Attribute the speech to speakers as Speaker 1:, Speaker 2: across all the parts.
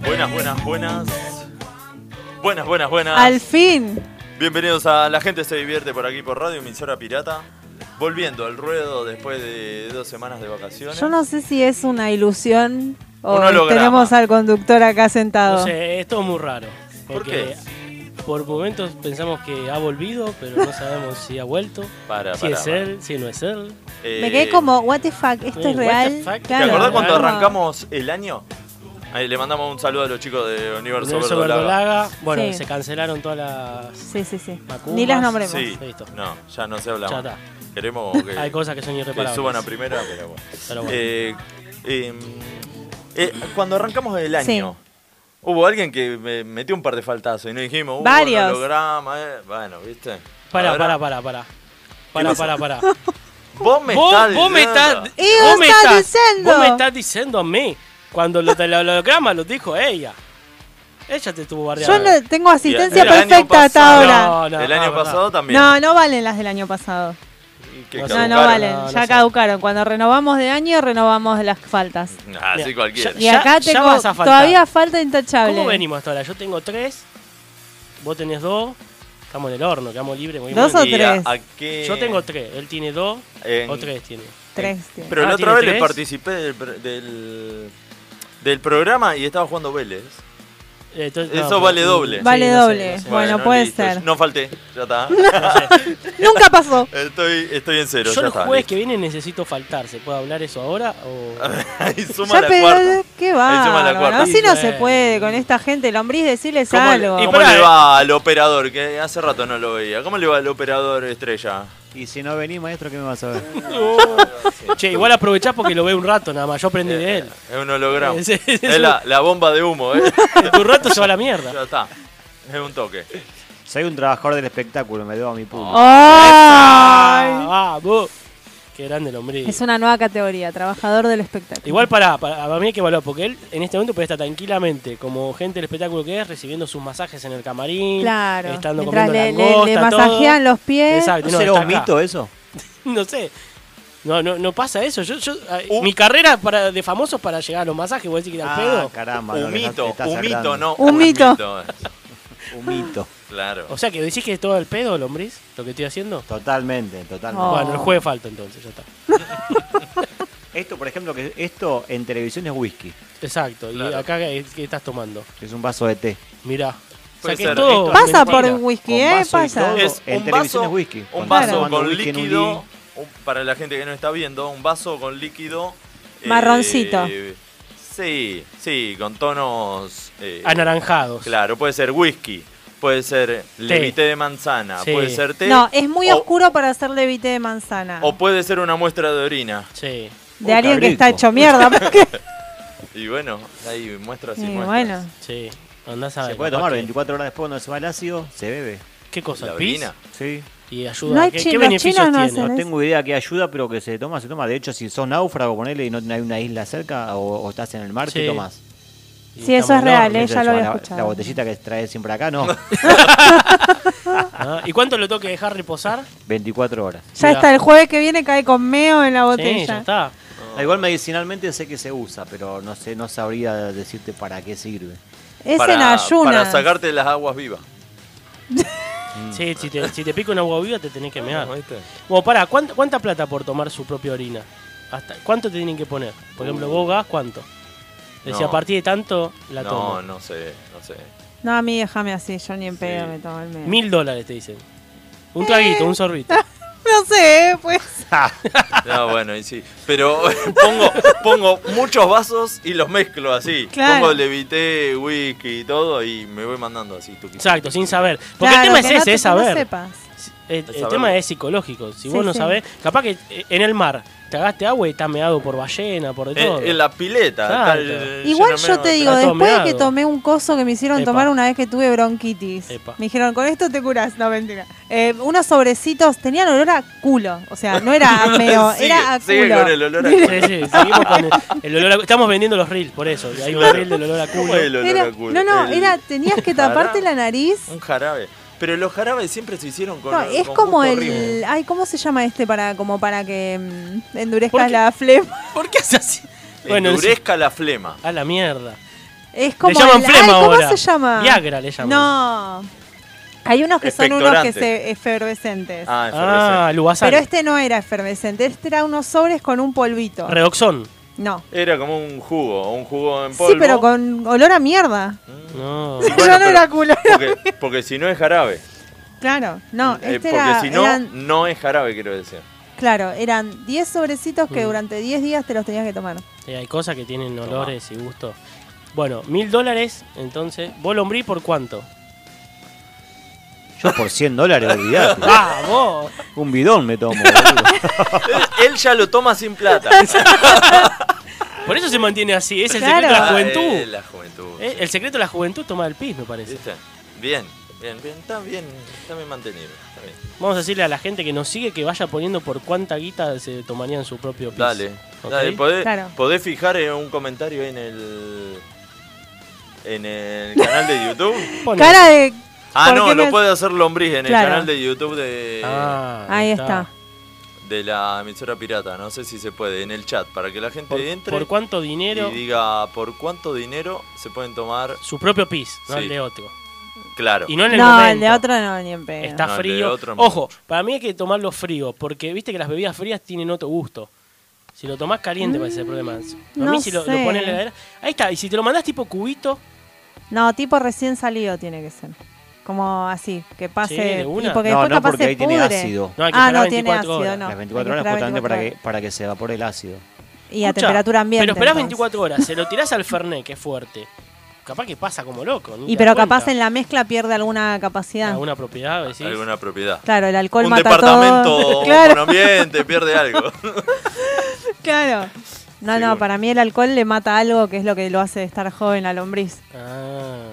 Speaker 1: Buenas, buenas. Buenas, buenas, buenas.
Speaker 2: Al fin.
Speaker 1: Bienvenidos a La Gente Se Divierte por aquí por Radio Emisora Pirata. Volviendo al ruedo después de dos semanas de vacaciones.
Speaker 2: Yo no sé si es una ilusión o
Speaker 1: Un holograma.
Speaker 2: tenemos al conductor acá
Speaker 3: No
Speaker 2: sentado.
Speaker 3: sé, esto es muy raro.
Speaker 1: ¿Por
Speaker 3: Porque por momentos pensamos que ha volvido, pero no sabemos si ha vuelto.
Speaker 1: Para,
Speaker 3: si
Speaker 1: para,
Speaker 3: es
Speaker 1: para.
Speaker 3: él, si no es él.
Speaker 1: Eh,
Speaker 2: Me quedé como, what the fuck, esto
Speaker 3: eh,
Speaker 2: es
Speaker 3: what the
Speaker 2: real.
Speaker 3: fuck. ¿Te
Speaker 1: ¿Te
Speaker 2: Claro.
Speaker 1: acordás cuando
Speaker 2: Claro.
Speaker 1: arrancamos el año? Ahí le mandamos un saludo a los chicos de Universo,
Speaker 3: Nelson
Speaker 1: Verdolaga.
Speaker 3: Verdolaga. Bueno,
Speaker 2: Sí.
Speaker 3: se cancelaron todas las.
Speaker 2: Sí, sí, sí.
Speaker 3: Macumas.
Speaker 2: Ni las nombremos.
Speaker 1: Sí,
Speaker 3: Listo.
Speaker 1: no, ya no se habla
Speaker 3: Ya
Speaker 1: más.
Speaker 3: está.
Speaker 1: Queremos que,
Speaker 3: Hay cosas que son
Speaker 1: que
Speaker 3: irreparables.
Speaker 1: suban a primera, pero bueno.
Speaker 3: Pero bueno.
Speaker 1: Eh, eh, eh, cuando arrancamos el año, hubo alguien que me metió un par de faltazos y nos dijimos, hubo
Speaker 2: Varios.
Speaker 1: un holograma, eh, bueno, ¿viste?
Speaker 3: Pará,
Speaker 1: Ahora,
Speaker 3: pará, pará, pará. Pará,
Speaker 1: pasa?
Speaker 3: pará, pará.
Speaker 1: Vos me
Speaker 3: Vos,
Speaker 1: estás
Speaker 3: vos me
Speaker 1: diciendo-
Speaker 3: estás,
Speaker 2: Y
Speaker 3: vos
Speaker 2: vos
Speaker 3: me
Speaker 2: estás
Speaker 3: estás-
Speaker 2: diciendo.
Speaker 3: vos me estás diciendo a mí. Cuando lo del holograma lo dijo ella. Ella te estuvo
Speaker 2: Yo
Speaker 3: bardeando.
Speaker 2: no tengo asistencia
Speaker 1: el año
Speaker 2: perfecta hasta
Speaker 1: pasado-
Speaker 2: ahora.
Speaker 3: No, no,
Speaker 1: el
Speaker 3: ah,
Speaker 1: año
Speaker 3: verdad.
Speaker 1: pasado también.
Speaker 2: No, no valen las del año pasado.
Speaker 1: Y que
Speaker 3: No, no
Speaker 2: No,
Speaker 1: caducaron.
Speaker 2: no valen.
Speaker 3: No, no
Speaker 2: ya
Speaker 3: sé.
Speaker 2: caducaron. Cuando renovamos de año, renovamos las faltas.
Speaker 1: Ah, Así
Speaker 3: Mira,
Speaker 1: cualquiera.
Speaker 2: Y
Speaker 3: Ya-
Speaker 2: acá
Speaker 3: ya
Speaker 2: tengo
Speaker 3: vas a faltar.
Speaker 2: todavía falta intachable.
Speaker 3: ¿Cómo venimos hasta ahora? Yo tengo tres, vos tenés dos, estamos en el horno, quedamos libres. muy
Speaker 2: Dos
Speaker 3: bien.
Speaker 2: o
Speaker 1: Y a-
Speaker 2: tres.
Speaker 1: a qué-
Speaker 3: Yo tengo tres, él tiene dos
Speaker 1: en-
Speaker 3: o tres tiene.
Speaker 2: Tres. tío.
Speaker 1: Pero
Speaker 3: Ah,
Speaker 1: la
Speaker 3: ¿tiene
Speaker 1: otra vez le
Speaker 3: tres?
Speaker 1: participé del, pr- del, del programa y estaba jugando Vélez.
Speaker 3: Eh, entonces,
Speaker 1: Eso
Speaker 3: pero-
Speaker 1: vale doble.
Speaker 2: Vale
Speaker 3: no sé,
Speaker 2: doble.
Speaker 3: no sé.
Speaker 2: Bueno, puede
Speaker 1: listo,
Speaker 2: ser.
Speaker 1: No falté, ya está.
Speaker 2: Nunca pasó.
Speaker 1: Estoy, estoy en cero,
Speaker 3: Yo
Speaker 1: ya
Speaker 3: los
Speaker 1: está.
Speaker 3: jueves que vienen necesito faltar, ¿se puede hablar eso ahora? O...
Speaker 1: que... suma
Speaker 2: Ya
Speaker 1: la
Speaker 2: pero-
Speaker 1: cuarta.
Speaker 2: qué
Speaker 1: Encima la
Speaker 2: va.
Speaker 1: cuarta.
Speaker 2: así no
Speaker 3: Sí.
Speaker 2: se puede con esta gente. Lombriz, decirles
Speaker 1: ¿Cómo, le,
Speaker 2: algo.
Speaker 1: ¿cómo
Speaker 3: pará,
Speaker 1: le
Speaker 3: eh.
Speaker 1: va al operador? Que hace rato no lo veía. ¿Cómo le va al operador estrella?
Speaker 4: Y si no venís, maestro, ¿qué me vas a ver?
Speaker 3: Che, igual aprovechás porque lo veo un rato nada más, yo aprendí de él.
Speaker 1: Es un holograma.
Speaker 3: Sí, sí,
Speaker 1: es
Speaker 3: sí.
Speaker 1: la, la bomba de humo, ¿eh?
Speaker 3: tu rato se va a la mierda.
Speaker 1: ya está. Es un toque.
Speaker 4: Soy un trabajador del espectáculo, me debo a mi público.
Speaker 2: ¡Ay!
Speaker 3: Ah, vos. Qué grande el hombre.
Speaker 2: Es una nueva categoría, trabajador del espectáculo.
Speaker 3: Igual para, para, para mí hay que evaluar, porque él en este momento puede estar tranquilamente, como gente del espectáculo que es, recibiendo sus masajes en el camarín,
Speaker 2: Claro.
Speaker 3: estando
Speaker 2: Mientras
Speaker 3: comiendo
Speaker 2: le, le-
Speaker 3: langosta,
Speaker 2: le
Speaker 3: todo.
Speaker 2: masajean los pies.
Speaker 3: Exacto,
Speaker 4: ¿No será
Speaker 3: está
Speaker 4: un
Speaker 3: acá.
Speaker 4: mito eh. eso?
Speaker 3: No sé. No, no, no pasa eso. Yo, yo, eh, Mi carrera para, de famosos para llegar a los masajes, vos decís que era al
Speaker 4: Ah,
Speaker 3: pedo.
Speaker 4: caramba. no,
Speaker 1: Un
Speaker 4: le estás-
Speaker 1: mito,
Speaker 4: le estás
Speaker 1: un mito,
Speaker 4: sacando.
Speaker 1: no.
Speaker 2: Un mito.
Speaker 4: Un mito.
Speaker 1: Claro.
Speaker 3: O sea, que decís que es todo el pedo, lombriz, lo que estoy haciendo.
Speaker 4: Totalmente, totalmente.
Speaker 2: Oh.
Speaker 3: Bueno, el jueves falta entonces, ya está.
Speaker 4: Esto, por ejemplo, que esto en televisión es whisky,
Speaker 3: Exacto. Y
Speaker 1: Claro.
Speaker 3: acá, eh, ¿qué, qué estás tomando?
Speaker 4: que es un vaso de té.
Speaker 3: Mirá. O sea,
Speaker 1: Puede
Speaker 3: que
Speaker 1: ser.
Speaker 3: es todo
Speaker 2: Pasa
Speaker 3: mentira.
Speaker 2: por whisky,
Speaker 4: Con
Speaker 2: ¿eh?
Speaker 4: vaso y
Speaker 2: Pasa.
Speaker 4: todo.
Speaker 1: Es
Speaker 4: En
Speaker 1: un
Speaker 4: televisión
Speaker 1: vaso,
Speaker 4: es whisky.
Speaker 1: Un
Speaker 4: Cuando
Speaker 1: vaso
Speaker 4: tomando
Speaker 1: con
Speaker 4: whisky en un
Speaker 1: líquido.
Speaker 4: día.
Speaker 1: un- para la gente que no está viendo, un vaso con líquido. eh,
Speaker 2: Marroncito.
Speaker 1: sí, sí, con tonos. eh,
Speaker 3: Anaranjados.
Speaker 1: Claro, puede ser whisky, puede ser levité de manzana,
Speaker 3: Sí.
Speaker 1: puede ser té.
Speaker 2: No, eh. es muy
Speaker 1: o-
Speaker 2: oscuro para hacer levite de manzana.
Speaker 1: O puede ser una muestra de orina.
Speaker 3: Sí.
Speaker 2: de
Speaker 4: Oh,
Speaker 2: alguien que está
Speaker 4: cabrito.
Speaker 2: hecho mierda. porque-
Speaker 1: Y bueno, hay muestras y,
Speaker 2: Y
Speaker 1: muestras.
Speaker 2: bueno,
Speaker 3: Sí. Andás a
Speaker 4: Se
Speaker 3: ver,
Speaker 4: puede
Speaker 3: capaz
Speaker 4: tomar
Speaker 3: que-
Speaker 4: 24 horas después cuando se va el ácido, se bebe.
Speaker 3: ¿Qué cosa?
Speaker 1: La
Speaker 3: ¿El pis?
Speaker 1: orina.
Speaker 4: Sí.
Speaker 3: Y ayuda.
Speaker 2: No hay
Speaker 3: ¿Qué,
Speaker 2: chi-
Speaker 3: qué
Speaker 2: los
Speaker 3: beneficios
Speaker 2: chinos no
Speaker 3: tiene?
Speaker 2: hacen-
Speaker 4: No
Speaker 2: ¿Tenés?
Speaker 4: tengo idea qué ayuda, pero que se toma, se toma. De hecho, si sos náufrago, ponele y no hay una isla cerca o, o estás en el mar,
Speaker 3: Sí.
Speaker 4: te tomas.
Speaker 3: Y
Speaker 2: Sí, eso
Speaker 3: estamos
Speaker 2: es real,
Speaker 3: enormes.
Speaker 2: ¿eh? ya lo había
Speaker 4: La-
Speaker 2: escuchado.
Speaker 4: La botellita que traes siempre acá, no.
Speaker 3: Ah, ¿Y cuánto lo tengo que dejar reposar?
Speaker 4: 24 horas.
Speaker 2: ya está, el jueves que viene cae con meo en la botella.
Speaker 3: Sí, ya está.
Speaker 4: Ah, Igual medicinalmente sé que se usa, pero no sé, no sabría decirte para qué sirve.
Speaker 2: Es
Speaker 1: para,
Speaker 2: en ayunas.
Speaker 1: Para sacarte las aguas vivas.
Speaker 3: Sí, si te, si te pica una agua viva te tenés que mear.
Speaker 1: ¿Viste?
Speaker 3: Bueno, pará, ¿cuánta, cuánta plata por tomar su propia orina? Hasta, ¿Cuánto te tienen que poner? Por ejemplo, vos gas, ¿cuánto? Decía,
Speaker 1: Uh. No.
Speaker 3: a partir de tanto la
Speaker 1: No,
Speaker 3: tomo.
Speaker 1: no sé, no sé.
Speaker 2: No, a mí déjame así, yo ni en pedo me tomo el meo.
Speaker 3: Mil dólares te dicen. Un traguito, un sorbito.
Speaker 2: Eh. No sé, ¿eh? pues.
Speaker 1: No, bueno, y sí. Pero pongo, pongo muchos vasos y los mezclo así.
Speaker 2: Claro.
Speaker 1: Pongo levité, whisky y todo y me voy mandando así. tuqui.
Speaker 3: Exacto, sin saber. Porque
Speaker 2: Claro,
Speaker 3: el tema es
Speaker 2: que no
Speaker 3: ese,
Speaker 2: te-
Speaker 3: es
Speaker 2: que no
Speaker 3: saber. Eh,
Speaker 2: sepas.
Speaker 3: El, el
Speaker 1: Saberlo.
Speaker 3: tema es psicológico. Si
Speaker 2: Sí,
Speaker 3: vos no
Speaker 2: sí.
Speaker 3: sabés, capaz que eh, en el mar te agaste agua y estás meado por ballena, por de
Speaker 1: En,
Speaker 3: todo.
Speaker 1: Eh, en la pileta.
Speaker 3: Exacto.
Speaker 1: tal, eh,
Speaker 2: Igual
Speaker 1: lleno
Speaker 2: yo te
Speaker 1: de-
Speaker 2: digo,
Speaker 3: está todo
Speaker 2: después de que
Speaker 3: meado.
Speaker 2: tomé un coso que me hicieron
Speaker 3: Epa.
Speaker 2: tomar una vez que tuve bronquitis,
Speaker 3: Epa.
Speaker 2: me dijeron, con esto te curas. No, mentira. Eh, unos sobrecitos tenían olor a culo. O sea, no era a meo,
Speaker 1: Sigue-
Speaker 2: era a
Speaker 1: sigue
Speaker 2: culo.
Speaker 1: con el olor a
Speaker 3: Sí, sí, seguimos con el, el olor a- Estamos vendiendo los reels, por eso. Hay un reel del olor a
Speaker 1: ¿Cómo
Speaker 3: culo.
Speaker 1: es el olor
Speaker 2: Era-
Speaker 1: a culo?
Speaker 2: no, no,
Speaker 1: El-
Speaker 2: era, tenías que taparte la nariz.
Speaker 1: Un jarabe. Pero los jarabes siempre se hicieron con.
Speaker 2: No, es
Speaker 1: con
Speaker 2: como
Speaker 1: gusto
Speaker 2: el.
Speaker 1: horrible.
Speaker 2: Ay, ¿cómo se llama este para como para que mm, endurezcas
Speaker 3: Porque-
Speaker 2: la flema?
Speaker 3: ¿Por qué haces así? Bueno,
Speaker 1: Endurezca la flema.
Speaker 3: a la mierda.
Speaker 2: Es como
Speaker 3: le llaman
Speaker 2: el-
Speaker 3: flema
Speaker 2: ay, ¿cómo
Speaker 3: ahora.
Speaker 2: se llama?
Speaker 3: Viagra le llaman.
Speaker 2: No. Hay unos que son unos que
Speaker 1: Expectorante.
Speaker 2: se efervescentes.
Speaker 1: Ah,
Speaker 3: Ah,
Speaker 1: efervescente.
Speaker 3: Lubazán.
Speaker 2: Pero este no era efervescente, este era unos sobres con un polvito.
Speaker 3: Redoxón.
Speaker 2: No.
Speaker 1: Era como un jugo, un jugo en polvo.
Speaker 2: Sí, pero con olor a mierda.
Speaker 3: No.
Speaker 1: Bueno,
Speaker 2: Yo no
Speaker 1: pero-
Speaker 2: era culo.
Speaker 1: Porque, porque si no es jarabe.
Speaker 2: Claro, no,
Speaker 1: Eh,
Speaker 2: este
Speaker 1: porque
Speaker 2: era,
Speaker 1: si no,
Speaker 2: eran,
Speaker 1: no es jarabe, quiero decir.
Speaker 2: claro, eran 10 sobrecitos
Speaker 3: Mm.
Speaker 2: que durante 10 días te los tenías que tomar.
Speaker 3: Eh, hay cosas que tienen olores y gusto. Bueno, mil dólares, entonces. ¿Vos lombrí por cuánto?
Speaker 4: Yo por 100 dólares, olvidate.
Speaker 3: ¡Ah, vos!
Speaker 4: Un bidón me tomo, boludo.
Speaker 1: Él ya lo toma sin plata.
Speaker 3: Por eso se mantiene así, es el
Speaker 2: Claro.
Speaker 3: secreto de la
Speaker 1: Ah,
Speaker 3: juventud.
Speaker 1: eh, la juventud.
Speaker 3: Eh,
Speaker 1: sí.
Speaker 3: el secreto de la juventud es tomar el pis, me parece.
Speaker 1: ¿Viste? Bien, bien, bien. Está bien, está bien mantenido. Está bien.
Speaker 3: Vamos a decirle a la gente que nos sigue que vaya poniendo por cuánta guita se tomarían su propio pis.
Speaker 1: Dale,
Speaker 3: ¿Ok?
Speaker 1: dale. Podés,
Speaker 2: Claro.
Speaker 1: podés fijar eh, un comentario en el. En el canal de YouTube.
Speaker 3: Pone-
Speaker 2: Cara de...
Speaker 1: Ah,
Speaker 2: ¿por
Speaker 1: no,
Speaker 2: qué
Speaker 1: lo
Speaker 2: me-
Speaker 1: puede hacer Lombriz en
Speaker 2: Claro.
Speaker 1: el canal de YouTube de,
Speaker 3: Ah,
Speaker 2: Ahí está.
Speaker 1: de la emisora pirata. No sé si se puede, en el chat, para que la gente
Speaker 3: Por,
Speaker 1: entre
Speaker 3: por cuánto
Speaker 1: y
Speaker 3: dinero
Speaker 1: diga por cuánto dinero se pueden tomar.
Speaker 3: su propio pis, no
Speaker 1: Sí.
Speaker 3: el de otro.
Speaker 1: Claro.
Speaker 3: Y no en el
Speaker 2: No,
Speaker 3: momento.
Speaker 2: el de otro no, ni en pedo.
Speaker 3: Está
Speaker 1: No, el de
Speaker 3: frío.
Speaker 1: otro es
Speaker 3: Ojo, para mí hay que tomarlo frío, porque viste que las bebidas frías tienen otro gusto. Si lo tomás caliente, parece el problema. A mí
Speaker 2: no
Speaker 3: si lo, lo
Speaker 2: sé.
Speaker 3: pones en la heladera- Ahí está, y si te lo mandás tipo cubito,
Speaker 2: No, tipo recién salido tiene que ser. Como así, que
Speaker 3: Sí,
Speaker 2: pase...
Speaker 3: de una.
Speaker 2: y porque
Speaker 4: No,
Speaker 2: después
Speaker 4: no,
Speaker 2: capaz
Speaker 4: porque
Speaker 2: se
Speaker 4: ahí tiene
Speaker 2: pudre.
Speaker 4: ácido.
Speaker 3: No, hay que
Speaker 2: ah,
Speaker 3: esperar
Speaker 2: no tiene
Speaker 3: 24
Speaker 2: ácido,
Speaker 3: horas.
Speaker 2: no.
Speaker 4: Las 24
Speaker 2: Hay
Speaker 4: horas
Speaker 2: esperar
Speaker 4: justamente para
Speaker 2: 24
Speaker 4: que, para que se evapore el ácido.
Speaker 3: Ah,
Speaker 2: horas. Y a
Speaker 3: Escuchá,
Speaker 2: temperatura ambiente.
Speaker 3: Pero esperás
Speaker 2: entonces.
Speaker 3: 24 horas, se lo tirás al Fernet, que es fuerte. Capaz que pasa como loco.
Speaker 2: Y pero capaz en la mezcla pierde alguna capacidad.
Speaker 3: Alguna propiedad, decís.
Speaker 1: Alguna propiedad.
Speaker 2: Claro, el alcohol
Speaker 1: un
Speaker 2: mata
Speaker 1: departamento
Speaker 2: todo. claro,
Speaker 1: con ambiente pierde algo.
Speaker 2: claro. No, no,
Speaker 1: Seguro.
Speaker 2: para mí el alcohol le mata algo que es lo que lo hace estar joven la lombriz.
Speaker 3: Ah.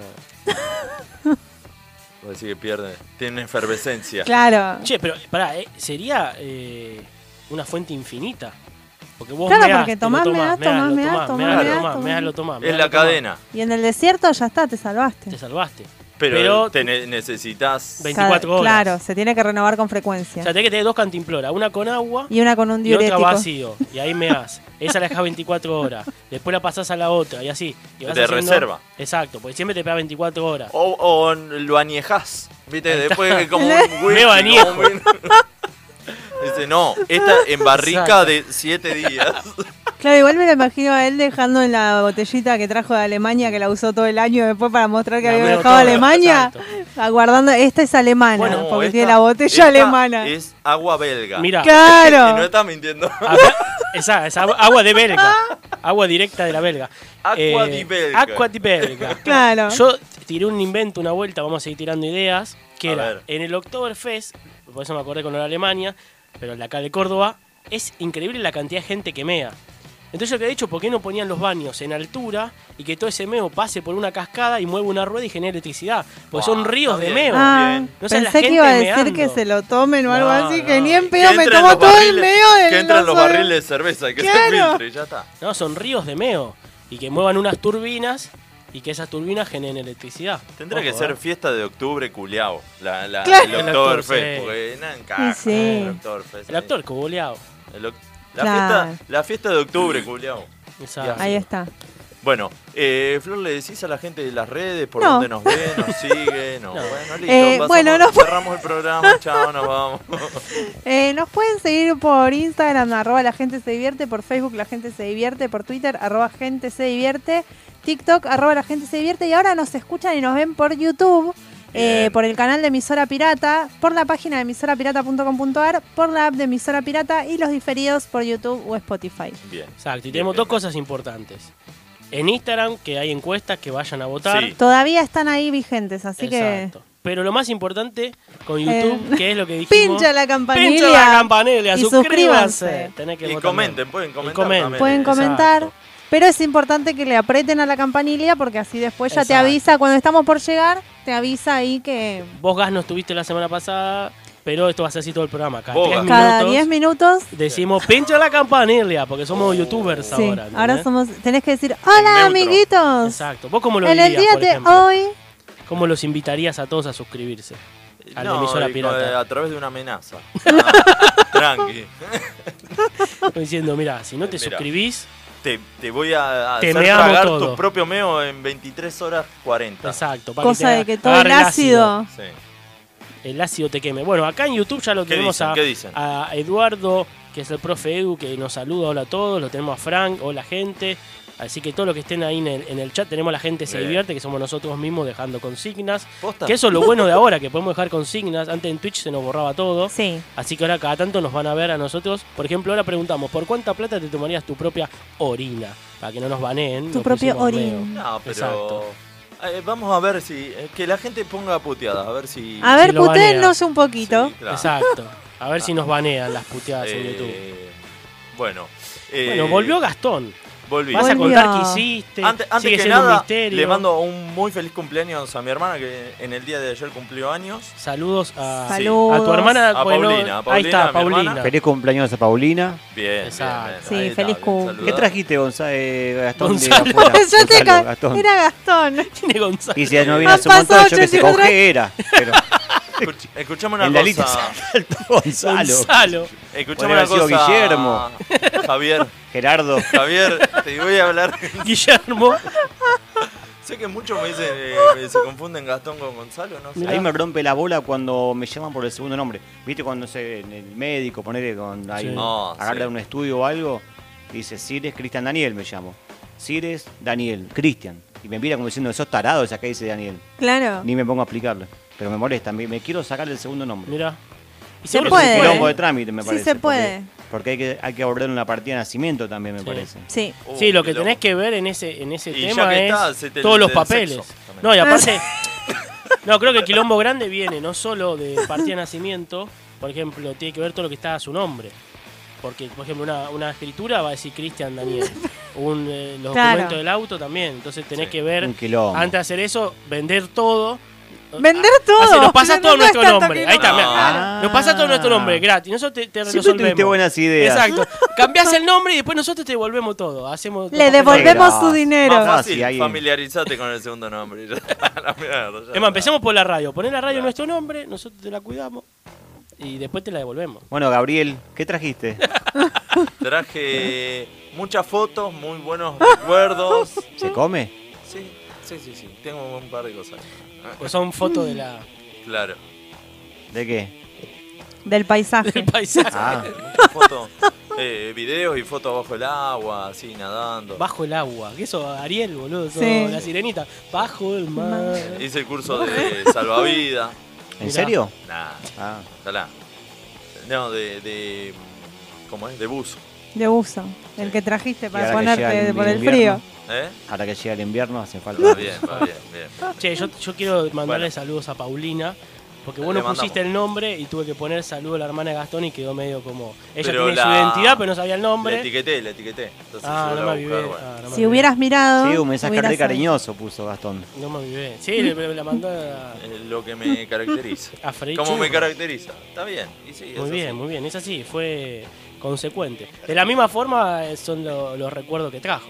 Speaker 1: Vos decís que pierde. Tiene efervescencia.
Speaker 2: Claro.
Speaker 3: Che, pero pará, eh, sería eh, una fuente infinita. Porque vos
Speaker 2: Claro,
Speaker 3: meás,
Speaker 2: porque
Speaker 3: te lo
Speaker 2: tomás, meás,
Speaker 3: lo
Speaker 2: tomás, meás,
Speaker 3: tomás,
Speaker 2: tomás,
Speaker 3: meás, lo
Speaker 1: meás,
Speaker 3: tomás,
Speaker 2: tomás.
Speaker 3: meás, lo tomás,
Speaker 1: Es
Speaker 3: meás,
Speaker 1: la
Speaker 3: lo tomás.
Speaker 1: cadena.
Speaker 2: Y en el desierto ya está, te
Speaker 3: Te
Speaker 2: salvaste.
Speaker 3: salvaste.
Speaker 1: Pero,
Speaker 3: Pero-
Speaker 1: te ne- necesitas.
Speaker 3: Ve- 24
Speaker 2: Ca-
Speaker 3: horas.
Speaker 2: Claro, se tiene que renovar con
Speaker 3: O
Speaker 2: frecuencia.
Speaker 3: sea, tenés que tener dos cantimploras, una con agua
Speaker 2: Y una con un
Speaker 3: y otra
Speaker 2: diurético.
Speaker 3: vacío. Y ahí meás. Esa la dejás 24 horas. Después la pasás a la otra y así. Y vas
Speaker 1: De
Speaker 3: haciendo-
Speaker 1: reserva.
Speaker 3: Exacto, porque siempre te pega 24 horas.
Speaker 1: O, o lo añejas. ¿Viste? Después que como un
Speaker 3: Me
Speaker 1: como
Speaker 3: añejo.
Speaker 1: un whisky. Dice, no, esta en barrica de 7 días.
Speaker 2: Claro, igual me lo imagino a él dejando en la botellita que trajo de Alemania, que la usó todo el año después para mostrar que
Speaker 3: La
Speaker 2: había
Speaker 3: medio
Speaker 2: dejado a
Speaker 3: toda,
Speaker 2: Alemania.
Speaker 3: exacto.
Speaker 2: Aguardando, esta es alemana,
Speaker 1: Bueno,
Speaker 2: porque
Speaker 1: esta-
Speaker 2: tiene la botella
Speaker 1: esta
Speaker 2: alemana.
Speaker 1: Es agua belga.
Speaker 3: Mira,
Speaker 1: Y no
Speaker 2: Claro.
Speaker 1: estás mintiendo.
Speaker 3: esa, esa agua, agua de belga. Agua directa de la belga. Eh,
Speaker 1: Aqua di belga.
Speaker 3: Aqua di belga.
Speaker 2: Claro.
Speaker 3: Yo tiré un invento, una vuelta, vamos a seguir tirando ideas, que
Speaker 1: A
Speaker 3: era
Speaker 1: ver.
Speaker 3: en el Oktoberfest, por eso me acordé con lo de Alemania, pero la acá de Córdoba, es increíble la cantidad de gente que mea. Entonces yo había dicho, ¿por qué no ponían los baños en altura y que todo ese meo pase por una cascada y mueva una rueda y genere electricidad? Pues son
Speaker 1: Buah,
Speaker 3: ríos
Speaker 1: está
Speaker 3: de
Speaker 1: bien.
Speaker 3: meo.
Speaker 2: Ah,
Speaker 1: Bien.
Speaker 3: No sé, la
Speaker 2: pensé que
Speaker 3: gente
Speaker 2: iba a decir
Speaker 3: meando.
Speaker 2: que se lo tomen o algo
Speaker 3: No,
Speaker 2: así, que
Speaker 3: no.
Speaker 2: ni en
Speaker 1: Que
Speaker 2: pedo me
Speaker 1: entren
Speaker 2: tomo
Speaker 1: los
Speaker 2: todo el
Speaker 1: barriles-
Speaker 2: medio del
Speaker 1: Que entran los
Speaker 2: vaso de-
Speaker 1: barriles de cerveza y que se
Speaker 2: Claro.
Speaker 1: filtre, ya está.
Speaker 3: No, son ríos de meo y que muevan unas turbinas y que esas turbinas generen electricidad.
Speaker 1: Tendría que
Speaker 3: Ojo,
Speaker 1: ser
Speaker 3: ¿eh?
Speaker 1: fiesta de octubre culeado. La, la,
Speaker 2: Claro.
Speaker 1: El
Speaker 3: El
Speaker 1: Oktoberfest.
Speaker 3: Oktoberfest.
Speaker 1: Porque nada encaja,
Speaker 2: sí.
Speaker 1: El Oktoberfest.
Speaker 3: El actor coboleado.
Speaker 1: El oc- la,
Speaker 2: Claro.
Speaker 1: fiesta, la fiesta de octubre culeado.
Speaker 3: Esa-
Speaker 2: Ahí está.
Speaker 1: Bueno, eh, Flor, ¿le decís a la gente de las redes por
Speaker 2: No.
Speaker 1: dónde nos ve, nos sigue? No.
Speaker 3: No.
Speaker 1: Bueno, listo.
Speaker 2: Eh,
Speaker 1: pasamos-
Speaker 2: bueno, no-
Speaker 1: Cerramos el programa, chao, nos vamos.
Speaker 2: Eh, nos pueden seguir por Instagram, arroba la gente se divierte, por Facebook la gente se divierte, por Twitter, arroba gente se divierte, TikTok, arroba la gente se divierte y ahora nos escuchan y nos ven por YouTube, eh,
Speaker 1: Bien.
Speaker 2: por el canal de emisora pirata, por la página de emisorapirata.com.ar, por la app de emisora pirata y los diferidos por YouTube o Spotify.
Speaker 1: Bien.
Speaker 3: Exacto, y
Speaker 1: Bien,
Speaker 3: tenemos
Speaker 1: bien,
Speaker 3: dos
Speaker 1: bien.
Speaker 3: cosas importantes. En Instagram, que hay encuestas que vayan a votar.
Speaker 1: Sí.
Speaker 2: Todavía están ahí vigentes, así
Speaker 3: Exacto. Pero lo más importante con YouTube,
Speaker 2: Eh,
Speaker 3: que es lo que dijimos.
Speaker 2: pincha la campanilla
Speaker 3: Pincha la campanilla,
Speaker 2: y suscríbanse.
Speaker 3: suscríbanse. Tenés que
Speaker 1: Y
Speaker 3: votar
Speaker 1: comenten,
Speaker 3: también.
Speaker 1: pueden comentar.
Speaker 3: comenten.
Speaker 2: que
Speaker 1: también.
Speaker 2: pueden
Speaker 3: Exacto.
Speaker 2: comentar. Pero es importante que le aprieten a la campanilla porque así después ya te
Speaker 3: Exacto.
Speaker 2: avisa, cuando estamos por llegar, te avisa ahí que
Speaker 3: Vos gas no estuviste la semana pasada, pero esto va a ser así todo el programa. Cada
Speaker 1: Vos,
Speaker 3: tres
Speaker 1: Gas.
Speaker 2: Cada 10
Speaker 3: minutos
Speaker 2: minutos.
Speaker 3: decimos pincha la campanilla, porque somos youtubers
Speaker 2: sí,
Speaker 3: ahora. ¿entendés?
Speaker 2: ahora somos. Tenés que decir: ¡Hola,
Speaker 1: En neutro.
Speaker 2: amiguitos!
Speaker 3: Exacto. ¿Vos cómo lo
Speaker 2: En el
Speaker 3: dirías,
Speaker 2: día
Speaker 3: por
Speaker 2: de
Speaker 3: ejemplo?
Speaker 2: hoy.
Speaker 3: ¿Cómo los invitarías a todos a suscribirse? A la
Speaker 1: No,
Speaker 3: emisora
Speaker 1: y con-
Speaker 3: pirata.
Speaker 1: A través de una amenaza. Ah, tranqui.
Speaker 3: Diciendo, mira, si no te
Speaker 1: Mirá.
Speaker 3: suscribís,
Speaker 1: te, te voy a
Speaker 3: Te
Speaker 1: hacer
Speaker 3: meamos
Speaker 1: pagar
Speaker 3: todo.
Speaker 1: tu propio meo en 23 horas 40.
Speaker 3: Exacto. para
Speaker 2: Cosa
Speaker 3: te
Speaker 2: de que todo el
Speaker 3: agarre
Speaker 2: ácido.
Speaker 1: Sí.
Speaker 3: El ácido te queme. Bueno, acá en YouTube ya lo
Speaker 1: ¿Qué
Speaker 3: tenemos
Speaker 1: dicen?
Speaker 3: a,
Speaker 1: ¿Qué dicen?
Speaker 3: a Eduardo, que es el profe Edu, que nos saluda, hola a todos. Lo tenemos a Frank, hola gente. Así que todos los que estén ahí en el, en el chat, tenemos a la gente que se
Speaker 1: Bien.
Speaker 3: divierte, que somos nosotros mismos dejando consignas.
Speaker 1: ¿Posta?
Speaker 3: Que eso es lo bueno de ahora, que podemos dejar consignas. Antes en Twitch se nos borraba todo.
Speaker 2: Sí.
Speaker 3: Así que ahora cada tanto nos van a ver a nosotros. Por ejemplo, ahora preguntamos, ¿por cuánta plata te tomarías tu propia orina? Para que no nos baneen.
Speaker 2: Tu
Speaker 3: nos
Speaker 2: propio
Speaker 3: pusimos medio.
Speaker 2: orín.
Speaker 1: No, pero.
Speaker 3: Exacto.
Speaker 1: Eh, vamos a ver si. eh, que la gente ponga puteadas, a ver si.
Speaker 2: A
Speaker 3: si
Speaker 2: ver,
Speaker 3: lo banea.
Speaker 2: putéennos un poquito.
Speaker 1: Sí, claro.
Speaker 3: Exacto. A ver si nos banean las puteadas en YouTube.
Speaker 1: Eh, bueno. eh,
Speaker 3: Bueno, volvió Gastón.
Speaker 1: Volví.
Speaker 3: Vas a
Speaker 2: Volvió.
Speaker 3: contar qué hiciste.
Speaker 1: Antes, antes
Speaker 3: sigue
Speaker 1: que
Speaker 3: siendo un
Speaker 1: nada,
Speaker 3: misterio.
Speaker 1: le mando un muy feliz cumpleaños a mi hermana que en el día de ayer cumplió años.
Speaker 3: saludos a,
Speaker 1: Sí.
Speaker 2: Saludos.
Speaker 3: a tu hermana. pues,
Speaker 1: A
Speaker 3: bueno,
Speaker 1: Paulina, a
Speaker 3: ahí está,
Speaker 1: Paulina, mi
Speaker 3: Paulina.
Speaker 1: hermana.
Speaker 4: Feliz cumpleaños a Paulina.
Speaker 1: Bien,
Speaker 3: Exacto.
Speaker 1: bien, bien.
Speaker 2: Sí,
Speaker 1: Ahí está,
Speaker 2: feliz
Speaker 1: bien
Speaker 2: cum.
Speaker 1: saludado.
Speaker 4: ¿Qué trajiste, Gonzalo, eh, Gastón?
Speaker 3: Gonzalo.
Speaker 4: De afuera?
Speaker 2: Yo te
Speaker 4: Gonzalo,
Speaker 2: ca-
Speaker 4: Gastón.
Speaker 2: Era Gastón.
Speaker 3: Tiene Gonzalo.
Speaker 4: Y si no
Speaker 2: Han
Speaker 4: vino hace un
Speaker 2: pasado
Speaker 4: montón, yo que sé,
Speaker 2: 83.
Speaker 4: cogé era. Pero
Speaker 1: Escuch- Escuchame una
Speaker 4: en la lista
Speaker 1: cosa.
Speaker 4: saltó Gonzalo.
Speaker 3: Gonzalo.
Speaker 1: Escuchame
Speaker 4: Podría
Speaker 1: una
Speaker 4: haber sido
Speaker 1: cosa.
Speaker 4: Guillermo.
Speaker 1: Javier,
Speaker 4: Gerardo.
Speaker 1: Javier, te voy a hablar.
Speaker 3: Guillermo.
Speaker 1: sé que muchos me dicen, eh, me- se confunden Gastón con Gonzalo, no sé.
Speaker 3: Mirá.
Speaker 4: Ahí me rompe la bola cuando me llaman por el segundo nombre. ¿Viste cuando no sé, en el médico, ponele con ahí,
Speaker 3: Sí.
Speaker 4: un-
Speaker 1: Ah,
Speaker 4: agarra
Speaker 1: sí.
Speaker 4: un estudio o algo? y Dice, Cires Cristian Daniel me llamo. Cires Daniel, Cristian. Y me mira como diciendo, sos tarado, esa que dice Daniel.
Speaker 2: Claro.
Speaker 4: Ni me pongo a explicarle. Pero me molesta, me, me quiero sacar el segundo nombre.
Speaker 3: Mirá. Y
Speaker 2: Se
Speaker 3: siempre
Speaker 4: Es
Speaker 2: puede.
Speaker 4: un quilombo de
Speaker 3: supone-
Speaker 4: trámite, me
Speaker 2: Sí
Speaker 4: parece.
Speaker 2: se puede.
Speaker 4: Porque, porque hay, que, hay que abordar una partida de nacimiento también, me
Speaker 3: Sí.
Speaker 4: parece.
Speaker 2: Sí.
Speaker 1: Uh,
Speaker 3: Sí, lo que
Speaker 1: qué
Speaker 3: tenés
Speaker 1: loco.
Speaker 3: que ver en ese, en ese
Speaker 1: Y ya
Speaker 3: tema
Speaker 1: que
Speaker 3: es
Speaker 1: estás, se te-
Speaker 3: todos los
Speaker 1: del
Speaker 3: papeles.
Speaker 1: sexo también.
Speaker 3: No, y aparte,
Speaker 2: Ah.
Speaker 3: no, creo que el quilombo grande viene no solo de partida de nacimiento, por ejemplo, tiene que ver todo lo que está a su nombre. Porque, por ejemplo, una, una escritura va a decir Cristian Daniel. Un, eh, los
Speaker 2: Claro.
Speaker 3: documentos del auto también. Entonces tenés
Speaker 1: Sí.
Speaker 3: que ver,
Speaker 4: Un quilombo.
Speaker 3: antes de hacer eso, vender todo.
Speaker 2: Vender
Speaker 3: Ah,
Speaker 2: todo.
Speaker 3: así nos pasa
Speaker 2: No,
Speaker 3: todo
Speaker 2: no
Speaker 3: nuestro
Speaker 2: es tanto
Speaker 3: nombre.
Speaker 2: que
Speaker 3: Ahí está,
Speaker 2: no.
Speaker 1: mirá.
Speaker 4: Ah.
Speaker 3: Nos pasa todo nuestro nombre, gratis. Nosotros te, te
Speaker 4: Siempre tuviste
Speaker 3: resolvemos.
Speaker 4: buenas ideas.
Speaker 3: Exacto. Cambiás el nombre y después nosotros te devolvemos todo. Hacemos
Speaker 2: Le
Speaker 4: devolvemos
Speaker 2: devolvemos su dinero.
Speaker 1: Más
Speaker 4: Ah,
Speaker 1: fácil,
Speaker 4: sí, ahí-
Speaker 1: familiarizate con el segundo nombre. Ya está, la mierda, ya
Speaker 3: Es más,
Speaker 1: está.
Speaker 3: empecemos por la radio. Poné la radio
Speaker 1: Claro.
Speaker 3: nuestro nombre, nosotros te la cuidamos y después te la devolvemos.
Speaker 4: Bueno, Gabriel, ¿qué trajiste?
Speaker 1: Traje eh, muchas fotos, muy buenos recuerdos.
Speaker 4: ¿Se come?
Speaker 1: Sí, sí, sí, sí. Tengo un par de cosas. Ah,
Speaker 3: Pues son fotos de la,
Speaker 1: Claro.
Speaker 4: ¿De qué?
Speaker 2: Del paisaje.
Speaker 3: del paisaje.
Speaker 4: Ah,
Speaker 1: Muchas fotos, eh, videos y fotos bajo el agua, así, nadando.
Speaker 3: Bajo el agua. Que eso, Ariel, boludo. eso,
Speaker 2: Sí.
Speaker 3: La sirenita. Bajo el mar.
Speaker 1: Hice el curso de salvavidas.
Speaker 4: ¿en
Speaker 3: Mirá.
Speaker 4: serio?
Speaker 1: Nah,
Speaker 4: Ah,
Speaker 1: ojalá. No, de, de. ¿Cómo es? De buzo.
Speaker 2: De uso. El que trajiste
Speaker 4: Y
Speaker 2: para
Speaker 4: ahora que llega
Speaker 2: ponerte
Speaker 4: el
Speaker 2: por el frío.
Speaker 4: invierno.
Speaker 1: ¿Eh?
Speaker 4: ahora que llega el invierno hace falta.
Speaker 1: Va bien, va bien, bien.
Speaker 3: Che, yo, yo quiero mandarle
Speaker 1: Bueno.
Speaker 3: saludos a Paulina. Porque
Speaker 1: Le
Speaker 3: vos no
Speaker 1: mandamos.
Speaker 3: pusiste el nombre y tuve que poner saludo a la hermana de Gastón y quedó medio como. Ella
Speaker 1: Pero
Speaker 3: tiene su
Speaker 1: la-
Speaker 3: identidad, pero no sabía el
Speaker 1: Le
Speaker 3: nombre.
Speaker 1: etiqueté, le etiqueté. Entonces
Speaker 3: Ah,
Speaker 1: yo la
Speaker 3: no me
Speaker 1: voy a buscar,
Speaker 3: avivé.
Speaker 1: bueno.
Speaker 3: ah, no me
Speaker 2: Si
Speaker 3: avivé.
Speaker 2: hubieras mirado.
Speaker 4: Sí, un mensaje
Speaker 2: hubieras
Speaker 4: re
Speaker 2: sabido.
Speaker 4: cariñoso puso Gastón.
Speaker 3: No me avivé. Sí, le, le- la mandó a,
Speaker 1: Es lo que me caracteriza.
Speaker 3: a Freddy
Speaker 1: ¿Cómo
Speaker 3: Churro.
Speaker 1: me caracteriza? Está bien. Y sí, es
Speaker 3: Muy
Speaker 1: así.
Speaker 3: bien, muy bien, es así, fue consecuente. De la misma forma eh, son lo- los recuerdos que trajo.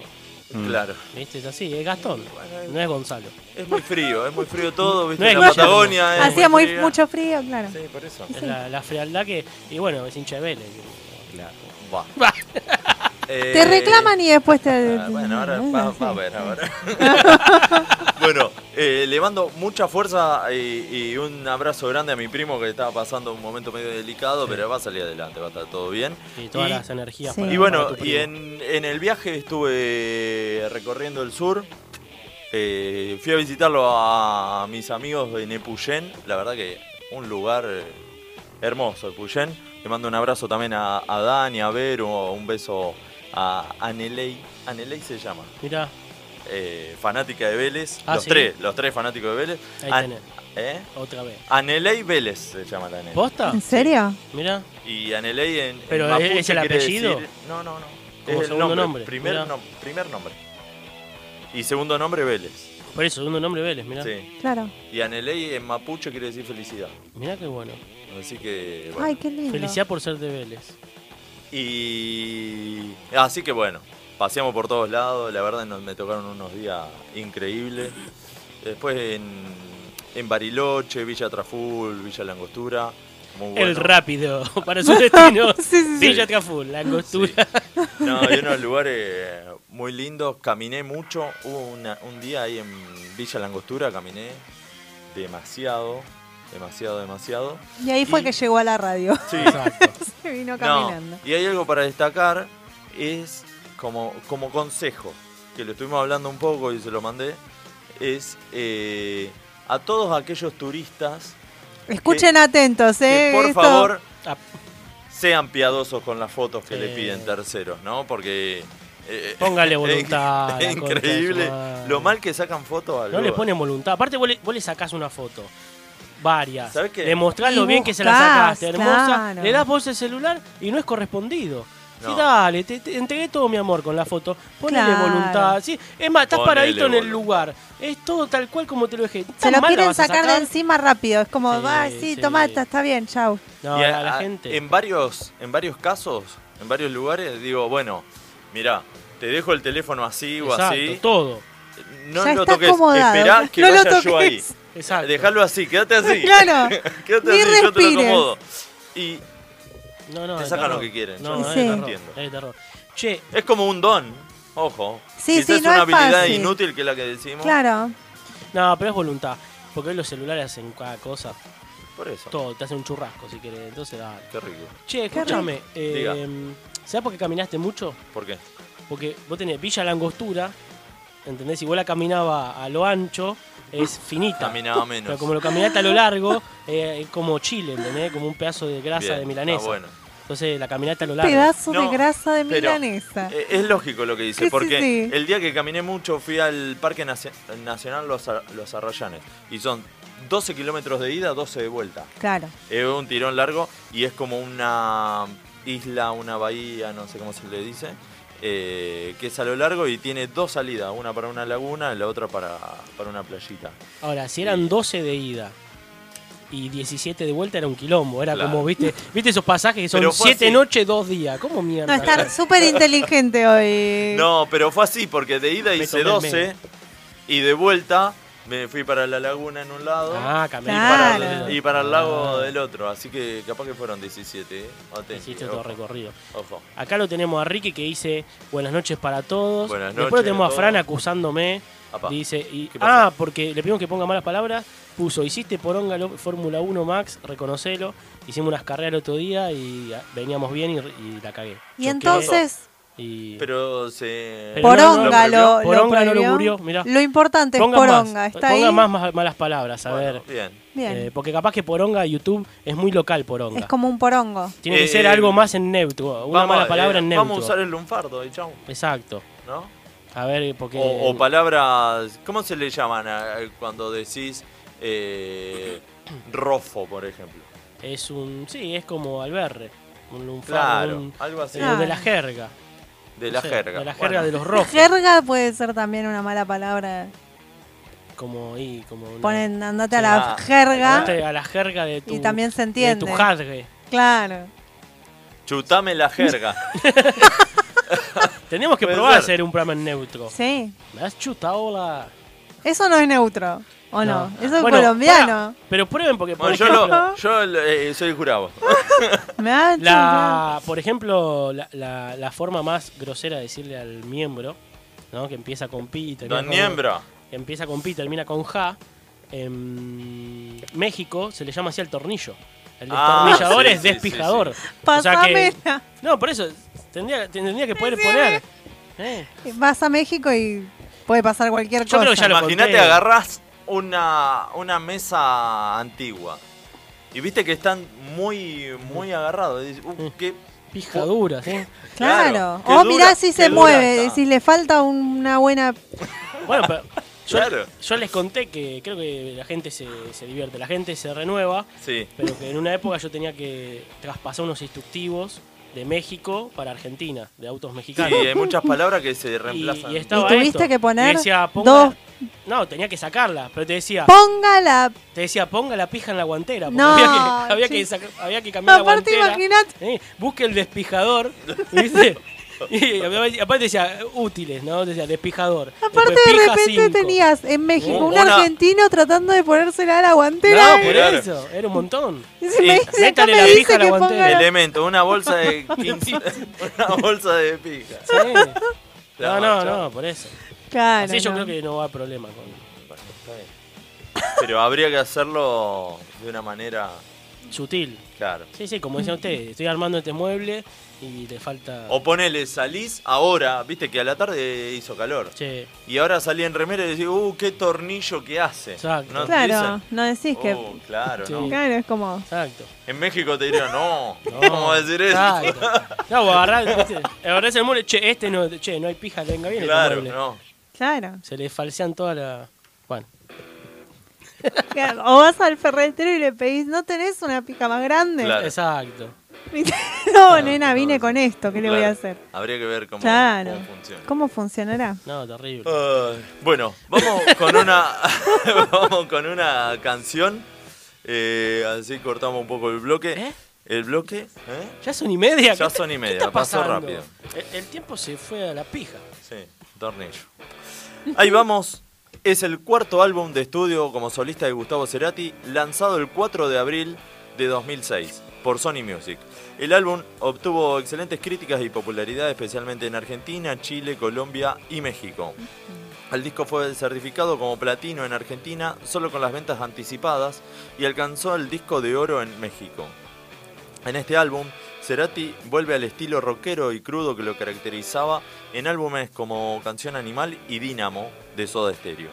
Speaker 1: Mm. Claro.
Speaker 3: ¿Viste? Es así, es Gastón, no es Gonzalo.
Speaker 1: Es muy frío, es muy frío todo, ¿viste?
Speaker 3: No es
Speaker 1: la
Speaker 3: Guillermo.
Speaker 1: Patagonia. es
Speaker 2: Hacía muy,
Speaker 1: fría.
Speaker 2: mucho frío, claro.
Speaker 1: Sí, por eso.
Speaker 3: Es la, la frialdad que. Y bueno, es hincha de Vélez.
Speaker 4: Claro.
Speaker 1: Va.
Speaker 3: Va.
Speaker 1: Eh,
Speaker 2: Te reclaman y después te.
Speaker 1: ah, bueno, ahora
Speaker 2: Eh,
Speaker 1: va,
Speaker 2: sí.
Speaker 1: va a ver ahora. bueno, eh, le mando mucha fuerza eh, y, y un abrazo grande a mi primo que estaba pasando un momento medio delicado, pero va a salir adelante, va a estar todo bien.
Speaker 3: Y todas
Speaker 1: Y-
Speaker 3: las energías.
Speaker 2: Sí.
Speaker 3: para-
Speaker 1: Y bueno,
Speaker 3: para tu
Speaker 1: y
Speaker 3: primo.
Speaker 1: en, en el viaje estuve recorriendo el sur. Eh, fui a visitarlo a mis amigos en Epuyén. La verdad que un lugar eh, hermoso, Epuyén. Le mando un abrazo también a, a Dani, a Vero, un beso a Anelei. Anelei se llama.
Speaker 3: Mirá,
Speaker 1: eh, fanática de Vélez.
Speaker 3: Ah,
Speaker 1: los
Speaker 3: ¿sí?
Speaker 1: tres, los tres fanáticos de Vélez.
Speaker 3: Ahí
Speaker 1: An-
Speaker 3: tenés.
Speaker 1: ¿eh?
Speaker 3: otra vez.
Speaker 1: Anelei Vélez se llama la nena.
Speaker 3: ¿Posta?
Speaker 2: ¿En serio?
Speaker 3: Mirá,
Speaker 1: Y Anelei en, en
Speaker 3: ¿Pero
Speaker 1: mapuche
Speaker 3: es el
Speaker 1: quiere
Speaker 3: apellido?
Speaker 1: decir- No, no, no.
Speaker 3: Como
Speaker 1: es el
Speaker 3: segundo
Speaker 1: nombre.
Speaker 3: nombre, mirá.
Speaker 1: primer, nom- primer nombre. Y segundo nombre Vélez.
Speaker 3: por eso, segundo nombre Vélez, mirá.
Speaker 1: Sí.
Speaker 2: Claro.
Speaker 1: Y Anelei en mapuche quiere decir felicidad.
Speaker 3: Mirá qué bueno.
Speaker 1: Así que bueno.
Speaker 2: Ay, qué lindo.
Speaker 3: Felicidad por ser de Vélez.
Speaker 1: Y así que bueno, paseamos por todos lados, la verdad nos, me tocaron unos días increíbles. Después en, en Bariloche, Villa Traful, Villa Langostura. Muy bueno.
Speaker 3: El rápido para su destino.
Speaker 2: Sí, sí, sí.
Speaker 3: Villa Traful, la costura.
Speaker 1: No, hay unos lugares muy lindos. Caminé mucho. Hubo una- un día ahí en Villa Langostura, caminé demasiado, demasiado, demasiado.
Speaker 2: Y ahí fue
Speaker 1: Y-
Speaker 2: que llegó a la radio.
Speaker 1: Sí,
Speaker 5: Exacto.
Speaker 2: Se vino
Speaker 1: No,
Speaker 2: caminando.
Speaker 1: y hay algo para destacar, es como, como consejo, que lo estuvimos hablando un poco y se lo mandé, es eh, a todos aquellos turistas
Speaker 2: Escuchen atentos, ¿eh?
Speaker 1: que por
Speaker 2: Esto-
Speaker 1: favor
Speaker 3: Ah,
Speaker 1: sean piadosos con las fotos que
Speaker 3: Sí.
Speaker 1: le piden terceros, ¿no? Porque... eh,
Speaker 3: Póngale
Speaker 1: es-
Speaker 3: voluntad,
Speaker 1: Es
Speaker 3: la concha de su
Speaker 1: increíble
Speaker 3: madre.
Speaker 1: lo mal que sacan fotos al
Speaker 3: No le ponen voluntad. Aparte, vos le, vos le sacás una foto. Varias.
Speaker 1: ¿Sabés qué?
Speaker 3: Le mostrás lo
Speaker 2: Y
Speaker 3: bien que se la
Speaker 2: buscás,
Speaker 3: sacaste, hermosa.
Speaker 2: claro.
Speaker 3: Le das vos el celular y no es correspondido.
Speaker 1: No.
Speaker 3: Sí, dale, te, te entregué todo mi amor con la foto. Ponele
Speaker 2: Claro.
Speaker 3: voluntad. Sí, es más, estás
Speaker 1: Ponele
Speaker 3: paradito en el
Speaker 1: voluntad.
Speaker 3: lugar. Es todo tal cual como te lo dejé.
Speaker 2: Se
Speaker 3: ¿Tan
Speaker 2: lo
Speaker 3: mal la
Speaker 2: quieren
Speaker 3: vas a
Speaker 2: sacar de encima rápido. Es como,
Speaker 3: Sí,
Speaker 2: va, sí,
Speaker 3: sí.
Speaker 2: toma esta, está bien, chau.
Speaker 3: No,
Speaker 1: Y
Speaker 3: la,
Speaker 1: a-
Speaker 3: la
Speaker 1: a-
Speaker 3: gente.
Speaker 1: En varios, en varios casos, en varios lugares, digo, bueno, mirá, te dejo el teléfono así o
Speaker 3: Exacto,
Speaker 1: así.
Speaker 3: todo.
Speaker 1: No
Speaker 2: ya
Speaker 1: lo
Speaker 2: está
Speaker 1: toques,
Speaker 2: acomodado.
Speaker 1: esperá que
Speaker 2: no
Speaker 1: vaya
Speaker 2: lo
Speaker 1: yo ahí.
Speaker 2: toques.
Speaker 3: Exacto.
Speaker 1: Dejalo así, quédate así.
Speaker 2: Claro.
Speaker 1: quédate
Speaker 2: ni
Speaker 1: así, yo te lo
Speaker 2: respires.
Speaker 1: acomodo. Y
Speaker 3: No, no,
Speaker 1: Te
Speaker 3: es
Speaker 1: sacan lo
Speaker 3: terror.
Speaker 1: que quieren,
Speaker 3: No,
Speaker 1: yo
Speaker 3: no,
Speaker 2: Sí.
Speaker 3: es terror,
Speaker 1: entiendo.
Speaker 3: es terror. Che,
Speaker 1: es como un don, ojo.
Speaker 2: Sí,
Speaker 1: Quizás
Speaker 2: sí,
Speaker 1: es
Speaker 2: no
Speaker 1: una
Speaker 2: es
Speaker 1: habilidad
Speaker 2: fácil.
Speaker 1: inútil que es la que decimos.
Speaker 2: Claro.
Speaker 3: no, pero es voluntad. Porque hoy los celulares hacen cada cosa.
Speaker 1: Por eso.
Speaker 3: Todo, te hacen un churrasco si quieres. Entonces, dale.
Speaker 1: Qué rico.
Speaker 3: Che,
Speaker 2: Qué
Speaker 3: escúchame.
Speaker 1: Diga.
Speaker 3: Eh, ¿Sabes por qué caminaste mucho?
Speaker 1: ¿Por qué?
Speaker 3: Porque vos tenés Villa Langostura, ¿entendés? Si vos la caminaba a lo ancho, es finita.
Speaker 1: Caminaba
Speaker 3: Pero
Speaker 1: menos.
Speaker 3: como lo caminaste a lo largo, eh, es como chile, ¿entendés? Como un pedazo de grasa
Speaker 1: Bien,
Speaker 3: de milanesa.
Speaker 1: está bueno.
Speaker 3: Entonces la caminaste a lo largo.
Speaker 2: Pedazo
Speaker 1: No,
Speaker 2: de grasa de
Speaker 1: pero,
Speaker 2: milanesa.
Speaker 1: Eh, Es lógico lo que
Speaker 2: Sí,
Speaker 1: dice,
Speaker 2: sí,
Speaker 1: porque
Speaker 2: sí.
Speaker 1: el día que caminé mucho fui al Parque Naci- Nacional Los, Ar- Los Arrayanes y son 12 kilómetros de ida, 12 de vuelta.
Speaker 2: Claro.
Speaker 1: Es un tirón largo y es como una isla, una bahía, no sé cómo se le dice, eh, que es a lo largo y tiene dos salidas, una para una laguna y la otra para, para una playita.
Speaker 3: Ahora, si eran 12 de ida y 17 de vuelta, era un quilombo. Era
Speaker 1: Claro.
Speaker 3: como, ¿viste? ¿Viste esos pasajes que son
Speaker 1: Pero fue
Speaker 3: 7
Speaker 1: así.
Speaker 3: noches, 2 días? ¿Cómo mierda?
Speaker 2: No, estar súper inteligente hoy.
Speaker 1: No, pero fue así, porque de ida
Speaker 3: Me
Speaker 1: hice
Speaker 3: tomé
Speaker 1: 12
Speaker 3: el medio.
Speaker 1: y de vuelta me fui para la laguna en un lado.
Speaker 3: Ah, caminó.
Speaker 1: Y para, el-
Speaker 2: Claro.
Speaker 1: y para el lago
Speaker 3: Ah.
Speaker 1: del otro, así que capaz que fueron 17. ¿eh? Atenti,
Speaker 3: Hiciste
Speaker 1: ojo,
Speaker 3: todo recorrido.
Speaker 1: ojo.
Speaker 3: Acá lo tenemos a Ricky que dice buenas noches para todos.
Speaker 1: Buenas
Speaker 3: Después
Speaker 1: noches
Speaker 3: lo tenemos
Speaker 1: a
Speaker 3: a Fran
Speaker 1: todos.
Speaker 3: acusándome.
Speaker 1: Apa.
Speaker 3: Dice, y,
Speaker 1: ¿Qué pasó?
Speaker 3: ah, porque le pedimos que ponga malas palabras. Puso, hiciste poronga lo- Fórmula 1 Max, reconocelo. Hicimos unas carreras el otro día y ah, veníamos bien y, y la cagué.
Speaker 2: Y
Speaker 3: Choqué
Speaker 2: entonces,
Speaker 3: y-
Speaker 1: Pero se.
Speaker 2: Eh,
Speaker 3: Pero
Speaker 2: poronga
Speaker 1: ¿lo
Speaker 2: lo,
Speaker 1: prohibió?
Speaker 2: lo
Speaker 3: Poronga no lo
Speaker 2: prohibió.
Speaker 3: murió, mirá.
Speaker 2: Lo importante es
Speaker 3: ponga
Speaker 2: poronga.
Speaker 3: más,
Speaker 2: Está
Speaker 3: ponga
Speaker 2: ahí.
Speaker 3: más ma- malas palabras, a
Speaker 1: Bueno,
Speaker 3: ver.
Speaker 1: bien.
Speaker 2: Bien.
Speaker 3: Eh, porque capaz que poronga YouTube es muy local poronga.
Speaker 2: es como un porongo.
Speaker 3: Tiene que
Speaker 1: Eh,
Speaker 3: ser algo más en neutro, una
Speaker 1: Vamos
Speaker 3: mala
Speaker 1: a-
Speaker 3: palabra
Speaker 1: eh,
Speaker 3: en neutro.
Speaker 1: Vamos a usar el lunfardo y chau,
Speaker 3: Exacto.
Speaker 1: ¿no?
Speaker 3: A ver, porque
Speaker 1: O, o palabras. ¿Cómo se le llaman a- cuando decís eh, rofo, por ejemplo?
Speaker 3: es un sí, es como alberre, un lunfardo,
Speaker 1: Claro,
Speaker 3: un-
Speaker 1: algo así.
Speaker 3: eh,
Speaker 2: Claro.
Speaker 3: de la jerga.
Speaker 1: De la
Speaker 3: Sí,
Speaker 1: jerga.
Speaker 3: De la
Speaker 1: bueno.
Speaker 3: jerga de los rojos.
Speaker 2: Jerga puede ser también una mala palabra.
Speaker 3: Como y como una-
Speaker 2: Ponen, andate a
Speaker 1: Ah,
Speaker 2: la jerga
Speaker 3: Andate a la jerga de tu
Speaker 2: y también se
Speaker 3: de tu
Speaker 2: entiende.
Speaker 3: jargue.
Speaker 2: Claro.
Speaker 1: Chutame la jerga.
Speaker 3: Tenemos que
Speaker 1: Puede
Speaker 3: probar
Speaker 1: ser.
Speaker 3: a hacer un programa en neutro.
Speaker 2: Sí.
Speaker 3: Oh. Me has chutado la
Speaker 2: Eso no es neutro. ¿O no? Eso es
Speaker 3: Bueno,
Speaker 2: colombiano.
Speaker 3: pará, pero prueben porque por
Speaker 1: Bueno, yo
Speaker 3: ejemplo,
Speaker 1: lo- yo eh, soy jurado.
Speaker 2: Me ha chocado.
Speaker 3: la, por ejemplo, la, la- la forma más grosera de decirle al miembro, ¿no? Que empieza con pi y termina
Speaker 1: Don
Speaker 3: con-
Speaker 1: Niembra.
Speaker 3: que empieza con pi y termina con ja. En México se le llama así al tornillo. El
Speaker 1: Ah,
Speaker 3: destornillador
Speaker 1: sí,
Speaker 3: es
Speaker 1: sí, sí,
Speaker 3: despijador. O sea que-
Speaker 2: Pasamela.
Speaker 3: No, por eso tendría, tendría que poder poner. Eh,
Speaker 2: Vas a México y puede pasar cualquier
Speaker 3: Yo
Speaker 2: cosa.
Speaker 3: creo que ya lo
Speaker 1: Imagínate,
Speaker 3: conté.
Speaker 1: agarrás una, una mesa antigua. Y viste que están muy, muy agarrados. y dices, uh, qué-
Speaker 3: pijaduras, eh.
Speaker 2: Claro.
Speaker 1: qué
Speaker 2: o
Speaker 1: dura-
Speaker 2: mirá si
Speaker 1: qué
Speaker 2: se
Speaker 1: dura
Speaker 2: mueve,
Speaker 1: está.
Speaker 2: si le falta una buena...
Speaker 3: Bueno, pero yo,
Speaker 1: Claro.
Speaker 3: yo les conté que creo que la gente se, se divierte, la gente se renueva,
Speaker 1: Sí.
Speaker 3: pero que en una época yo tenía que traspasar unos instructivos de México para Argentina, de autos
Speaker 1: Sí,
Speaker 3: mexicanos.
Speaker 1: hay muchas palabras que se
Speaker 3: Y-
Speaker 1: reemplazan.
Speaker 3: y, estaba
Speaker 2: ¿Y tuviste
Speaker 3: esto.
Speaker 2: que poner
Speaker 3: Y decía, ponga-
Speaker 2: dos?
Speaker 3: No, tenía que sacarla, pero te decía,
Speaker 2: Póngala.
Speaker 3: te decía, ponga la pija en la guantera. porque
Speaker 2: No,
Speaker 3: había, que, había, que
Speaker 2: sí.
Speaker 3: saca- había que cambiar la
Speaker 2: Aparte,
Speaker 3: guantera.
Speaker 2: imagínate.
Speaker 3: Eh, busque el despijador, ¿viste? Y aparte- aparte decía útiles, ¿no? Decía despijador.
Speaker 2: Aparte
Speaker 3: Después,
Speaker 2: de
Speaker 3: pija
Speaker 2: repente
Speaker 3: cinco.
Speaker 2: tenías en México
Speaker 1: Un-
Speaker 2: un
Speaker 1: una-
Speaker 2: argentino tratando de ponérsela a la guantera.
Speaker 3: No, por
Speaker 1: Claro.
Speaker 3: eso. Era un montón.
Speaker 2: y se me
Speaker 1: sí,
Speaker 2: dice, acá
Speaker 3: métale
Speaker 2: me
Speaker 3: la pija
Speaker 2: dice
Speaker 3: a la
Speaker 2: que
Speaker 3: guantera.
Speaker 2: ponga la-
Speaker 1: Elemento, una bolsa de 15, una bolsa de pija.
Speaker 3: Sí. No, no,
Speaker 1: chao.
Speaker 3: no, por eso.
Speaker 2: Claro,
Speaker 3: Así yo
Speaker 2: no.
Speaker 3: creo que no va a problema con
Speaker 1: Bueno, está bien. Pero habría que hacerlo de una manera,
Speaker 3: sutil.
Speaker 1: claro.
Speaker 3: Sí, sí, como decían ustedes, estoy armando este mueble y le falta.
Speaker 1: O ponele, salís ahora, viste que a la tarde hizo calor.
Speaker 3: Che,
Speaker 1: Y ahora salí en remera y decís, uh, qué tornillo que hace.
Speaker 3: Exacto.
Speaker 1: ¿No
Speaker 2: Claro,
Speaker 1: dicen?
Speaker 2: no decís que.
Speaker 1: Uh, claro,
Speaker 3: Sí.
Speaker 1: ¿no?
Speaker 2: Claro, es como.
Speaker 3: exacto.
Speaker 1: En México te dirían, no,
Speaker 3: No,
Speaker 1: ¿cómo vas a decir eso?
Speaker 3: exacto. No, vos agarrás, ¿viste? agarrás el mueble, che, este no, che, no hay pija, venga bien. este
Speaker 1: Claro,
Speaker 3: mueble.
Speaker 1: no.
Speaker 2: Claro.
Speaker 3: Se le falsean todas las. Bueno,
Speaker 2: Claro, O vas al ferretero y le pedís, ¿no tenés una pica más grande?
Speaker 1: Claro.
Speaker 3: exacto.
Speaker 2: no, nena, vine
Speaker 1: no.
Speaker 2: con esto, ¿qué le voy a
Speaker 1: Claro.
Speaker 2: hacer?
Speaker 1: Habría que ver cómo,
Speaker 2: Claro.
Speaker 1: cómo funciona.
Speaker 2: ¿Cómo funcionará?
Speaker 3: No, terrible.
Speaker 1: Ay, bueno, vamos con una vamos con una canción. Eh, así cortamos un poco el bloque.
Speaker 3: ¿Eh?
Speaker 1: El bloque, ¿eh?
Speaker 3: Ya son y media.
Speaker 1: Ya
Speaker 3: ¿qué está-
Speaker 1: son y
Speaker 3: qué
Speaker 1: media,
Speaker 3: está
Speaker 1: Eh, pasó
Speaker 3: pasando?
Speaker 1: rápido.
Speaker 3: El, el tiempo se fue a la pija.
Speaker 1: Sí, tornillo. Ahí vamos. Es el cuarto álbum de estudio como solista de Gustavo Cerati, lanzado el 4 de abril de 2006 por Sony Music. El álbum obtuvo excelentes críticas y popularidad, especialmente en Argentina, Chile, Colombia y México. El disco fue certificado como platino en Argentina solo con las ventas anticipadas y alcanzó el disco de oro en México. En este álbum, Cerati vuelve al estilo rockero y crudo que lo caracterizaba en álbumes como Canción Animal y Dínamo de Soda Stereo.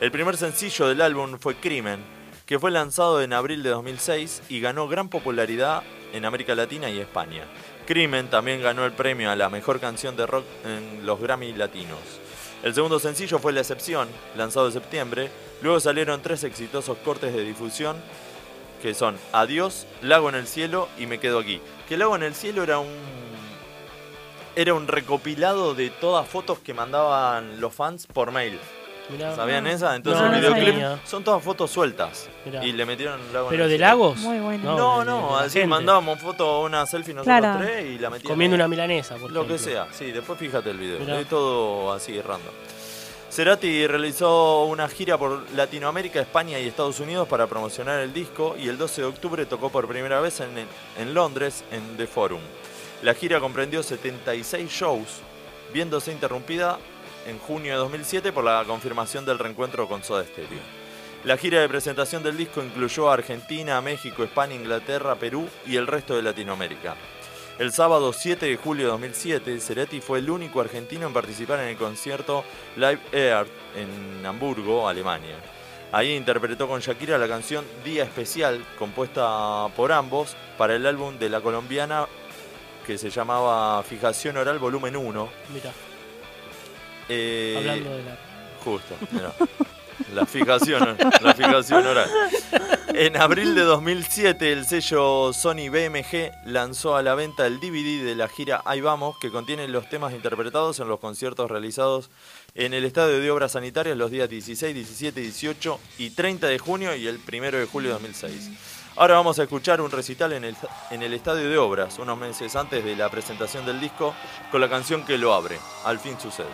Speaker 1: El primer sencillo del álbum fue Crimen, que fue lanzado en abril de 2006 y ganó gran popularidad en América Latina y España. Crimen también ganó el premio a la mejor canción de rock en los Grammy Latinos. El segundo sencillo fue La Excepción, lanzado en septiembre. Luego salieron tres exitosos cortes de difusión que son Adiós, Lago en el Cielo y Me Quedo Aquí. Que Lago en el Cielo era un. Era un recopilado de todas fotos que mandaban los fans por mail.
Speaker 3: Mirá.
Speaker 1: ¿Sabían esa? Entonces
Speaker 2: No,
Speaker 1: el
Speaker 2: no
Speaker 1: videoclip
Speaker 3: sabía.
Speaker 1: son todas fotos sueltas.
Speaker 3: Mirá.
Speaker 1: Y le metieron Lago en
Speaker 3: ¿Pero
Speaker 1: el
Speaker 3: de
Speaker 1: Cielo.
Speaker 3: lagos?
Speaker 2: Muy bueno.
Speaker 1: No, no,
Speaker 3: de- de la
Speaker 1: así
Speaker 3: gente.
Speaker 1: mandábamos foto, una selfie nosotros
Speaker 2: Claro.
Speaker 1: tres y la metíamos.
Speaker 3: Comiendo una milanesa, por
Speaker 1: Lo que
Speaker 3: ejemplo.
Speaker 1: sea, sí, después fíjate el video.
Speaker 3: Mirá.
Speaker 1: Es todo así random. Cerati realizó una gira por Latinoamérica, España y Estados Unidos para promocionar el disco y el 12 de octubre tocó por primera vez en, en Londres en The Forum. La gira comprendió 76 shows, viéndose interrumpida en junio de 2007 por la confirmación del reencuentro con Soda Stereo. La gira de presentación del disco incluyó a Argentina, México, España, Inglaterra, Perú y el resto de Latinoamérica. El sábado 7 de julio de 2007, Cerati fue el único argentino en participar en el concierto Live Air en Hamburgo, Alemania. Ahí interpretó con Shakira la canción Día Especial, compuesta por ambos para el álbum de la colombiana que se llamaba Fijación Oral Volumen 1.
Speaker 3: Mirá,
Speaker 1: Eh,
Speaker 3: hablando de la.
Speaker 1: Justo, mirá. La fijación, la fijación oral. En abril de 2007, el sello Sony BMG lanzó a la venta el DVD de la gira Ahí Vamos, que contiene los temas interpretados en los conciertos realizados en el Estadio de Obras Sanitarias los días 16, 17, 18 y 30 de junio y el 1 de julio de 2006. Ahora vamos a escuchar un recital en el, en el Estadio de Obras, unos meses antes de la presentación del disco, con la canción que lo abre, Al fin sucede.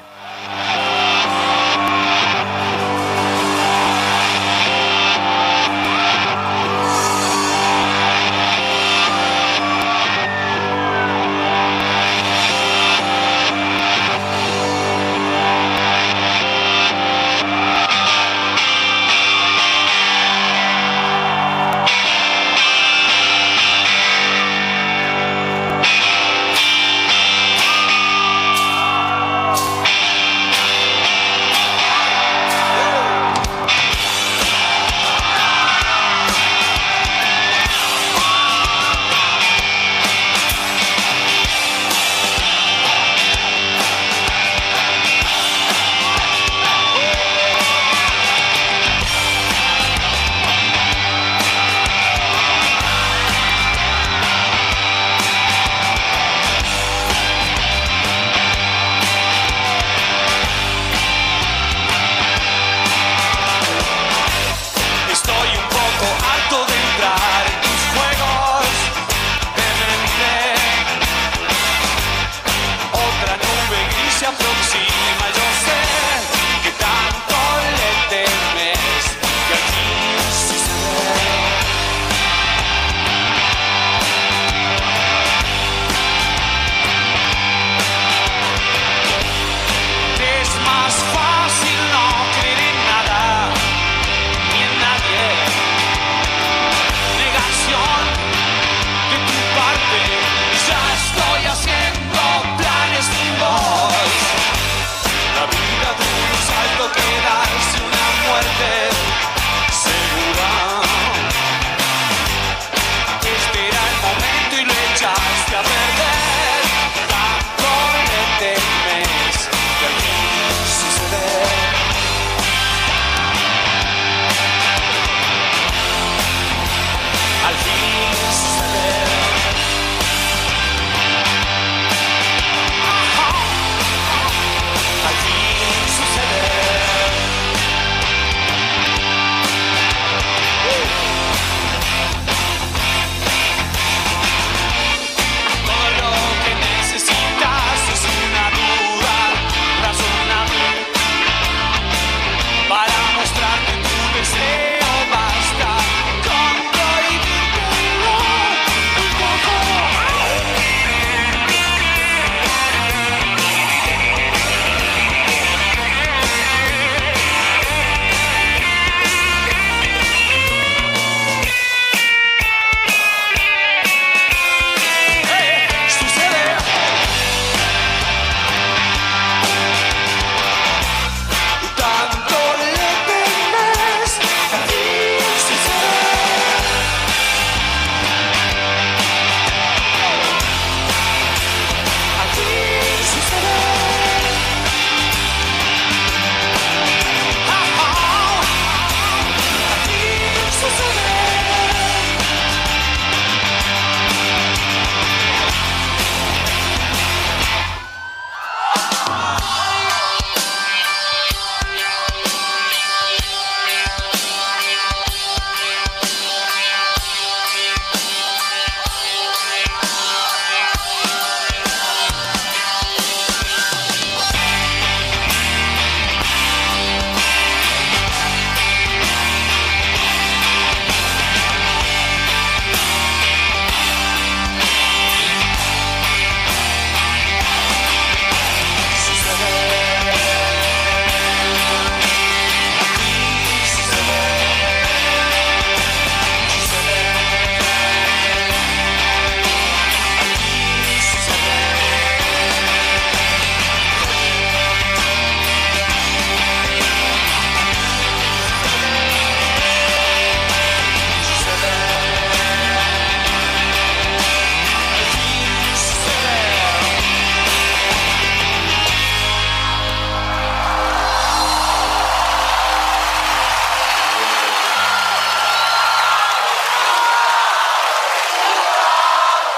Speaker 5: Al fin sucede.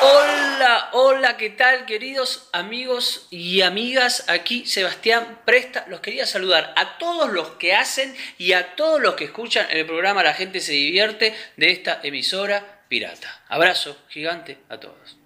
Speaker 5: Hola, hola, ¿qué tal, queridos amigos y amigas? Aquí Sebastián Presta. Los quería saludar a todos los que hacen y a todos los que escuchan el programa La gente se divierte de esta emisora pirata. Abrazo gigante a todos.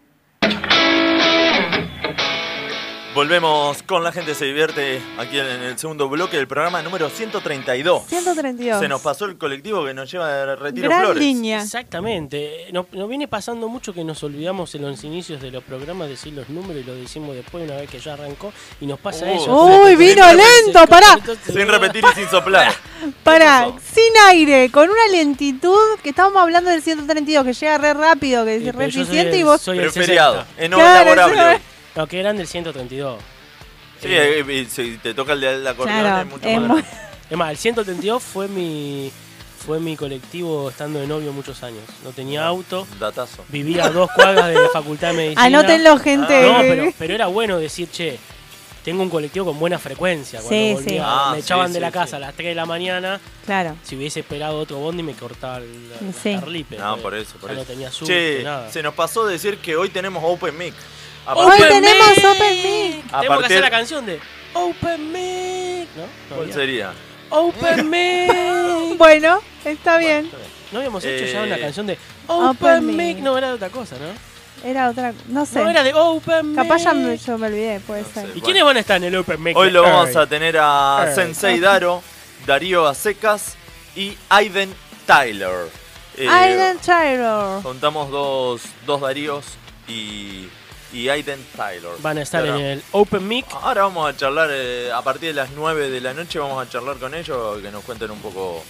Speaker 1: Volvemos con la gente se divierte aquí en el segundo bloque del programa número 132.
Speaker 2: 132.
Speaker 1: Se nos pasó el colectivo que nos lleva de Retiro
Speaker 2: Gran
Speaker 1: Flores.
Speaker 2: línea.
Speaker 3: Exactamente. Nos, nos viene pasando mucho que nos olvidamos en los inicios de los programas decir los números y los decimos después una vez que ya arrancó y nos pasa
Speaker 1: Oh.
Speaker 3: eso.
Speaker 2: Uy, vino
Speaker 3: Entonces,
Speaker 2: lento, pará.
Speaker 3: entonces-
Speaker 1: Sin repetir y sin soplar.
Speaker 2: Para,
Speaker 1: pasó?
Speaker 2: sin aire, con una lentitud que estábamos hablando del 132, que llega re rápido, que
Speaker 3: Sí,
Speaker 2: es
Speaker 3: pero
Speaker 2: re
Speaker 3: yo soy
Speaker 2: eficiente
Speaker 3: el-
Speaker 2: y vos.
Speaker 3: soy
Speaker 1: Pero
Speaker 3: el
Speaker 1: es feriado,
Speaker 3: 60.
Speaker 1: en hora
Speaker 2: Claro, eh.
Speaker 1: laborable.
Speaker 2: eso es.
Speaker 1: hoy.
Speaker 3: No, que eran del 132.
Speaker 1: Sí, eh, eh, si te toca el de la acordeón
Speaker 2: Claro,
Speaker 1: es mucho
Speaker 2: es
Speaker 1: más
Speaker 2: muy-
Speaker 1: grande.
Speaker 3: Es más, el 132 fue mi fue mi colectivo estando de novio muchos años. No tenía auto,
Speaker 1: Datazo.
Speaker 3: vivía a dos cuadras de la facultad de medicina.
Speaker 2: Anótenlo,
Speaker 3: No,
Speaker 2: gente.
Speaker 3: pero, pero era bueno decir, che, tengo un colectivo con buena frecuencia. Cuando
Speaker 2: Sí,
Speaker 3: volvía,
Speaker 2: sí.
Speaker 1: Ah,
Speaker 3: me
Speaker 1: sí,
Speaker 3: echaban
Speaker 1: sí,
Speaker 3: de la casa
Speaker 1: sí.
Speaker 3: a las 3 de la mañana.
Speaker 2: Claro.
Speaker 3: Si hubiese esperado otro bondi me cortaba el, la- la
Speaker 2: Sí.
Speaker 3: carlipe,
Speaker 1: No,
Speaker 3: porque
Speaker 1: por eso, por
Speaker 3: ya
Speaker 1: eso.
Speaker 3: no tenía subte,
Speaker 1: Che,
Speaker 3: nada.
Speaker 1: se nos pasó decir que hoy tenemos Open Mic. A
Speaker 2: Hoy
Speaker 1: partir-
Speaker 2: tenemos
Speaker 3: mic.
Speaker 2: Open Mic.
Speaker 1: A
Speaker 3: Tenemos que
Speaker 1: partir-
Speaker 3: hacer la canción de Open Mic. ¿No? No
Speaker 1: ¿Cuál
Speaker 3: había.
Speaker 1: sería?
Speaker 3: Open Mic.
Speaker 2: Bueno, está bien.
Speaker 3: No habíamos hecho ya una
Speaker 1: Eh,
Speaker 3: canción de
Speaker 2: Open
Speaker 3: "Oh, Open
Speaker 2: Mic.
Speaker 3: Mic. No, era de otra cosa, ¿no?
Speaker 2: Era otra. No sé.
Speaker 3: No, era de Open
Speaker 2: Capaz ya me,
Speaker 3: Mic.
Speaker 2: yo me olvidé, puede
Speaker 1: No
Speaker 2: ser.
Speaker 1: sé.
Speaker 3: ¿Y quiénes van a estar en el Open Mic?
Speaker 1: Hoy
Speaker 3: de
Speaker 1: lo vamos
Speaker 3: Earth?
Speaker 1: a tener a
Speaker 3: Ay.
Speaker 1: Sensei Daro, Darío Acecas y Aiden Tyler. Eh,
Speaker 2: Island Tyler.
Speaker 1: Contamos dos, dos Daríos y, y Aiden Tyler.
Speaker 3: Van a estar
Speaker 1: Ahora-
Speaker 3: en el Open Mic.
Speaker 1: Ahora vamos a charlar, eh, a partir de las 9 de la noche vamos a charlar con ellos, que nos cuenten un poco,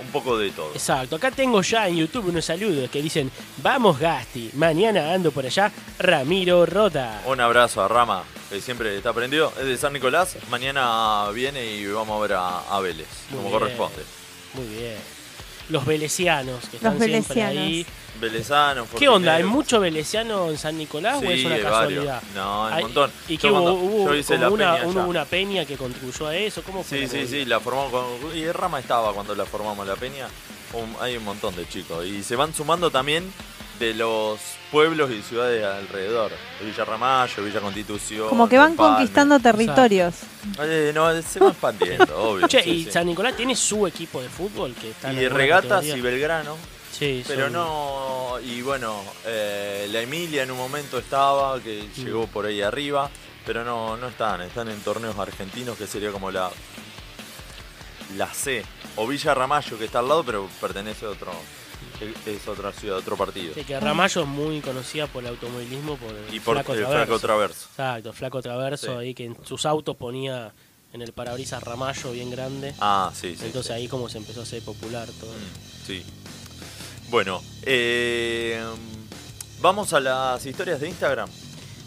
Speaker 1: un poco de todo.
Speaker 3: Exacto, acá tengo ya en YouTube unos saludos que dicen, vamos Gasti, mañana ando por allá, Ramiro Rota.
Speaker 1: Un abrazo a Rama, que siempre está prendido. Es de San Nicolás. Mañana viene y vamos a ver a, a Vélez,
Speaker 3: Muy
Speaker 1: como
Speaker 3: bien.
Speaker 1: corresponde.
Speaker 3: Muy bien. Los velesianos, que están
Speaker 2: Los
Speaker 3: siempre
Speaker 2: velesianos.
Speaker 3: ahí.
Speaker 1: Velezano,
Speaker 3: ¿Qué onda? ¿Hay
Speaker 1: Fortineros.
Speaker 3: mucho velesiano en San Nicolás o es
Speaker 1: Sí,
Speaker 3: una
Speaker 1: hay
Speaker 3: casualidad?
Speaker 1: varios. No, hay un
Speaker 3: Ay,
Speaker 1: montón.
Speaker 3: ¿Y
Speaker 1: Yo
Speaker 3: que hubo,
Speaker 1: cuando-
Speaker 3: hubo
Speaker 1: yo hice
Speaker 3: como
Speaker 1: la
Speaker 3: una,
Speaker 1: peña
Speaker 3: hubo
Speaker 1: allá.
Speaker 3: una peña que contribuyó a eso? ¿Cómo fue
Speaker 1: Sí,
Speaker 3: la
Speaker 1: sí,
Speaker 3: movida?
Speaker 1: sí, la formamos con... Y Rama estaba cuando la formamos la peña. Un- hay un montón de chicos. Y se van sumando también de los pueblos y ciudades alrededor. Villa Ramallo, Villa Constitución.
Speaker 2: Como que van
Speaker 1: Empalme.
Speaker 2: conquistando territorios.
Speaker 1: Eh, no, se van expandiendo, obvio.
Speaker 3: Che,
Speaker 1: sí,
Speaker 3: y
Speaker 1: sí.
Speaker 3: San Nicolás tiene su equipo de fútbol que está en
Speaker 1: Y
Speaker 3: alguna
Speaker 1: regatas
Speaker 3: categoría.
Speaker 1: y Belgrano.
Speaker 3: Sí,
Speaker 1: Pero
Speaker 3: son-
Speaker 1: no, y bueno, eh, la Emilia en un momento estaba, que
Speaker 3: Mm.
Speaker 1: llegó por ahí arriba, pero no, no están, están en torneos argentinos que sería como la la C, o Villa Ramallo que está al lado, pero pertenece a otro, es otra ciudad, otro partido.
Speaker 3: Sí, que Ramallo es muy conocida por el automovilismo, por el
Speaker 1: Y por
Speaker 3: flaco
Speaker 1: el
Speaker 3: Traverso.
Speaker 1: Franco Traverso.
Speaker 3: Exacto, flaco traverso
Speaker 1: Sí.
Speaker 3: ahí que en sus autos ponía en el parabrisas ramallo bien grande.
Speaker 1: Ah, sí, sí.
Speaker 3: Entonces
Speaker 1: sí.
Speaker 3: ahí como se empezó a hacer popular todo.
Speaker 1: Mm, Sí. Bueno, eh, vamos a las historias de Instagram.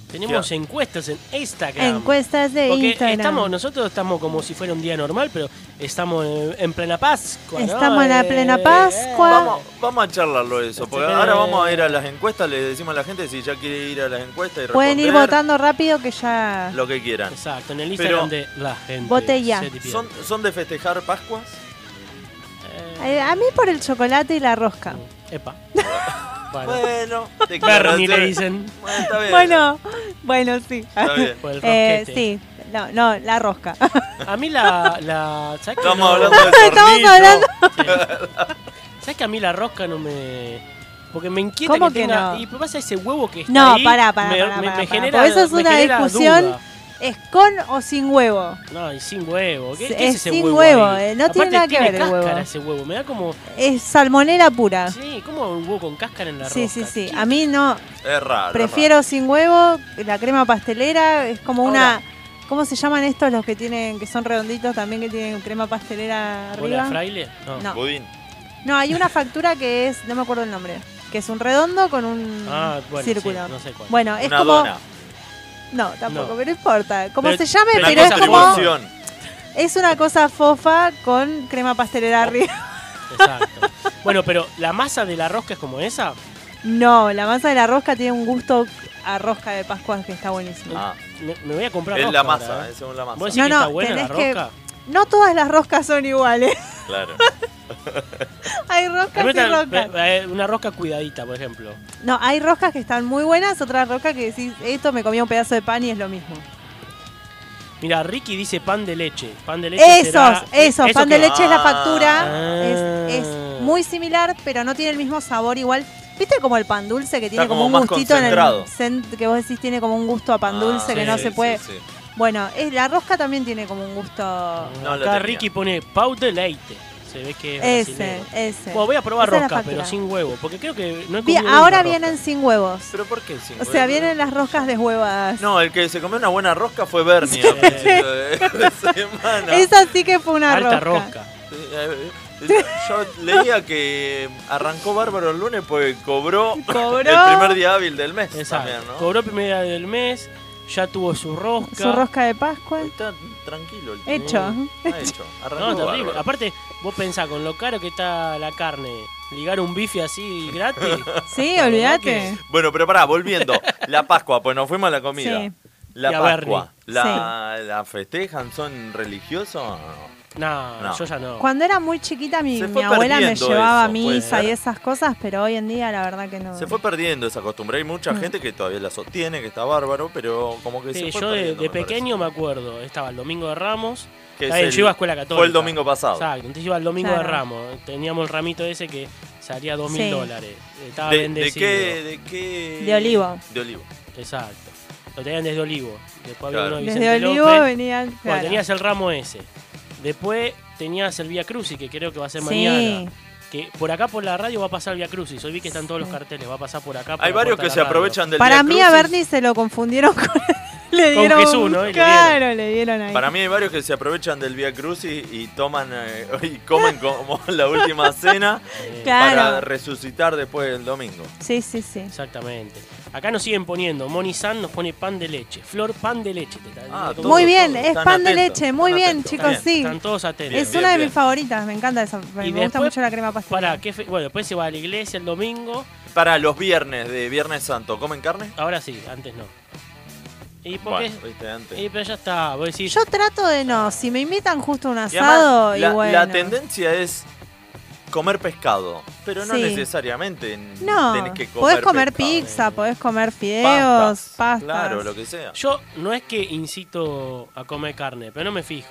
Speaker 3: Tenemos
Speaker 1: Ya.
Speaker 3: encuestas en Instagram.
Speaker 2: Encuestas de
Speaker 3: Porque
Speaker 2: Instagram.
Speaker 3: estamos, nosotros estamos como si fuera un día normal, pero estamos en, en plena Pascua. ¿no?
Speaker 2: Estamos en la
Speaker 3: Eh,
Speaker 2: plena Pascua.
Speaker 1: Vamos, vamos a charlarlo eso, porque
Speaker 3: Este,
Speaker 1: ahora vamos a ir a las encuestas, le decimos a la gente si ya quiere ir a las encuestas y
Speaker 2: Pueden ir
Speaker 1: responder
Speaker 2: votando rápido que ya.
Speaker 1: lo que quieran.
Speaker 3: Exacto, en el Instagram
Speaker 1: Pero-
Speaker 3: de la gente.
Speaker 2: Botella.
Speaker 3: se divierte.
Speaker 1: ¿Son, ¿Son de festejar Pascuas?
Speaker 3: Eh,
Speaker 2: Eh, A mí por el chocolate y la rosca.
Speaker 3: epa. bueno,
Speaker 1: Bueno, te
Speaker 3: Bernie le dicen.
Speaker 1: Bueno, está bien.
Speaker 2: Bueno, bueno, sí.
Speaker 1: Está bien.
Speaker 3: por el
Speaker 2: Eh,
Speaker 3: rosquete.
Speaker 2: sí, no, no, la rosca.
Speaker 3: A mí la. la ¿sabes que
Speaker 1: Estamos
Speaker 3: no?
Speaker 1: hablando de
Speaker 2: Estamos
Speaker 1: tornillo.
Speaker 2: hablando-
Speaker 3: ¿Sabes que a mí la rosca no me. Porque me inquieta
Speaker 2: ¿Cómo que
Speaker 3: tenga.
Speaker 2: no?
Speaker 3: Y pasa ese huevo que está
Speaker 2: No,
Speaker 3: ahí,
Speaker 2: pará, pará,
Speaker 3: me,
Speaker 2: pará,
Speaker 3: me-
Speaker 2: pará,
Speaker 3: me
Speaker 2: pará,
Speaker 3: genera.
Speaker 2: porque eso es
Speaker 3: me
Speaker 2: una
Speaker 3: genera
Speaker 2: discusión.
Speaker 3: duda.
Speaker 2: ¿Es con o sin huevo?
Speaker 3: No, y sin huevo. ¿Qué,
Speaker 2: Es
Speaker 3: qué es ese
Speaker 2: sin
Speaker 3: huevo?
Speaker 2: huevo,
Speaker 3: ahí?
Speaker 2: eh, no tiene
Speaker 3: Aparte
Speaker 2: nada que ver el
Speaker 3: cáscara
Speaker 2: huevo.
Speaker 3: ese huevo. Me da como.
Speaker 2: Es salmonera pura.
Speaker 3: Sí, como un huevo con cáscara en la
Speaker 2: Sí,
Speaker 3: rosca.
Speaker 2: sí, sí.
Speaker 3: ¿Qué?
Speaker 2: A mí no,
Speaker 1: Es raro.
Speaker 2: prefiero sin huevo, la crema pastelera, es como una... ¿Cómo se llaman estos los que tienen, que son redonditos también, que tienen crema pastelera
Speaker 3: ¿Bola de
Speaker 2: arriba?
Speaker 3: fraile? No.
Speaker 1: es raro.
Speaker 2: No.
Speaker 1: Budín.
Speaker 2: No, hay una factura que es, no me acuerdo el nombre, que es un redondo con un
Speaker 3: Ah, bueno. sí,
Speaker 2: círculo.
Speaker 3: no sé cuál.
Speaker 2: Bueno, es
Speaker 1: Una
Speaker 2: como...
Speaker 1: dona.
Speaker 2: No, tampoco,
Speaker 3: No.
Speaker 2: pero no importa. Como
Speaker 3: Pero-
Speaker 2: se llame,
Speaker 3: pero
Speaker 2: pero,
Speaker 1: Una
Speaker 3: es
Speaker 2: es
Speaker 1: cosa
Speaker 3: como-
Speaker 2: como...
Speaker 1: emulsión.
Speaker 2: Es una cosa fofa con crema
Speaker 3: Oh.
Speaker 2: pastelera arriba.
Speaker 3: Exacto. bueno, pero la masa de la rosca es como esa.
Speaker 2: No, la masa de la rosca tiene un gusto a rosca de Pascuas que está buenísimo.
Speaker 1: Ah,
Speaker 3: Me, me voy a comprar
Speaker 1: es
Speaker 3: rosca
Speaker 1: la
Speaker 3: ahora,
Speaker 1: masa,
Speaker 3: ¿eh?
Speaker 1: es según la
Speaker 3: ¿Vos
Speaker 1: masa.
Speaker 3: decís
Speaker 2: No,
Speaker 3: que
Speaker 2: no,
Speaker 3: está buena la
Speaker 2: tenés que-
Speaker 3: rosca?
Speaker 2: No todas las roscas son iguales.
Speaker 1: Claro.
Speaker 2: Hay
Speaker 3: A mí
Speaker 2: roscas
Speaker 3: me
Speaker 2: y
Speaker 3: gusta,
Speaker 2: rocas.
Speaker 3: eh, eh, Una rosca cuidadita, por ejemplo.
Speaker 2: No, hay roscas que están muy buenas, otras roscas que decís, esto me comía un pedazo de pan y es lo mismo.
Speaker 3: Mira, Ricky dice pan de leche. Pan de leche
Speaker 2: Esos,
Speaker 3: será-
Speaker 2: esos,
Speaker 3: ¿eso
Speaker 2: pan de
Speaker 3: qué?
Speaker 2: leche es la
Speaker 1: Ah.
Speaker 2: factura,
Speaker 3: Ah.
Speaker 2: es, es muy similar, pero no tiene el mismo sabor igual. ¿Viste como el pan dulce que tiene como,
Speaker 1: como
Speaker 2: un
Speaker 1: más
Speaker 2: gustito en el
Speaker 1: concentrado.
Speaker 2: cen- que vos decís tiene como un gusto a pan dulce
Speaker 1: Ah,
Speaker 2: que
Speaker 3: sí,
Speaker 2: no
Speaker 1: sí,
Speaker 2: se
Speaker 1: sí,
Speaker 2: puede?
Speaker 1: sí.
Speaker 2: Bueno, es, la rosca también tiene como un gusto
Speaker 1: No lo
Speaker 3: Acá
Speaker 1: tenía.
Speaker 3: Ricky pone pau de leite. Se ve que es
Speaker 2: ese,
Speaker 3: brasilero.
Speaker 2: ese.
Speaker 3: Bueno, voy a probar
Speaker 2: Esa es la
Speaker 3: rosca,
Speaker 2: factura.
Speaker 3: pero sin huevo, porque creo que no he
Speaker 2: Bien,
Speaker 3: comido
Speaker 2: ahora
Speaker 3: nunca
Speaker 2: vienen
Speaker 3: rosca.
Speaker 2: sin huevos.
Speaker 1: ¿Pero por qué? sí?
Speaker 2: O sea, vienen las roscas deshuevadas.
Speaker 1: No, el que se comió una buena rosca fue Bernie. a principio de- de semana.
Speaker 2: Esa sí que fue una
Speaker 3: alta
Speaker 2: rosca.
Speaker 3: rosca.
Speaker 1: Eh, eh, Yo leía que arrancó bárbaro el lunes porque cobró,
Speaker 2: Cobró.
Speaker 1: el primer día hábil del mes
Speaker 3: Exacto.
Speaker 1: también, ¿no?
Speaker 3: Cobró primera del mes, ya tuvo su rosca.
Speaker 2: Su
Speaker 3: Mm.
Speaker 2: rosca de Pascua.
Speaker 1: Está tranquilo el tipo.
Speaker 2: Hecho.
Speaker 1: Está hecho. Arrancó
Speaker 3: No, terrible.
Speaker 1: bárbaro.
Speaker 3: Aparte, vos pensás, con lo caro que está la carne, ligar un bife así gratis.
Speaker 2: Sí,
Speaker 3: La verdad
Speaker 2: olvídate.
Speaker 1: Bueno, pero pará, volviendo. La Pascua, pues nos fuimos a la comida.
Speaker 2: Sí.
Speaker 1: La
Speaker 3: Y a
Speaker 1: Pascua. La, la festejan? ¿Son religiosos o no?
Speaker 3: No,
Speaker 1: No.
Speaker 3: yo ya no.
Speaker 2: Cuando era muy chiquita mi,
Speaker 1: Se
Speaker 2: mi
Speaker 1: fue
Speaker 2: abuela me
Speaker 1: perdiendo
Speaker 2: llevaba a
Speaker 1: eso, puede
Speaker 2: misa
Speaker 1: ser.
Speaker 2: y esas cosas, pero hoy en día la verdad que no.
Speaker 1: Se fue perdiendo esa costumbre. Hay mucha
Speaker 2: Mm.
Speaker 1: gente que todavía la sostiene, que está bárbaro, pero como que
Speaker 3: Sí,
Speaker 1: se fue
Speaker 3: yo de,
Speaker 1: perdiendo,
Speaker 3: de
Speaker 1: me
Speaker 3: pequeño me
Speaker 1: parece.
Speaker 3: acuerdo, estaba el domingo de Ramos.
Speaker 1: Que
Speaker 3: Está
Speaker 1: es
Speaker 3: bien,
Speaker 1: el-
Speaker 3: yo iba a escuela católica.
Speaker 1: Fue el domingo pasado.
Speaker 3: Exacto, entonces iba el domingo de
Speaker 2: Claro.
Speaker 3: Ramos. Teníamos el ramito ese que salía dos
Speaker 2: Sí.
Speaker 3: mil dólares. Estaba
Speaker 1: ¿De, de
Speaker 3: bendecido.
Speaker 1: qué, ¿De qué?
Speaker 2: De olivo.
Speaker 1: De olivo.
Speaker 3: Exacto. Lo tenían desde Olivo. Después había
Speaker 1: Claro.
Speaker 3: uno de Vicente
Speaker 2: Desde Olivo
Speaker 3: López.
Speaker 2: venían.
Speaker 3: Bueno,
Speaker 2: claro.
Speaker 3: tenías el ramo ese. Después tenías el Vía Crucis, que creo que va a ser
Speaker 2: Sí.
Speaker 3: mañana. Que por acá por la radio va a pasar el Vía Crucis. Hoy vi que están todos los
Speaker 2: Sí.
Speaker 3: carteles, va a pasar por acá. por
Speaker 1: Hay
Speaker 3: la
Speaker 1: varios
Speaker 3: puerta
Speaker 1: que
Speaker 3: de
Speaker 1: se
Speaker 3: la radio.
Speaker 1: aprovechan del
Speaker 2: Para
Speaker 1: Vía
Speaker 2: mí a
Speaker 1: Crucis.
Speaker 2: Bernie se lo confundieron con. le
Speaker 3: Con
Speaker 2: dieron,
Speaker 3: Jesús, ¿no? Y le
Speaker 2: Claro, le dieron ahí.
Speaker 1: Para mí hay varios que se aprovechan del Vía Crucis y toman eh, y comen como la última cena
Speaker 3: Eh,
Speaker 1: para
Speaker 2: claro.
Speaker 1: resucitar después del domingo.
Speaker 2: Sí, sí, sí.
Speaker 3: Exactamente. Acá nos siguen poniendo. Moni San nos pone pan de leche. Flor pan de leche. Te está-
Speaker 1: Ah,
Speaker 3: te-
Speaker 1: todo,
Speaker 2: Muy bien,
Speaker 1: todo.
Speaker 2: es
Speaker 1: Están
Speaker 2: pan de
Speaker 1: atentos,
Speaker 2: leche, muy
Speaker 1: están
Speaker 2: bien,
Speaker 1: atentos.
Speaker 2: chicos,
Speaker 3: Bien,
Speaker 2: sí.
Speaker 3: Están todos atentos.
Speaker 1: Bien,
Speaker 2: es
Speaker 1: bien,
Speaker 2: una de
Speaker 1: bien.
Speaker 2: mis favoritas, me encanta esa. Me gusta
Speaker 3: después-
Speaker 2: mucho la crema pastelera.
Speaker 3: Para, ¿qué fe- Bueno, después se va a la iglesia el domingo.
Speaker 1: Para los viernes de Viernes Santo, ¿comen carne?
Speaker 3: Ahora sí, antes no. ¿Y por qué?
Speaker 1: Bueno, viste antes.
Speaker 3: Eh, pero ya está. Vos decís,
Speaker 2: Yo trato de no, si me invitan justo a un
Speaker 1: Y además,
Speaker 2: asado y,
Speaker 1: la,
Speaker 2: bueno.
Speaker 1: la tendencia es comer pescado, pero no
Speaker 2: Sí.
Speaker 1: necesariamente n-
Speaker 2: No,
Speaker 1: tenés que comer
Speaker 2: podés comer
Speaker 1: pescado.
Speaker 2: pizza, podés comer fideos,
Speaker 1: Pastas,
Speaker 2: pastas.
Speaker 1: Claro, lo que sea.
Speaker 3: Yo no es que incito a comer carne, pero no me fijo.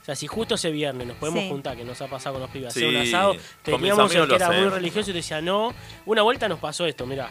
Speaker 3: O sea, si justo ese viernes nos podemos
Speaker 2: Sí.
Speaker 3: juntar, que nos ha pasado con los pibes,
Speaker 1: Sí,
Speaker 3: hacer un asado,
Speaker 1: con mis
Speaker 3: teníamos el
Speaker 1: amigos
Speaker 3: que
Speaker 1: lo
Speaker 3: era muy
Speaker 1: hacemos.
Speaker 3: religioso y te decía, no, una vuelta nos pasó esto, mirá.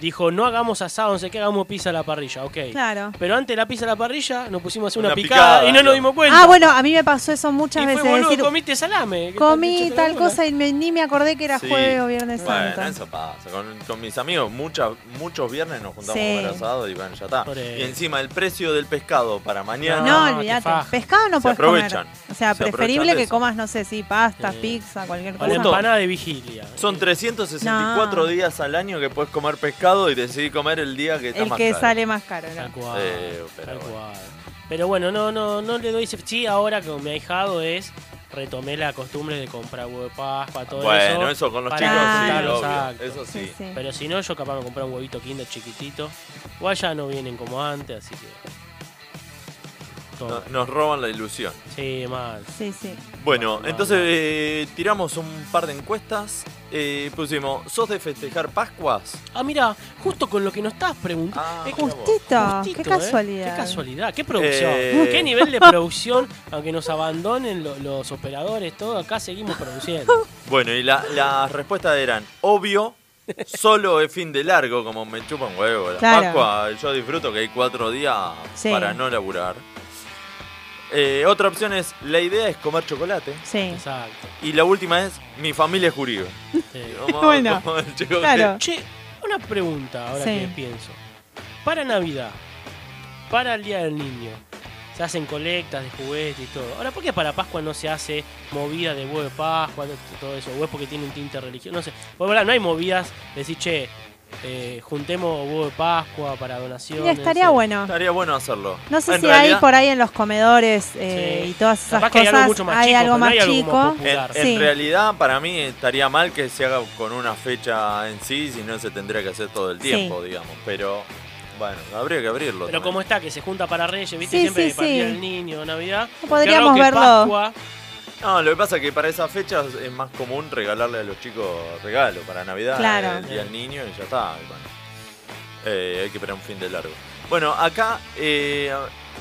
Speaker 3: Dijo, no hagamos asado, no sé qué, hagamos pizza a la parrilla, ok.
Speaker 2: Claro.
Speaker 3: Pero antes de la pizza a la parrilla nos pusimos a hacer una,
Speaker 1: Una
Speaker 3: picada,
Speaker 1: picada,
Speaker 3: y no
Speaker 1: claro.
Speaker 3: nos dimos cuenta.
Speaker 2: Ah, bueno, a mí me pasó eso muchas
Speaker 3: y fue,
Speaker 2: veces.
Speaker 3: boludo,
Speaker 2: decir,
Speaker 3: comiste salame.
Speaker 2: comí tal cosa y me- ni me acordé que era
Speaker 1: Sí.
Speaker 2: jueves o viernes
Speaker 1: Bueno,
Speaker 2: santo.
Speaker 1: eso pasa. Con, con mis amigos, muchas- muchos viernes nos juntamos
Speaker 2: Sí.
Speaker 1: a comer asado y bueno, ya está.
Speaker 3: Por eso.
Speaker 1: Y encima el precio del pescado para mañana.
Speaker 2: No,
Speaker 3: Ah, qué
Speaker 2: olvídate.
Speaker 3: faja.
Speaker 2: Pescado no
Speaker 1: Se
Speaker 2: puedes comer.
Speaker 1: aprovechan.
Speaker 2: O sea,
Speaker 1: Se
Speaker 2: preferible
Speaker 1: aprovechan de
Speaker 2: que
Speaker 1: eso.
Speaker 2: comas, no sé, sí, pastas,
Speaker 3: Sí.
Speaker 2: pizza, cualquier
Speaker 3: O la
Speaker 2: cosa.
Speaker 1: Justo.
Speaker 3: empanada de vigilia.
Speaker 1: Son 364
Speaker 2: No.
Speaker 1: días al año que puedes comer pescado y decidí comer el día que está
Speaker 2: El
Speaker 1: más
Speaker 2: que
Speaker 1: caro.
Speaker 2: sale más caro, ¿no?
Speaker 3: Tal cual.
Speaker 1: Eh, pero
Speaker 3: tal
Speaker 1: bueno.
Speaker 3: cual. Pero bueno, no, no, no le doy. ese- Sí, ahora con mi ahijado es. Retomé la costumbre de comprar huevo de Pascua, todo eso.
Speaker 1: Bueno, eso con los
Speaker 3: para
Speaker 1: chicos sí,
Speaker 3: juntar los
Speaker 1: obvio.
Speaker 3: actos.
Speaker 1: Eso sí.
Speaker 2: Sí, sí.
Speaker 3: Pero si no, yo capaz me compré un huevito kinder chiquitito. Igual ya no vienen como antes, así que. Todo.
Speaker 1: No- nos roban la ilusión.
Speaker 3: Sí, mal.
Speaker 2: Sí, sí.
Speaker 1: Bueno,
Speaker 3: Bueno,
Speaker 1: entonces
Speaker 3: no.
Speaker 1: eh, tiramos un par de encuestas. Eh, pusimos, ¿sos de festejar Pascuas?
Speaker 3: Ah, mira, justo con lo que nos estabas preguntando.
Speaker 1: Ah,
Speaker 3: Eh,
Speaker 1: mira vos.
Speaker 2: Justito,
Speaker 3: justito,
Speaker 2: qué
Speaker 3: eh.
Speaker 2: casualidad.
Speaker 3: Qué casualidad, qué producción.
Speaker 1: Eh.
Speaker 3: Qué nivel de producción, aunque nos abandonen lo- los operadores, todo, acá seguimos produciendo.
Speaker 1: Bueno, y la- las respuestas eran, obvio, solo es fin de largo, como me chupan huevo. La
Speaker 2: Claro.
Speaker 1: Pascua, yo disfruto que hay cuatro días
Speaker 2: Sí.
Speaker 1: para no laburar. Eh, otra opción es, la idea es comer chocolate.
Speaker 2: Sí.
Speaker 3: Exacto.
Speaker 1: Y la última es, mi familia es Eh, jurío.
Speaker 3: sí.
Speaker 2: Bueno, claro.
Speaker 3: Che, una pregunta ahora
Speaker 2: Sí.
Speaker 3: que pienso. Para Navidad, para el Día del Niño, se hacen colectas de juguetes y todo. Ahora, ¿por qué para Pascua no se hace movida de huevo de Pascua, de todo eso? ¿O es porque tiene un tinte religioso? No sé. Bueno, verdad, no hay movidas de decir, che, eh, juntemos huevo de Pascua para donaciones. eh".
Speaker 2: Mira, estaría
Speaker 3: no sé.
Speaker 2: bueno.
Speaker 1: Estaría bueno hacerlo. Ah,
Speaker 2: No sé
Speaker 1: En
Speaker 2: si
Speaker 1: realidad,
Speaker 2: hay por ahí en los comedores eh,
Speaker 3: Sí.
Speaker 2: y todas esas
Speaker 3: Capaz que hay
Speaker 2: cosas
Speaker 3: algo mucho más chico, pero no hay algo como
Speaker 2: chico.
Speaker 3: popular.
Speaker 1: En, en
Speaker 2: Sí.
Speaker 1: realidad, para mí estaría mal que se haga con una fecha en sí, si no se tendría que hacer todo el
Speaker 2: Sí.
Speaker 1: tiempo, digamos. Pero bueno, habría que abrirlo.
Speaker 3: Pero
Speaker 1: también.
Speaker 3: como está, que se junta para Reyes, ¿viste?
Speaker 2: Sí,
Speaker 3: Siempre
Speaker 2: sí,
Speaker 3: para el Día
Speaker 2: sí.
Speaker 3: del Niño, Navidad.
Speaker 2: Podríamos
Speaker 3: Qué raro que
Speaker 2: verlo.
Speaker 3: Pascua
Speaker 1: No, lo que pasa es que para esas fechas es más común regalarle a los chicos regalo para Navidad,
Speaker 2: Claro.
Speaker 1: el día del niño y ya está. y bueno. Eh, hay que esperar un fin de largo. Bueno, acá eh,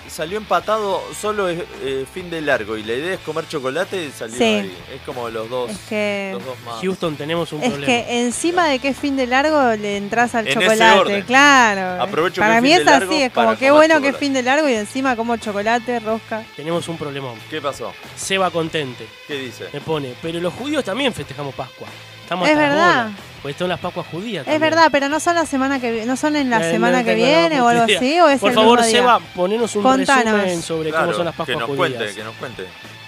Speaker 1: salió empatado solo es, eh, fin de largo y la idea es comer chocolate y salió
Speaker 2: Sí.
Speaker 1: ahí. Es como los dos,
Speaker 2: Es que-
Speaker 1: los dos más.
Speaker 3: Houston tenemos un
Speaker 2: Es
Speaker 3: problema.
Speaker 2: que encima de que es fin de largo le entras al
Speaker 1: En ese
Speaker 2: chocolate,
Speaker 1: orden.
Speaker 2: claro.
Speaker 1: Aprovecho que
Speaker 2: para
Speaker 1: es
Speaker 2: mí
Speaker 1: fin
Speaker 2: es
Speaker 1: de largo
Speaker 2: así, es
Speaker 1: para
Speaker 2: como qué
Speaker 1: comer
Speaker 2: bueno que es
Speaker 1: chocolate.
Speaker 2: fin de largo y encima como chocolate, rosca.
Speaker 3: Tenemos un problemón.
Speaker 1: ¿Qué pasó?
Speaker 3: Seba contente.
Speaker 1: ¿Qué dice?
Speaker 3: Me pone, pero los judíos también festejamos Pascua. Estamos
Speaker 2: Es
Speaker 3: hasta las
Speaker 2: verdad.
Speaker 3: bolas, Porque están las Pascuas judías.
Speaker 2: Es
Speaker 3: también.
Speaker 2: verdad, pero no son la semana que vi- no son en la
Speaker 3: Eh,
Speaker 2: semana
Speaker 3: no
Speaker 2: que
Speaker 3: tengo
Speaker 2: viene
Speaker 3: la
Speaker 2: o algo
Speaker 3: puta idea.
Speaker 2: así o es
Speaker 3: Por
Speaker 2: el
Speaker 3: favor,
Speaker 2: mismo día?
Speaker 3: Seba, ponenos un
Speaker 2: Contanos.
Speaker 3: resumen sobre
Speaker 1: Claro,
Speaker 3: cómo son las Pascuas
Speaker 1: que nos
Speaker 3: judías.
Speaker 1: cuente, que nos cuente.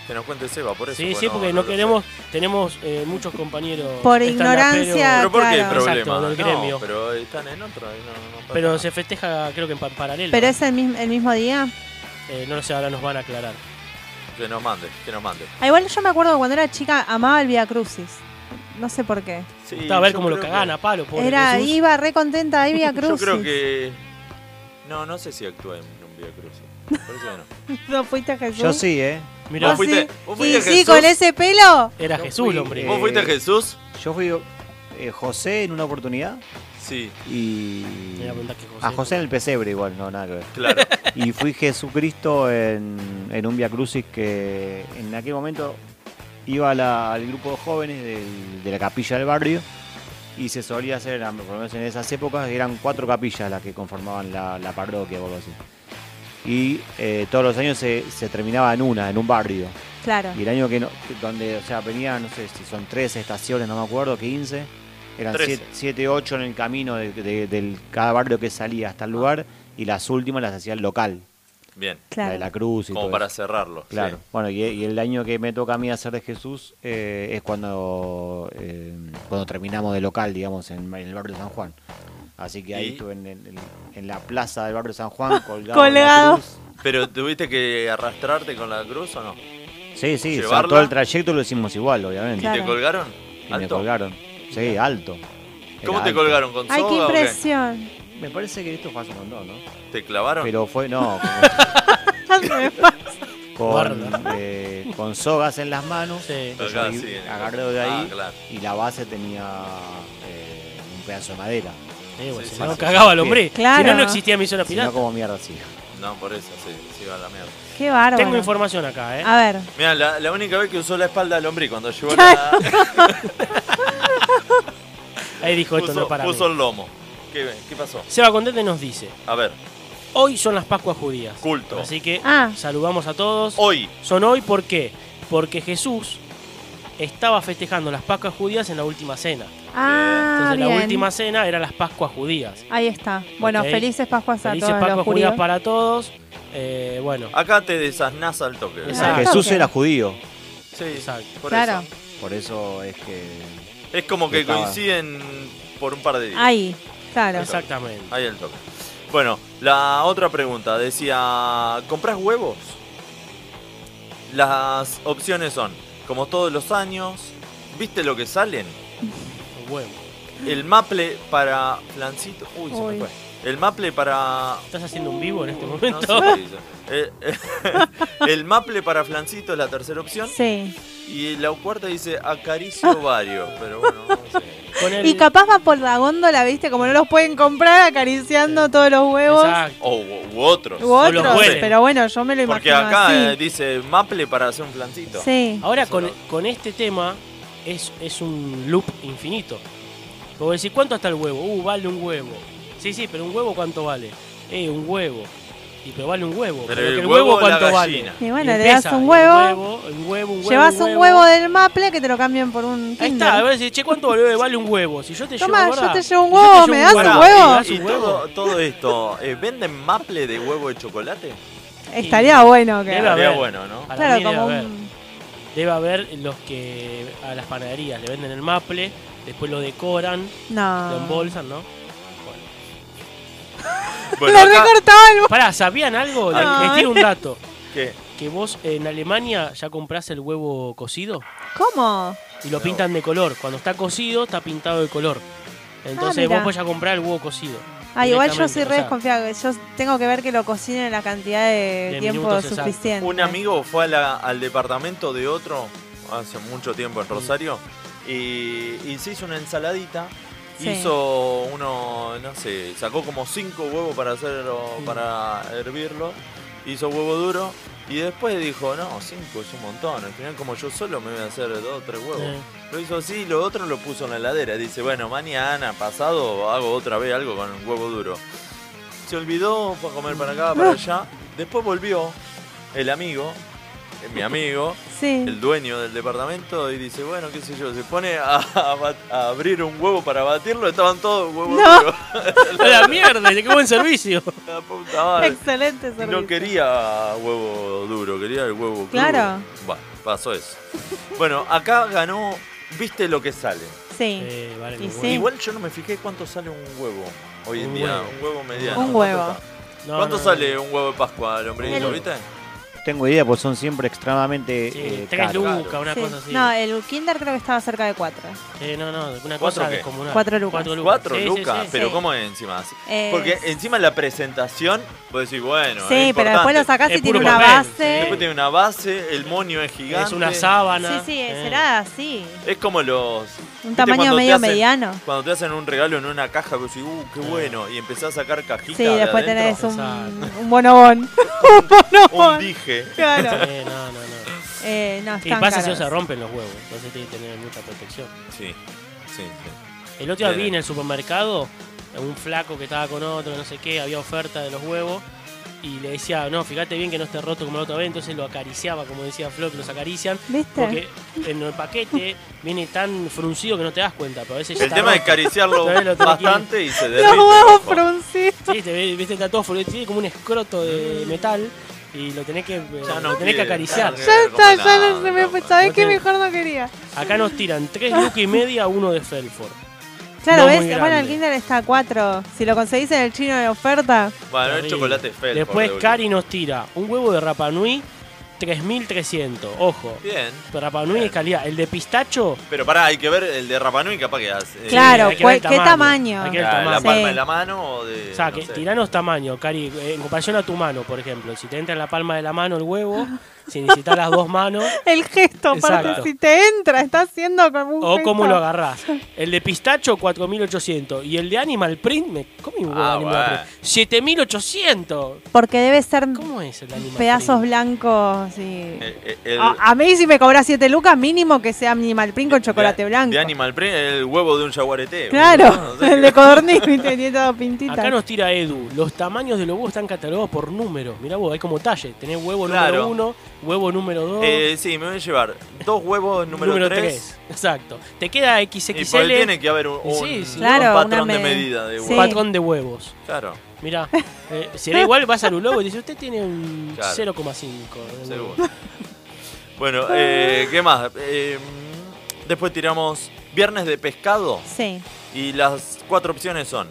Speaker 1: Que nos cuente Seba, por eso.
Speaker 3: sí, sí, porque
Speaker 1: lo
Speaker 3: no
Speaker 1: sé.
Speaker 3: queremos, tenemos eh, muchos compañeros.
Speaker 2: Por
Speaker 3: estandaperos,
Speaker 2: ignorancia.
Speaker 1: Pero ¿por qué
Speaker 2: claro.
Speaker 1: problema?
Speaker 3: Exacto, del
Speaker 1: No,
Speaker 3: gremio.
Speaker 1: pero están en otro. ahí no- no pasa
Speaker 3: Pero
Speaker 1: nada.
Speaker 3: se festeja, creo que en pa- paralelo.
Speaker 2: Pero es el mismo, el mismo día.
Speaker 3: Eh, no lo sé, ahora nos van a aclarar.
Speaker 1: Que nos mande, que nos mande.
Speaker 2: Ah, igual yo me acuerdo que cuando era chica amaba el Via Crucis. No sé por qué.
Speaker 1: Sí,
Speaker 3: Está a ver
Speaker 1: yo
Speaker 3: cómo lo
Speaker 1: creo
Speaker 3: cagan
Speaker 1: que-
Speaker 3: a palo, pobre
Speaker 2: Era,
Speaker 3: Jesús.
Speaker 2: iba re contenta ahí Via ¿eh? Crucis.
Speaker 1: Yo creo que. No, no sé si actué en un Via Crucis. Parece que no.
Speaker 2: ¿No fuiste a Jesús?
Speaker 4: Yo sí, ¿eh?
Speaker 1: Vos
Speaker 3: Mirá,
Speaker 2: ¿Ah, sí?
Speaker 1: fuiste- vos fuiste
Speaker 2: y
Speaker 1: a
Speaker 2: sí,
Speaker 1: Jesús.
Speaker 2: con ese pelo.
Speaker 3: era
Speaker 4: Yo
Speaker 3: Jesús
Speaker 4: fui,
Speaker 3: el hombre.
Speaker 1: ¿Vos
Speaker 4: Eh,
Speaker 1: fuiste a Jesús?
Speaker 4: Yo fui eh, José en una oportunidad
Speaker 1: Sí,
Speaker 4: y.
Speaker 3: Me iba a preguntar que José.
Speaker 4: A José en el pesebre, igual, no, nada que ver.
Speaker 1: claro.
Speaker 4: Y fui Jesucristo en, en un Via Crucis que en aquel momento iba a la- al grupo de jóvenes del- de la capilla del barrio y se solía hacer, eran, por lo menos en esas épocas, eran cuatro capillas las que conformaban la, la parroquia o algo así. Y eh, todos los años se, se terminaba en una, en un barrio.
Speaker 2: Claro.
Speaker 4: Y el año que no, que- donde, o sea, venía, no sé si son 13 estaciones, no me acuerdo, 15. Eran
Speaker 1: Trece.
Speaker 4: 7, 8 en el camino de, de- del cada barrio que salía hasta el lugar y las últimas las hacía el local.
Speaker 1: Bien.
Speaker 2: Claro.
Speaker 4: La de la cruz y
Speaker 1: Como
Speaker 4: todo
Speaker 1: para
Speaker 4: eso.
Speaker 1: cerrarlo. sí.
Speaker 4: Claro. Bueno, y, y el año que me toca a mí hacer de Jesús eh, es cuando eh, cuando terminamos de local, digamos, en, en el barrio de San Juan. Así que ahí
Speaker 1: Y-
Speaker 4: estuve en, en- en la plaza del barrio de San Juan colgado. en la
Speaker 2: Colgado.
Speaker 4: cruz.
Speaker 1: Pero ¿tuviste que arrastrarte con la cruz o no? ¿Y
Speaker 4: Sí, sí, o sea,
Speaker 1: Llevarla.
Speaker 4: todo el trayecto lo hicimos igual, obviamente.
Speaker 2: Claro.
Speaker 1: te colgaron?
Speaker 4: Y me
Speaker 1: ¿Alto?
Speaker 4: colgaron. Sí, alto.
Speaker 1: ¿Cómo
Speaker 4: Era
Speaker 1: te
Speaker 4: alto.
Speaker 1: colgaron? ¿Con soga
Speaker 2: Ay, qué
Speaker 1: o qué?
Speaker 2: impresión.
Speaker 4: Me parece que esto fue hace un montón, ¿no?
Speaker 1: ¿Te clavaron?
Speaker 4: Pero fue, no, con, con,
Speaker 3: Guarda.
Speaker 4: eh, con sogas en las manos.
Speaker 3: Sí.
Speaker 4: Entonces
Speaker 1: Acá,
Speaker 4: yo
Speaker 1: sí, en el-
Speaker 4: agarré de
Speaker 1: Ah,
Speaker 4: ahí
Speaker 1: claro.
Speaker 4: y la base tenía eh, un pedazo de madera.
Speaker 3: Eh, bueno,
Speaker 1: Sí,
Speaker 3: si
Speaker 1: sí,
Speaker 3: no,
Speaker 1: sí,
Speaker 3: cagaba el hombre.
Speaker 2: Claro.
Speaker 3: Si no, no existía misión a
Speaker 4: Si no,
Speaker 3: pirata.
Speaker 4: como mierda, sí.
Speaker 1: No, por eso, sí, sí va a la mierda.
Speaker 2: Qué bárbaro.
Speaker 3: Tengo información acá, ¿eh?
Speaker 2: A ver.
Speaker 1: Mira, la, la única vez que usó la espalda al hombre cuando llevó la.
Speaker 3: Ahí dijo esto,
Speaker 1: puso,
Speaker 3: no para.
Speaker 1: puso
Speaker 3: mí.
Speaker 1: el lomo. ¿Qué, ¿Qué pasó?
Speaker 3: Seba Contente nos dice:
Speaker 1: A ver,
Speaker 3: Hoy son las Pascuas judías.
Speaker 1: culto.
Speaker 3: Así que
Speaker 2: Ah.
Speaker 3: saludamos a todos.
Speaker 1: Hoy.
Speaker 3: Son hoy, ¿por qué? Porque Jesús estaba festejando las Pascuas judías en la última cena.
Speaker 2: Ah,
Speaker 3: Entonces,
Speaker 2: bien.
Speaker 3: la última cena eran las Pascuas judías.
Speaker 2: Ahí está. Bueno,
Speaker 3: Ok.
Speaker 2: felices Pascuas a
Speaker 3: Felices
Speaker 2: todos
Speaker 3: Pascuas
Speaker 2: los
Speaker 3: judías
Speaker 2: judíos.
Speaker 3: para todos. Eh, bueno,
Speaker 1: Acá te desasnás al toque.
Speaker 4: O sea,
Speaker 3: Exacto.
Speaker 4: Jesús era judío,
Speaker 1: Sí,
Speaker 3: Exacto.
Speaker 1: por
Speaker 2: Claro.
Speaker 1: eso.
Speaker 4: por eso es que.
Speaker 1: Es como que
Speaker 4: Estaba.
Speaker 1: coinciden por un par de días.
Speaker 2: Ahí, claro.
Speaker 3: exactamente.
Speaker 1: Ahí el toque. Bueno, la otra pregunta decía, ¿comprás huevos? Las opciones son, como todos los años, ¿viste lo que salen?
Speaker 3: Bueno,
Speaker 1: El maple para flancito. Uy, se
Speaker 2: Uy.
Speaker 1: me fue. El maple para
Speaker 3: ¿estás haciendo un vivo en este
Speaker 1: No sé
Speaker 3: momento?
Speaker 1: qué dice. Eh, el maple para flancito es la tercera opción.
Speaker 2: Sí.
Speaker 1: Y la cuarta dice acaricio varios. Pero bueno, no sé.
Speaker 3: Con el-
Speaker 2: Y capaz va por la góndola, viste, como no los pueden comprar acariciando todos los huevos
Speaker 3: Exacto.
Speaker 1: O u, u otros.
Speaker 2: u
Speaker 3: O los
Speaker 2: otros.
Speaker 3: huele.
Speaker 2: Pero bueno, yo me lo
Speaker 1: Porque
Speaker 2: imagino
Speaker 1: acá eh,
Speaker 2: así.
Speaker 1: dice maple para hacer un flancito.
Speaker 2: sí.
Speaker 3: Ahora
Speaker 1: Eso
Speaker 3: con,
Speaker 1: no.
Speaker 3: con este tema es, es un loop infinito. Porque decir, ¿cuánto está el huevo? Uh, vale un huevo. Sí, sí, pero un huevo cuánto vale? Eh, un huevo. Y pero vale un huevo.
Speaker 1: Pero
Speaker 3: que
Speaker 1: el huevo o la
Speaker 3: vale?
Speaker 1: gallina.
Speaker 2: Y bueno, le
Speaker 3: Y
Speaker 2: das
Speaker 3: empieza,
Speaker 2: un
Speaker 3: y
Speaker 2: huevo,
Speaker 3: un huevo, un huevo.
Speaker 2: Llevas un huevo del maple que te lo cambian por un
Speaker 3: Ahí
Speaker 2: Kinder.
Speaker 3: está, a ver, decís, che, ¿cuánto vale, vale un huevo? Si yo te
Speaker 2: Toma,
Speaker 3: llevo,
Speaker 2: yo
Speaker 3: gorda,
Speaker 2: te llevo un
Speaker 3: si yo te
Speaker 2: huevo,
Speaker 3: llevo
Speaker 2: Oh, ¿me das un
Speaker 1: Pará,
Speaker 2: huevo?
Speaker 3: ¿Me das
Speaker 1: Y, y
Speaker 3: un huevo?
Speaker 1: todo, todo esto, eh, ¿venden maple de huevo de chocolate?
Speaker 2: Estaría bueno que.
Speaker 3: Debe
Speaker 1: Estaría
Speaker 3: haber.
Speaker 1: bueno, ¿no?
Speaker 3: Para
Speaker 2: Claro,
Speaker 3: mí debe
Speaker 2: como
Speaker 3: haber.
Speaker 2: un.
Speaker 3: Debe haber los que a las panaderías le venden el maple, después lo decoran, lo
Speaker 2: No.
Speaker 3: embolsan, ¿no?
Speaker 1: Bueno,
Speaker 2: Le
Speaker 1: acá,
Speaker 2: recortaba el Ah.
Speaker 3: Pará, ¿sabían algo? Les,
Speaker 2: No.
Speaker 3: les tiro un dato.
Speaker 1: ¿qué?
Speaker 3: Que vos en Alemania ya comprás el huevo cocido
Speaker 2: ¿Cómo?
Speaker 3: y lo pintan de color. Cuando está cocido, está pintado de color. Entonces
Speaker 2: Ah, mirá.
Speaker 3: vos podés ya comprar el huevo cocido.
Speaker 2: Ah, igual yo
Speaker 3: directamente,
Speaker 2: soy
Speaker 3: o
Speaker 2: re
Speaker 3: sea,
Speaker 2: desconfiada. Yo tengo que ver que lo cocinen la cantidad de,
Speaker 3: De
Speaker 2: tiempo
Speaker 3: minutos, exacto.
Speaker 2: suficiente.
Speaker 1: Un amigo fue a la- al departamento de otro hace mucho tiempo en Rosario. Y, y se hizo una ensaladita.
Speaker 2: Sí.
Speaker 1: Hizo uno, no sé, sacó como cinco huevos para hacerlo, para hervirlo. Hizo huevo duro. Y después dijo, no, cinco es un montón. Al final, como yo solo, me voy a hacer dos o tres huevos.
Speaker 3: Sí.
Speaker 1: Lo hizo así y lo otro lo puso en la heladera. Dice, bueno, mañana, pasado, hago otra vez algo con un huevo duro. Se olvidó, fue a comer para acá, para allá. Después volvió el amigo, eh, mi amigo,
Speaker 2: Sí.
Speaker 1: el dueño del departamento, y dice, bueno, qué sé yo, se pone a, a bat- a abrir un huevo para batirlo, estaban todos huevos
Speaker 2: No.
Speaker 1: duros.
Speaker 3: ¡A la mierda! ¡Qué buen servicio!
Speaker 1: La puta madre.
Speaker 2: Excelente
Speaker 1: Y
Speaker 2: servicio.
Speaker 1: No quería huevo duro, quería el huevo crudo.
Speaker 2: Claro.
Speaker 1: Bueno, pasó eso. Bueno, acá ganó, viste lo que sale.
Speaker 2: Sí.
Speaker 3: Eh, vale,
Speaker 2: Y
Speaker 3: muy
Speaker 2: sí.
Speaker 3: bueno.
Speaker 1: Igual yo no me fijé cuánto sale un huevo hoy en
Speaker 3: Un
Speaker 1: día,
Speaker 3: huevo.
Speaker 1: un huevo mediano.
Speaker 2: Un
Speaker 1: ¿Cuánto
Speaker 2: huevo.
Speaker 1: está?
Speaker 3: No,
Speaker 1: ¿Cuánto
Speaker 3: no, no.
Speaker 1: sale un huevo de Pascua, lombrito,
Speaker 2: El-
Speaker 1: viste?
Speaker 4: Tengo idea, porque son siempre extremadamente
Speaker 3: Sí,
Speaker 4: eh,
Speaker 3: tres
Speaker 4: caros.
Speaker 3: lucas, una
Speaker 2: Sí.
Speaker 3: cosa así.
Speaker 2: No, el kinder creo que estaba cerca de cuatro.
Speaker 3: Eh, no, no, una
Speaker 1: ¿Cuatro
Speaker 3: cosa
Speaker 1: qué?
Speaker 3: descomunal.
Speaker 2: Cuatro lucas.
Speaker 1: Cuatro
Speaker 3: Sí, sí,
Speaker 1: lucas,
Speaker 3: sí.
Speaker 1: pero
Speaker 2: Sí.
Speaker 1: ¿cómo es encima? Así-
Speaker 2: Eh,
Speaker 1: Porque encima la presentación, vos decís, bueno, es
Speaker 2: sí, pero después lo
Speaker 1: importante.
Speaker 2: sacás
Speaker 3: Es
Speaker 2: y tiene
Speaker 3: puro
Speaker 2: una
Speaker 3: papel,
Speaker 1: Después
Speaker 2: base.
Speaker 1: tiene una base, el moño es gigante.
Speaker 3: Es una sábana.
Speaker 2: Sí, sí,
Speaker 3: eh.
Speaker 2: será así.
Speaker 1: Es como los.
Speaker 2: Un
Speaker 1: ¿viste
Speaker 2: tamaño
Speaker 1: cuando te
Speaker 2: medio
Speaker 1: hacen-
Speaker 2: mediano.
Speaker 1: Cuando te hacen un regalo en una caja, vos decís, uh, qué
Speaker 3: Eh.
Speaker 1: bueno. Y empezás a sacar cajitas.
Speaker 2: Sí,
Speaker 1: de
Speaker 2: después tenés
Speaker 1: adentro,
Speaker 2: un,
Speaker 3: Exacto.
Speaker 2: un bonobón. un
Speaker 1: Un
Speaker 2: bonobón.
Speaker 1: dije.
Speaker 2: Claro.
Speaker 3: Eh, no, no, no.
Speaker 2: Eh, no,
Speaker 3: Y
Speaker 2: están
Speaker 3: pasa si no
Speaker 2: caros.
Speaker 3: se rompen los huevos, entonces tiene que tener mucha protección.
Speaker 1: Sí, sí, sí.
Speaker 3: El otro día
Speaker 1: Bien.
Speaker 3: vi en el supermercado a un flaco que estaba con otro, no sé qué, había oferta de los huevos y le decía, no, fíjate bien que no esté roto como la otra vez, entonces lo acariciaba, como decía Flo, que los acarician.
Speaker 2: ¿Viste?
Speaker 3: Porque en el paquete viene tan fruncido que no te das cuenta, pero a veces ya
Speaker 1: El
Speaker 3: está
Speaker 1: tema es
Speaker 3: roto.
Speaker 1: acariciarlo
Speaker 3: Todavía lo tengo aquí.
Speaker 1: bastante y se derrite.
Speaker 2: Los huevos
Speaker 1: ojo.
Speaker 2: fruncidos.
Speaker 3: Sí, te ve- viste, está todo fruncido, tiene como un escroto de metal y lo tenés que, eh,
Speaker 1: Ya no
Speaker 3: lo tenés que
Speaker 1: quiere,
Speaker 3: acariciar.
Speaker 1: ya no
Speaker 2: Ya está, ya
Speaker 1: No,
Speaker 2: no se me
Speaker 1: no,
Speaker 2: fue. ¿Sabés
Speaker 3: no
Speaker 2: qué?
Speaker 3: tiene-
Speaker 2: Mejor no quería.
Speaker 3: Acá nos tiran tres lucas y media, uno de Felford.
Speaker 2: Claro,
Speaker 3: No muy
Speaker 2: ¿ves? Bueno, el
Speaker 3: grande.
Speaker 2: Kinder está a cuatro. Si lo conseguís en el chino de oferta,
Speaker 1: Bueno, el
Speaker 3: Terrible.
Speaker 1: chocolate es felpo,
Speaker 3: Después
Speaker 1: de última.
Speaker 3: Cari nos tira un huevo de Rapa Nui, 3300. Ojo,
Speaker 1: Bien.
Speaker 3: Rapa Nui es calidad. El de pistacho,
Speaker 1: Pero pará, hay que ver el de Rapanui capaz que hace. eh,
Speaker 2: Claro,
Speaker 3: hay que ver
Speaker 2: ¿cuál-
Speaker 3: el
Speaker 2: qué
Speaker 3: tamaño,
Speaker 2: tamaño?
Speaker 3: hay que ver el
Speaker 1: la, la
Speaker 3: tamaño.
Speaker 1: palma
Speaker 2: Sí.
Speaker 1: de la mano o de.
Speaker 3: O sea,
Speaker 1: no
Speaker 3: que
Speaker 1: sé.
Speaker 3: tiranos tamaño, Cari, eh, en comparación a tu mano, por ejemplo. Si te entra en la palma de la mano el huevo, si necesitas las dos manos,
Speaker 2: el gesto, aparte,
Speaker 3: Exacto.
Speaker 2: si te entra, está haciendo como un
Speaker 3: o
Speaker 2: gesto.
Speaker 3: cómo lo agarrás. El de pistacho, 4800. Y el de Animal Print, me comí un huevo de
Speaker 1: Ah,
Speaker 3: Animal
Speaker 1: bueno.
Speaker 3: Print. 7800.
Speaker 2: Porque debe ser
Speaker 3: ¿Cómo es el de Animal
Speaker 2: pedazos
Speaker 3: Print?
Speaker 2: blancos y...
Speaker 1: Eh, eh, el-
Speaker 2: A, a mí si me cobras 7 lucas, mínimo que sea Animal Print con chocolate
Speaker 1: de-
Speaker 2: blanco.
Speaker 1: De Animal Print, el huevo de un jaguarete.
Speaker 2: Claro, el de codorniz, viste, tiene todo pintita.
Speaker 3: Acá nos tira Edu. Los tamaños de los huevos están catalogados por números. Mirá vos, hay como talles. Tenés huevo
Speaker 1: Claro.
Speaker 3: número uno, huevo número dos,
Speaker 1: Eh, sí, me voy a llevar dos huevos número 3.
Speaker 3: tres. Exacto. Te queda
Speaker 1: Y por ahí
Speaker 3: XXL,
Speaker 1: tiene que haber un,
Speaker 3: Y sí,
Speaker 1: un-
Speaker 3: sí.
Speaker 1: un
Speaker 2: Claro,
Speaker 1: patrón
Speaker 2: una
Speaker 1: de
Speaker 2: me-
Speaker 1: medida de
Speaker 2: sí.
Speaker 1: huevo.
Speaker 3: patrón de huevos.
Speaker 1: Claro,
Speaker 3: Mirá, eh, será igual, vas al ulogo y dice, usted tiene un
Speaker 1: Claro.
Speaker 3: 0,5. de huevo".
Speaker 1: seguro. bueno, eh, ¿qué más? Eh, después tiramos viernes de pescado.
Speaker 2: Sí,
Speaker 1: Y las cuatro opciones son.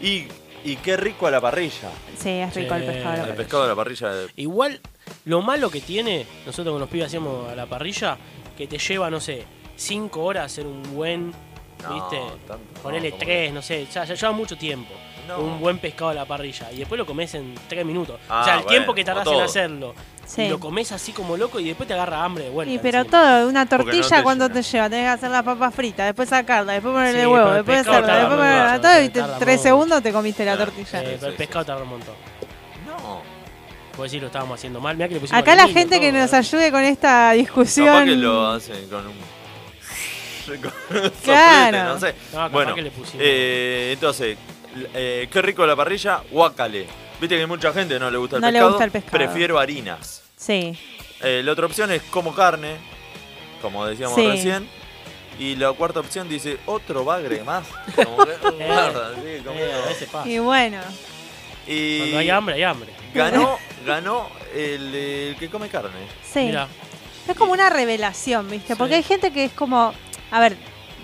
Speaker 1: Y, y qué rico a la parrilla.
Speaker 2: sí, es rico el
Speaker 3: Sí.
Speaker 2: pescado. a la
Speaker 1: El
Speaker 3: parrilla.
Speaker 2: parrilla.
Speaker 1: pescado a la parrilla. de-
Speaker 3: Igual, lo malo que tiene, nosotros con los pibes hacemos a la parrilla, que te lleva, no sé, 5 horas hacer un buen,
Speaker 1: No,
Speaker 3: ¿viste?
Speaker 1: tanto no,
Speaker 3: Ponele
Speaker 1: ¿cómo
Speaker 3: 3, no sé, ya, ya lleva mucho tiempo.
Speaker 1: No.
Speaker 3: Un buen pescado a la parrilla. Y después lo comes en 3 minutos.
Speaker 1: Ah,
Speaker 3: o sea, el
Speaker 1: bueno,
Speaker 3: tiempo que
Speaker 1: como
Speaker 3: tardás
Speaker 1: todo.
Speaker 3: en hacerlo.
Speaker 2: Sí.
Speaker 3: Y lo comes así como loco y después te agarra hambre de vuelta.
Speaker 2: Y pero
Speaker 3: encima. Eh,
Speaker 2: todo, una
Speaker 1: Porque no
Speaker 2: tortilla
Speaker 1: te
Speaker 2: cuando
Speaker 1: llena.
Speaker 2: te lleva, tenés que hacer la papa frita, después sacarla, después ponerle
Speaker 3: Sí,
Speaker 2: huevo,
Speaker 3: pero el
Speaker 2: después
Speaker 3: pescado
Speaker 2: hacerla,
Speaker 1: tarda
Speaker 2: después
Speaker 1: mucho,
Speaker 2: ponerla
Speaker 3: tarda
Speaker 2: todo y te-
Speaker 3: mucho.
Speaker 2: tres segundos te comiste la
Speaker 1: Claro.
Speaker 2: tortilla.
Speaker 3: Eh, pero el
Speaker 1: Sí,
Speaker 3: pescado
Speaker 1: sí,
Speaker 3: tarda un montón.
Speaker 1: No.
Speaker 3: Puedes decir, lo estábamos haciendo mal. Mirá que le pusimos
Speaker 2: Acá la
Speaker 3: aluminio,
Speaker 2: gente que
Speaker 3: todo,
Speaker 2: nos
Speaker 3: ¿eh?
Speaker 2: ayude con esta discusión.
Speaker 1: Capaz que lo hacen con un. con un soplete,
Speaker 2: Claro.
Speaker 1: no sé.
Speaker 3: No, capaz
Speaker 1: bueno,
Speaker 3: que le pusimos.
Speaker 1: eh, entonces, l- eh, qué rico la parrilla, guácale. Viste que mucha gente no le gusta el,
Speaker 2: No le
Speaker 1: pescado,
Speaker 2: gusta el pescado.
Speaker 1: Prefiero harinas.
Speaker 2: Sí,
Speaker 1: Eh, la otra opción es como carne, como decíamos
Speaker 2: Sí.
Speaker 1: recién. Y la cuarta opción dice otro bagre más. Como que, guarda, sí, como-
Speaker 3: Eh, a veces pasa.
Speaker 2: y bueno,
Speaker 1: y
Speaker 3: Cuando hay hambre, hay hambre.
Speaker 1: ganó, ganó el, el que come carne.
Speaker 2: sí.
Speaker 3: Mirá.
Speaker 2: Es como una revelación, ¿viste? Porque
Speaker 3: Sí.
Speaker 2: hay gente que es como, a ver,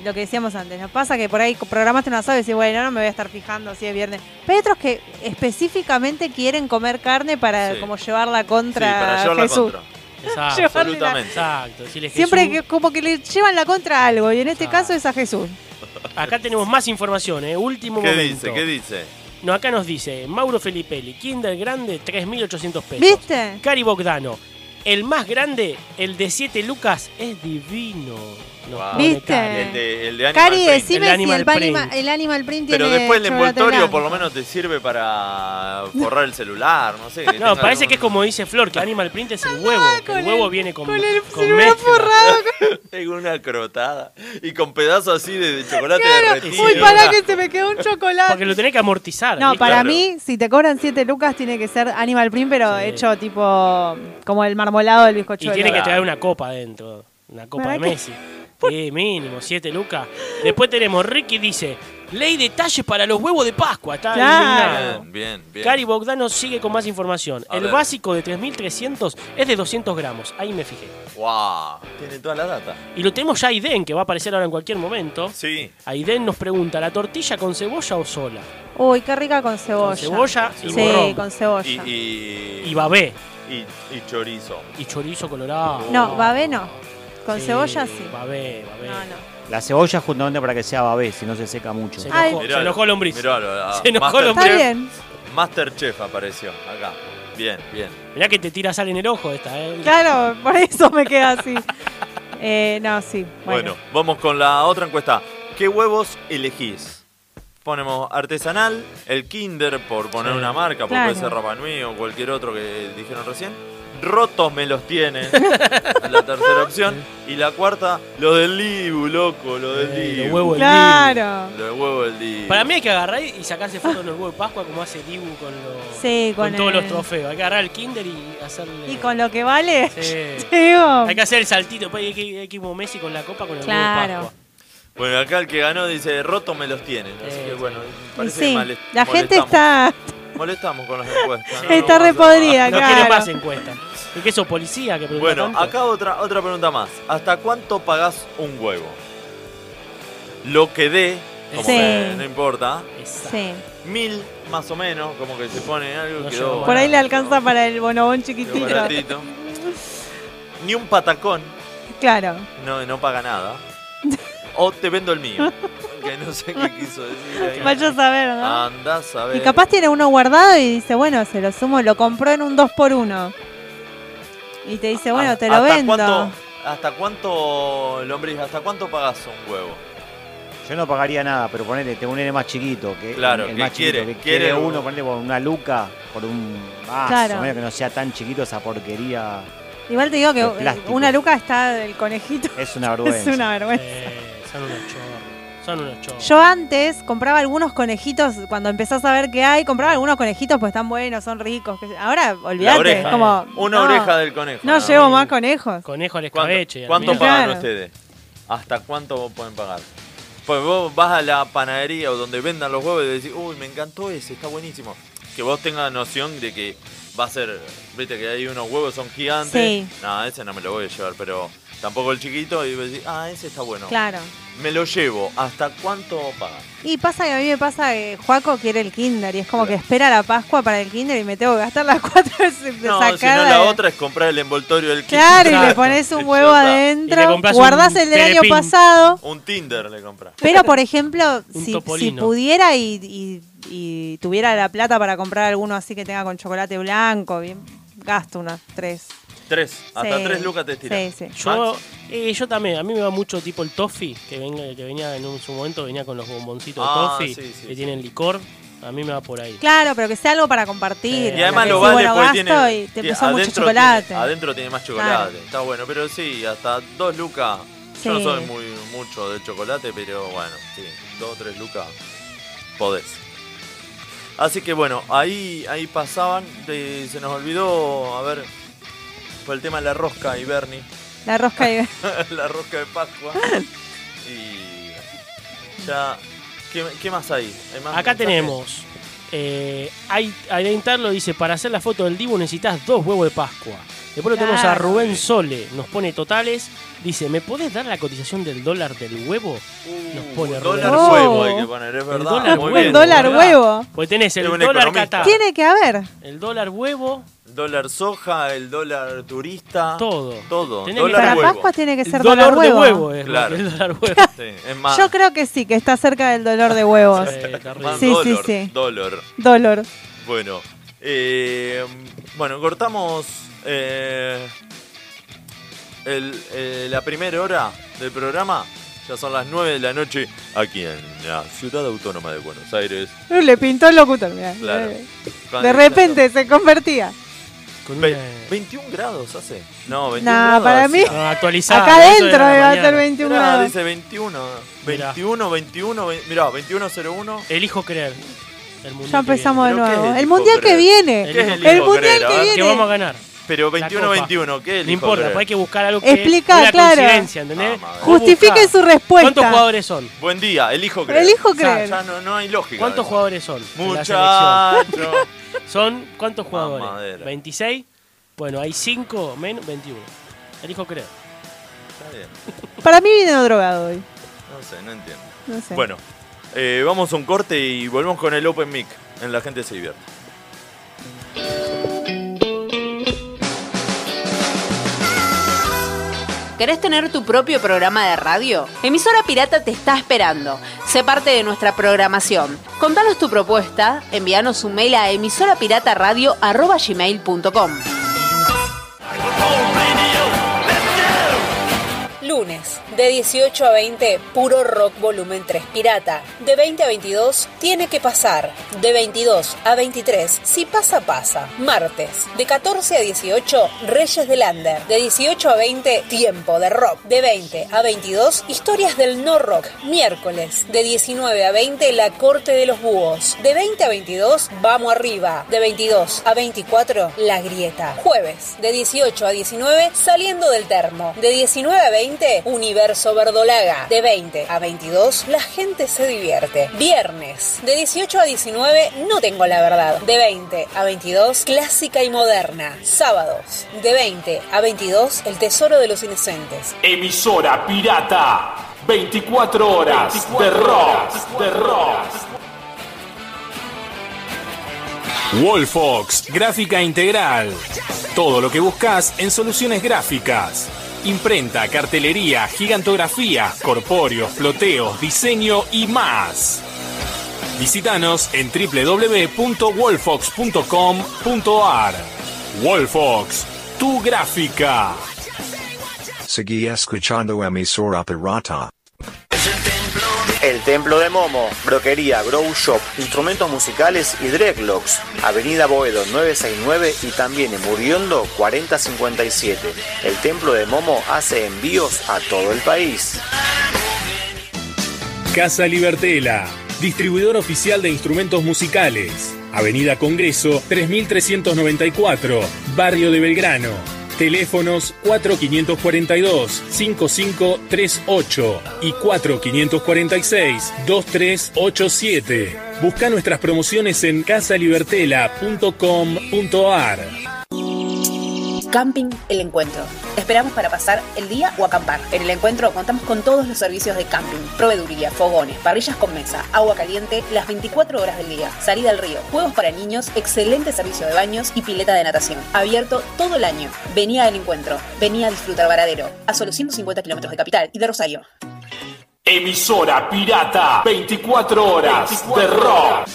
Speaker 2: lo que decíamos antes, nos pasa que por ahí programaste un asado y decís, bueno, no me voy a estar fijando si es viernes. Pero hay otros que específicamente quieren comer carne para
Speaker 1: Sí.
Speaker 2: como llevarla
Speaker 1: Sí,
Speaker 2: contra
Speaker 1: para llevarla
Speaker 2: Jesús.
Speaker 1: contra.
Speaker 3: Exacto.
Speaker 2: Llevarla.
Speaker 1: Absolutamente.
Speaker 3: Exacto. decirle
Speaker 2: Siempre
Speaker 3: Jesús.
Speaker 2: que, como que le llevan la contra a algo, y en este
Speaker 3: Ah.
Speaker 2: caso es a Jesús.
Speaker 3: Acá tenemos más información, ¿eh? Último
Speaker 1: ¿Qué
Speaker 3: momento.
Speaker 1: dice? ¿Qué dice?
Speaker 3: No, acá nos dice Mauro Felipelli, Kinder Grande, 3.800 pesos.
Speaker 2: ¿Viste?
Speaker 3: Cari Bogdano, el más grande, el de 7 lucas, es divino. Nos
Speaker 1: Wow.
Speaker 3: pone
Speaker 2: ¿Viste?
Speaker 3: Cari.
Speaker 1: Ah, El de, el de Animal
Speaker 2: Cari,
Speaker 1: Print.
Speaker 2: decime
Speaker 3: El
Speaker 2: si el,
Speaker 3: Animal Print.
Speaker 2: anima- el Animal Print tiene.
Speaker 1: Pero después el
Speaker 2: chocolate
Speaker 1: envoltorio por lo
Speaker 2: blanco.
Speaker 1: menos te sirve para forrar el celular, no sé.
Speaker 3: No, parece que es como dice Flor, que Animal Print es el huevo. que
Speaker 2: Ah, con
Speaker 3: el huevo
Speaker 2: el-
Speaker 3: viene con,
Speaker 2: con el
Speaker 3: con
Speaker 2: celular
Speaker 3: mezcla.
Speaker 2: forrado.
Speaker 1: Tengo una crotada. Y con pedazos así de, de chocolate
Speaker 2: Claro.
Speaker 1: derretido.
Speaker 2: Uy, pará que se me quedó un chocolate.
Speaker 3: Porque lo tenés que amortizar.
Speaker 2: No,
Speaker 3: ¿viste?
Speaker 2: para
Speaker 1: Claro.
Speaker 2: mí, si te cobran 7 lucas, tiene que ser Animal Print, pero
Speaker 3: Sí.
Speaker 2: hecho tipo como el marmolado del
Speaker 3: Y
Speaker 2: bizcochuelo.
Speaker 3: tiene que
Speaker 1: Claro.
Speaker 3: traer una copa adentro. Una copa
Speaker 2: ¿Para
Speaker 3: de
Speaker 2: qué?
Speaker 3: Messi. Sí, mínimo, 7 lucas. Después tenemos Ricky dice, ley detalles para los huevos de Pascua. Está
Speaker 2: Claro.
Speaker 3: indignado.
Speaker 1: Bien, bien, bien.
Speaker 3: Cari Bogdano sigue con más información.
Speaker 1: A
Speaker 3: el
Speaker 1: ver.
Speaker 3: básico de 3.300 es de 200 gramos. Ahí me fijé.
Speaker 1: Guau, Ah, Tiene toda la data.
Speaker 3: Y lo tenemos ya a Aiden, que va a aparecer ahora en cualquier momento.
Speaker 1: Sí.
Speaker 3: Aiden nos pregunta, ¿la tortilla con cebolla o sola?
Speaker 2: Uy, qué rica con cebolla.
Speaker 3: Con cebolla y
Speaker 2: Sí,
Speaker 3: morrón.
Speaker 2: con cebolla.
Speaker 1: Y, y,
Speaker 3: Y babé.
Speaker 1: y- y chorizo.
Speaker 3: Y chorizo colorado.
Speaker 2: No, babé no. Con
Speaker 3: Sí,
Speaker 2: cebolla sí.
Speaker 3: Babé, babé.
Speaker 2: No, no.
Speaker 4: La cebolla justamente para que sea babé, si no se seca mucho.
Speaker 3: Se
Speaker 2: Ay.
Speaker 3: enojó, se enojó el lombriz.
Speaker 1: Miralo, ah,
Speaker 3: Se enojó
Speaker 1: Masterchef-
Speaker 2: Está bien.
Speaker 1: Masterchef apareció acá. Bien, bien.
Speaker 3: Mirá que te tira sal en el ojo esta, ¿eh?
Speaker 2: Claro, por eso me queda así. Eh, no, sí.
Speaker 1: Bueno.
Speaker 2: Bueno.
Speaker 1: vamos con la otra encuesta. ¿Qué huevos elegís? Ponemos artesanal, el Kinder, por poner
Speaker 3: Sí.
Speaker 1: una marca, porque
Speaker 2: Claro.
Speaker 1: puede ser Rapa Nui o cualquier otro que dijeron recién. Rotos me los tiene, la tercera opción. Y la cuarta, lo del Libu, loco, lo del
Speaker 3: Eh,
Speaker 1: Libu.
Speaker 3: los huevos del
Speaker 2: Claro.
Speaker 1: Lo del huevo del Libu.
Speaker 3: Para mí hay que agarrar y sacarse fotos en los huevos de Pascua como hace Dibu con, los,
Speaker 2: Sí,
Speaker 3: con,
Speaker 2: con,
Speaker 3: todos
Speaker 2: el-
Speaker 3: los trofeos. Hay que agarrar el kinder y hacerle...
Speaker 2: Y con lo que vale.
Speaker 3: Sí.
Speaker 2: te digo.
Speaker 3: Hay que hacer el saltito, después hay que, hay que ir como Messi con la copa con el
Speaker 2: Claro.
Speaker 3: huevo de Pascua.
Speaker 1: Bueno, acá el que ganó dice, rotos me los tienen. Así
Speaker 3: Eh,
Speaker 1: que
Speaker 3: sí.
Speaker 1: bueno,
Speaker 2: Y
Speaker 1: parece
Speaker 2: sí,
Speaker 1: que males-
Speaker 2: la gente
Speaker 1: molestamos.
Speaker 2: está,
Speaker 1: Molestamos con las encuestas. ¿no?
Speaker 2: está
Speaker 1: No
Speaker 2: re
Speaker 1: pasa nada.
Speaker 2: podrida,
Speaker 3: No
Speaker 2: claro.
Speaker 3: quiere más encuestas. ¿Y qué sos, policía? Que pregunta
Speaker 1: Bueno,
Speaker 3: tanto?
Speaker 1: acá otra, otra pregunta más. ¿Hasta cuánto pagás un huevo? Lo que dé, como
Speaker 2: Sí.
Speaker 1: que no importa.
Speaker 3: Exacto.
Speaker 2: Sí.
Speaker 1: Mil más o menos, como que se pone algo
Speaker 3: No
Speaker 1: que
Speaker 3: llegó.
Speaker 2: Por ahí le alcanza para el bonobón chiquitito.
Speaker 1: baratito. Ni un patacón,
Speaker 2: Claro.
Speaker 1: no, no paga nada. O te vendo el mío. Que no sé qué quiso decir ahí.
Speaker 2: Vaya a saber, ¿no?
Speaker 1: Andás a ver.
Speaker 2: Y capaz tiene uno guardado y dice, bueno, se lo sumo, lo compró en un 2x1. Y te dice, bueno, te lo
Speaker 1: Ah, ¿Hasta
Speaker 2: vendo.
Speaker 1: Cuánto, ¿Hasta cuánto, lombriz, hasta cuánto pagás un huevo?
Speaker 4: Yo no pagaría nada, pero ponele, tengo un nene más chiquito. Que,
Speaker 1: Claro,
Speaker 4: el
Speaker 1: que
Speaker 4: más
Speaker 1: quiere,
Speaker 4: chiquito, que
Speaker 1: quiere
Speaker 4: quiere,
Speaker 1: un-
Speaker 4: uno, ponele por una luca, por un vaso,
Speaker 2: Claro.
Speaker 4: medio que no sea tan chiquito esa porquería.
Speaker 2: Igual te digo que
Speaker 4: De plástico.
Speaker 2: una luca está del conejito.
Speaker 1: ah,
Speaker 4: Es una
Speaker 2: Es
Speaker 4: vergüenza.
Speaker 2: una vergüenza.
Speaker 3: Eh, son unos chorros. Son unos chorros.
Speaker 2: Yo antes compraba algunos conejitos, cuando empezás a ver qué hay, compraba algunos conejitos pues están buenos, son ricos. que- Ahora,
Speaker 1: La
Speaker 2: olvídate,
Speaker 1: oreja.
Speaker 2: es como...
Speaker 1: Una
Speaker 2: no,
Speaker 1: oreja del conejo.
Speaker 2: No
Speaker 1: nada más.
Speaker 2: llevo más conejos.
Speaker 3: Conejo al
Speaker 1: ¿Cuánto,
Speaker 3: escabeche. al
Speaker 1: cuánto
Speaker 3: mío.
Speaker 1: pagan
Speaker 2: Claro.
Speaker 1: ustedes? ¿Hasta cuánto vos pueden pagar? Pues vos vas a la panadería o donde vendan los huevos y decís, uy, me encantó ese, está buenísimo. Que vos tengas noción de que va a ser, viste que hay unos huevos son gigantes.
Speaker 2: Sí.
Speaker 1: No, ese no me lo voy a llevar, pero tampoco el chiquito y vos decís, ah, ese está bueno.
Speaker 2: Claro.
Speaker 1: Me lo llevo, ¿hasta cuánto pagan?
Speaker 2: Y pasa que a mí me pasa que Juaco quiere el kinder y es como que espera la Pascua para el kinder y me tengo que gastar las cuatro de
Speaker 1: No,
Speaker 2: sacada
Speaker 1: si no la
Speaker 2: de-
Speaker 1: otra es comprar el envoltorio del kit.
Speaker 2: Claro, y le
Speaker 3: Exacto.
Speaker 2: pones un
Speaker 1: Ya
Speaker 2: huevo
Speaker 1: está.
Speaker 3: Y le
Speaker 2: adentro,
Speaker 3: compras
Speaker 2: guardás
Speaker 3: un
Speaker 2: el del año
Speaker 3: telepín.
Speaker 2: pasado.
Speaker 1: Un Tinder le compras.
Speaker 2: Pero, por ejemplo,
Speaker 3: Un
Speaker 2: si, si
Speaker 3: topolino.
Speaker 2: pudiera y, y- y tuviera la plata para comprar alguno así que tenga con chocolate blanco, bien, gasto unas tres.
Speaker 1: Tres, hasta
Speaker 2: Sí.
Speaker 1: tres lucas te tiras.
Speaker 2: Sí, sí.
Speaker 3: Yo, eh, yo también, a mí me va mucho tipo el toffee, que, venga, que venía en un, su momento, venía con los bomboncitos
Speaker 1: Ah,
Speaker 3: de toffee,
Speaker 1: sí, sí,
Speaker 3: que
Speaker 1: sí.
Speaker 3: tienen licor, a mí me va por ahí.
Speaker 2: Claro, pero que sea algo para compartir.
Speaker 1: Y además
Speaker 2: Que
Speaker 1: lo
Speaker 2: decís,
Speaker 1: vale
Speaker 2: bueno,
Speaker 1: porque
Speaker 2: gasto
Speaker 1: tiene,
Speaker 2: y te
Speaker 1: tiene-
Speaker 2: puso mucho
Speaker 1: adentro
Speaker 2: chocolate.
Speaker 1: tiene- adentro tiene más chocolate.
Speaker 2: Claro.
Speaker 1: Está bueno, pero sí, hasta dos lucas. Yo no
Speaker 2: Sí.
Speaker 1: soy muy mucho de chocolate, pero bueno, sí, dos o tres lucas podés. Así que bueno, ahí, ahí pasaban. eh, se nos olvidó, a ver, fue el tema de la rosca y Bernie.
Speaker 2: La rosca y...
Speaker 1: la rosca de Pascua. y ya, ¿qué, qué más hay? ¿Hay más
Speaker 3: Acá
Speaker 1: mensajes?
Speaker 3: tenemos, eh, hay- Aiden Tarlo dice, para hacer la foto del Divo necesitas dos huevos de Pascua. Después lo tenemos a
Speaker 2: Claro.
Speaker 3: Rubén Sole, nos pone totales, dice, ¿me podés dar la cotización del dólar del huevo? Nos pone
Speaker 1: Uh,
Speaker 3: Rubén.
Speaker 1: dólar
Speaker 2: Oh.
Speaker 1: huevo hay que poner, es verdad.
Speaker 3: dólar
Speaker 1: muy
Speaker 3: huevo.
Speaker 1: bien.
Speaker 2: Un dólar
Speaker 3: ¿verdad?
Speaker 2: huevo.
Speaker 3: Pues tenés el
Speaker 1: Es un
Speaker 3: dólar
Speaker 1: economista.
Speaker 3: catá,
Speaker 2: Tiene que haber.
Speaker 3: el dólar huevo,
Speaker 1: Dólar soja, el dólar turista.
Speaker 3: todo.
Speaker 1: Todo.
Speaker 3: Tenés que-
Speaker 1: Dólar
Speaker 2: Para
Speaker 1: huevo.
Speaker 2: Pascua tiene que
Speaker 3: El
Speaker 2: ser
Speaker 3: dólar
Speaker 2: dólar
Speaker 3: de
Speaker 2: huevo. ¿eh?
Speaker 3: huevo es,
Speaker 1: Claro.
Speaker 3: el dólar huevo.
Speaker 1: Sí, es más.
Speaker 2: Yo creo que sí, que está cerca del dolor de huevos.
Speaker 3: Eh, está re-
Speaker 1: más
Speaker 2: Sí, sí,
Speaker 1: dólar,
Speaker 2: sí.
Speaker 1: dólar.
Speaker 2: Dolor.
Speaker 1: Bueno. eh, bueno, cortamos Eh, el- eh, la primera hora del programa ya son las 9 de la noche aquí en la ciudad autónoma de Buenos Aires.
Speaker 2: Le pintó el locutor, mirá. Eh,
Speaker 1: Claro.
Speaker 2: De repente se convertía.
Speaker 3: Con
Speaker 1: Ve-
Speaker 3: una- eh,
Speaker 1: 21 grados hace. No, 21
Speaker 2: Nah,
Speaker 1: grados.
Speaker 2: para mí-
Speaker 1: hacía.
Speaker 3: No, actualizada.
Speaker 2: Acá
Speaker 3: eso
Speaker 2: adentro
Speaker 3: era
Speaker 2: debe
Speaker 3: mañana.
Speaker 2: estar 21
Speaker 1: Mirá,
Speaker 2: grados.
Speaker 1: dice 21.
Speaker 3: Mirá.
Speaker 1: 21, 21, ve- mirá, 2101.
Speaker 3: Elijo creer. El
Speaker 2: Ya
Speaker 3: mundial que
Speaker 2: empezamos de
Speaker 1: Pero ¿qué
Speaker 2: nuevo.
Speaker 1: es
Speaker 2: El
Speaker 1: hijo
Speaker 2: mundial que
Speaker 1: creer?
Speaker 2: viene.
Speaker 3: El
Speaker 1: ¿Qué es el,
Speaker 3: hijo
Speaker 2: El
Speaker 1: hijo
Speaker 2: mundial
Speaker 1: creer?
Speaker 2: que
Speaker 1: A ver,
Speaker 3: viene. Que
Speaker 2: viene.
Speaker 3: vamos a ganar.
Speaker 1: Pero 21-21, ¿qué es el hijo
Speaker 3: No importa,
Speaker 1: creer?
Speaker 3: pero hay que buscar algo que.
Speaker 2: Explica,
Speaker 3: una
Speaker 2: claro.
Speaker 3: coincidencia, ¿entendés?
Speaker 1: Ah, madre.
Speaker 3: Vos
Speaker 2: Justifiquen
Speaker 3: buscá.
Speaker 2: su respuesta.
Speaker 3: ¿Cuántos jugadores son?
Speaker 1: Buen día, elijo creer.
Speaker 2: Elijo
Speaker 1: Ya-
Speaker 2: creer.
Speaker 1: Ya no, no hay lógica.
Speaker 3: ¿Cuántos
Speaker 1: ¿verdad?
Speaker 3: jugadores son? en la
Speaker 1: Muchacho.
Speaker 3: selección?
Speaker 1: Ah,
Speaker 3: Son cuántos jugadores?
Speaker 1: Mamadera.
Speaker 3: 26. Bueno, hay 5 menos 21. Elijo creer.
Speaker 1: Está bien,
Speaker 2: Para mí viene drogado hoy.
Speaker 1: No sé, no entiendo.
Speaker 2: No sé.
Speaker 1: Bueno, eh, vamos a un corte y volvemos con el Open Mic. En la gente se divierte.
Speaker 6: ¿Querés tener tu propio programa de radio? Emisora Pirata te está esperando. Sé parte de nuestra programación. Contanos tu propuesta, envíanos un mail a emisorapirataradio.com. Lunes, de 18 a 20, puro rock volumen 3 pirata. De 20 a 22, tiene que pasar. De 22 a 23, si pasa, pasa. Martes, de 14 a 18, Reyes del Under. De 18 a 20, tiempo de rock. De 20 a 22, historias del no rock. Miércoles, de 19 a 20, la corte de los búhos. De 20 a 22, vamos arriba. De 22 a 24, la grieta. Jueves, de 18 a 19, saliendo del termo. De 19 a 20, universo verdolaga. De 20 a 22, la gente se divierte. Viernes, de 18 a 19, no tengo la verdad. De 20 a 22, clásica y moderna. Sábados, de 20 a 22, el tesoro de los inocentes.
Speaker 7: Emisora pirata. 24 horas de rock, de rock. Wolfox, gráfica integral. Todo lo que buscas en soluciones gráficas. Imprenta, cartelería, gigantografía, corpóreos, floteos, diseño y más. Visítanos en www.wolfox.com.ar. Wolfox, tu gráfica.
Speaker 8: Seguí escuchando emisora pirata.
Speaker 9: El Templo de Momo, Broquería, Grow Shop, Instrumentos Musicales y Dreadlocks, Avenida Boedo 969 y también en Muriondo 4057. El Templo de Momo hace envíos a todo el país.
Speaker 7: Casa Libertela, distribuidor oficial de instrumentos musicales. Avenida Congreso 3394, Barrio de Belgrano. Teléfonos 4542-5538 y 4546-2387. Busca nuestras promociones en casalibertela.com.ar.
Speaker 6: Camping El Encuentro. Te esperamos para pasar el día o acampar. En El Encuentro contamos con todos los servicios de camping, proveeduría, fogones, parrillas con mesa, agua caliente las 24 horas del día, salida al río, juegos para niños, excelente servicio de baños y pileta de natación. Abierto todo el año. Venía al Encuentro. Venía a disfrutar Varadero, a solo 150 kilómetros de Capital y de Rosario.
Speaker 7: Emisora Pirata, 24 horas de rock.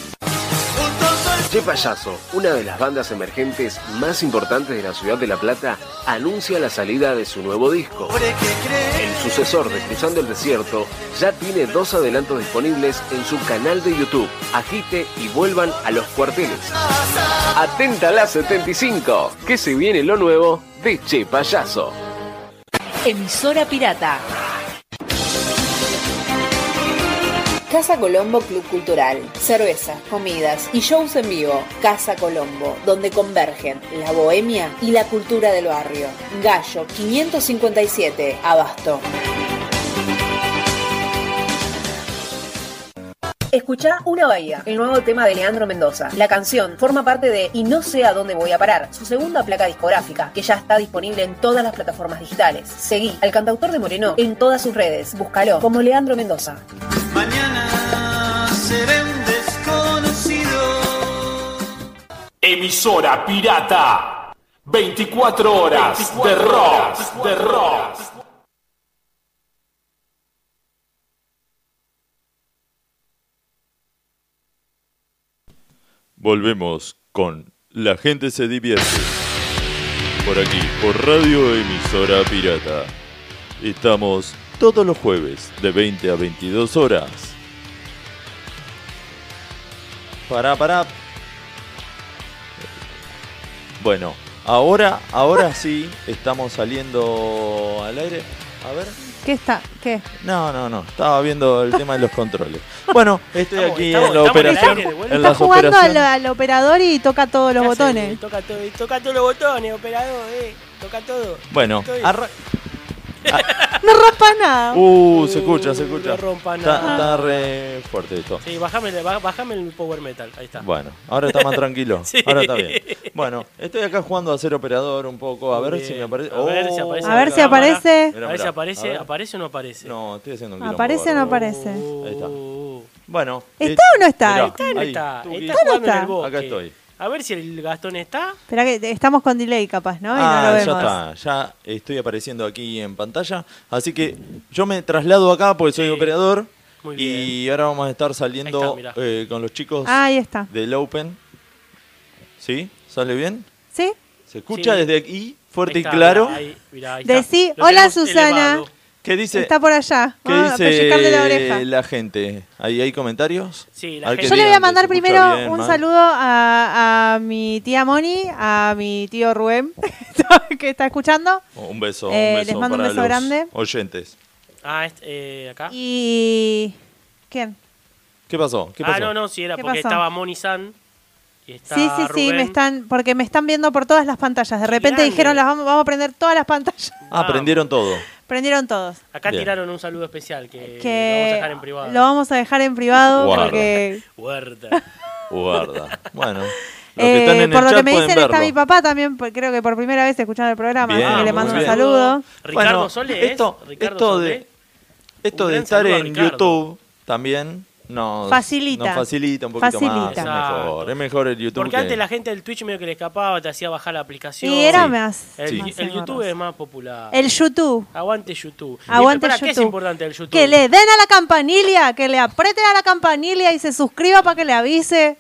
Speaker 10: Che Payaso, una de las bandas emergentes más importantes de la ciudad de La Plata, anuncia la salida de su nuevo disco. El sucesor de Cruzando el Desierto ya tiene dos adelantos disponibles en su canal de YouTube. Agite y vuelvan a los cuarteles. Atenta a la 75, que se viene lo nuevo de Che Payaso.
Speaker 6: Emisora Pirata. Casa Colombo Club Cultural. Cerveza, comidas y shows en vivo. Casa Colombo, donde convergen la bohemia y la cultura del barrio. Gallo 557, Abasto. Escuchá Una Bahía, el nuevo tema de Leandro Mendoza. La canción forma parte de Y no sé a dónde voy a parar, su segunda placa discográfica, que ya está disponible en todas las plataformas digitales. Seguí al cantautor de Moreno en todas sus redes. Búscalo como Leandro Mendoza.
Speaker 7: Emisora pirata. 24 horas de rock, de rock.
Speaker 1: Volvemos con La gente se divierte. por aquí, por Radio Emisora Pirata. Estamos todos los jueves de 20 a 22 horas. Pará, pará. Bueno, ahora, ahora sí estamos saliendo al aire. A ver.
Speaker 2: ¿Qué está? ¿Qué?
Speaker 1: No, no, no. Estaba viendo el tema de los controles. Bueno, estoy
Speaker 3: Estamos-
Speaker 1: aquí
Speaker 3: estamos-
Speaker 1: en la
Speaker 3: estamos en el
Speaker 1: operación.
Speaker 3: aire de vuelta.
Speaker 1: en
Speaker 2: Está
Speaker 1: las
Speaker 2: jugando al,
Speaker 1: operaciones.
Speaker 2: al operador y toca todos los
Speaker 3: ¿Qué hace?
Speaker 2: botones.
Speaker 3: Toca, todo, toca todos los botones, operador, eh. Toca todo.
Speaker 1: Bueno,
Speaker 3: Estoy-
Speaker 1: arra- Ah.
Speaker 2: No raspas nada.
Speaker 1: Uh, se escucha, se escucha.
Speaker 3: no rompa
Speaker 1: Está,
Speaker 3: nada.
Speaker 1: está re fuerte esto.
Speaker 3: Sí, bajame, el- ba- bajame el power metal. Ahí está.
Speaker 1: Bueno, ahora está más tranquilo.
Speaker 3: Sí.
Speaker 1: Ahora está bien. Bueno, estoy acá jugando a ser operador un poco, a ver si me aparece.
Speaker 3: A ver si
Speaker 1: Oh,
Speaker 3: aparece.
Speaker 2: A ver
Speaker 3: la
Speaker 2: si
Speaker 3: cámara.
Speaker 2: aparece.
Speaker 1: Mirá,
Speaker 3: A ver si
Speaker 1: mirá.
Speaker 3: aparece.
Speaker 1: A ver.
Speaker 3: ¿Aparece o no aparece?
Speaker 1: No, estoy haciendo un quilombo
Speaker 2: ¿Aparece o no
Speaker 1: bárbaro.
Speaker 2: aparece?
Speaker 1: Ahí está. Bueno. eh,
Speaker 2: ¿Está o no está?
Speaker 1: mirá,
Speaker 2: Está o
Speaker 3: no
Speaker 1: ahí,
Speaker 3: está.
Speaker 1: tuqui.
Speaker 3: Está Uh. jugando en
Speaker 2: está?
Speaker 3: el bosque.
Speaker 1: Acá estoy.
Speaker 3: A ver si el Gastón está.
Speaker 2: Espera que estamos con delay capaz, ¿no? Y no
Speaker 1: ah,
Speaker 2: lo
Speaker 1: ya
Speaker 2: vemos.
Speaker 1: está. Ya estoy apareciendo aquí en pantalla. Así que yo me traslado acá porque soy
Speaker 3: Sí.
Speaker 1: operador.
Speaker 3: Muy
Speaker 1: Y ahora vamos a estar saliendo
Speaker 3: Ahí está, mirá.
Speaker 1: eh, con los chicos
Speaker 2: Ah, ahí está.
Speaker 1: del Open. ¿Sí? ¿Sale bien?
Speaker 2: ¿Sí?
Speaker 1: ¿Se escucha
Speaker 3: Sí.
Speaker 1: desde aquí fuerte
Speaker 3: Ahí
Speaker 1: y
Speaker 3: está,
Speaker 1: claro?
Speaker 3: mirá, ahí, mirá, ahí
Speaker 2: Decí,
Speaker 3: está. Lo
Speaker 2: hola,
Speaker 3: tenemos
Speaker 2: Susana.
Speaker 3: elevado.
Speaker 1: ¿Qué dice?
Speaker 2: Está por allá.
Speaker 1: ¿Qué
Speaker 2: Vamos a pellizcarle
Speaker 1: dice
Speaker 2: pues, la oreja.
Speaker 1: la gente? ¿Ahí hay comentarios?
Speaker 3: Sí, la
Speaker 1: A ver qué
Speaker 2: Yo le voy
Speaker 1: digan,
Speaker 2: a
Speaker 1: que
Speaker 2: mandar
Speaker 1: se escucha
Speaker 2: primero
Speaker 1: bien,
Speaker 2: un
Speaker 1: mal.
Speaker 2: saludo a, a mi tía Moni, a mi tío Rubén, que está escuchando.
Speaker 1: Oh, Un beso, un
Speaker 2: Eh,
Speaker 1: beso
Speaker 2: les mando un
Speaker 1: para
Speaker 2: beso
Speaker 1: los
Speaker 2: grande.
Speaker 1: oyentes.
Speaker 3: Ah, este, eh, acá.
Speaker 2: Y. ¿Quién?
Speaker 1: ¿Qué pasó? ¿Qué pasó?
Speaker 3: Ah, no, no, sí, era
Speaker 2: ¿Qué
Speaker 3: porque
Speaker 2: pasó?
Speaker 3: estaba Moni San. Y está
Speaker 2: sí, sí, sí,
Speaker 3: Rubén.
Speaker 2: me están, porque me están viendo por todas las pantallas. De repente
Speaker 3: grande.
Speaker 2: dijeron, las vamos, vamos a prender todas las pantallas.
Speaker 1: Ah, aprendieron todo.
Speaker 2: Prendieron todos.
Speaker 3: Acá
Speaker 1: Bien.
Speaker 3: tiraron un saludo especial que, lo vamos a
Speaker 2: que
Speaker 3: dejar en privado.
Speaker 2: lo vamos a dejar en privado
Speaker 1: Guarda.
Speaker 2: porque
Speaker 3: Huerta.
Speaker 1: Guarda. Bueno. Los
Speaker 2: eh,
Speaker 1: que están en
Speaker 2: por
Speaker 1: el
Speaker 2: lo
Speaker 1: chat
Speaker 2: que me
Speaker 1: pueden
Speaker 2: dicen está mi
Speaker 1: verlo.
Speaker 2: papá también, por- creo que por primera vez escuchando el programa,
Speaker 1: Bien,
Speaker 2: así que le
Speaker 1: muy
Speaker 2: mando un
Speaker 1: bien.
Speaker 2: saludo.
Speaker 3: Ricardo
Speaker 1: Bueno,
Speaker 3: Sole, ¿es?
Speaker 1: esto,
Speaker 3: Ricardo
Speaker 1: esto
Speaker 3: Sole.
Speaker 1: de, esto
Speaker 3: Un
Speaker 1: de
Speaker 3: gran
Speaker 1: estar
Speaker 3: saludo a
Speaker 1: en
Speaker 3: Ricardo.
Speaker 1: YouTube también nos
Speaker 2: Facilita.
Speaker 1: Nos facilita un poquito más.
Speaker 2: Facilita.
Speaker 1: Es mejor, es mejor el YouTube.
Speaker 3: Porque
Speaker 1: que-
Speaker 3: antes la gente del Twitch medio que le escapaba, te hacía bajar la aplicación.
Speaker 2: Y era
Speaker 1: Sí.
Speaker 2: más.
Speaker 3: El,
Speaker 1: Sí.
Speaker 2: más
Speaker 3: el YouTube
Speaker 2: engorroso.
Speaker 3: es más popular.
Speaker 2: El YouTube.
Speaker 3: Aguante YouTube. Y
Speaker 2: Aguante
Speaker 3: pará,
Speaker 2: YouTube.
Speaker 3: ¿Qué es importante el YouTube?
Speaker 2: Que le den a la campanilla, que le aprieten a la campanilla y se suscriba para que le avise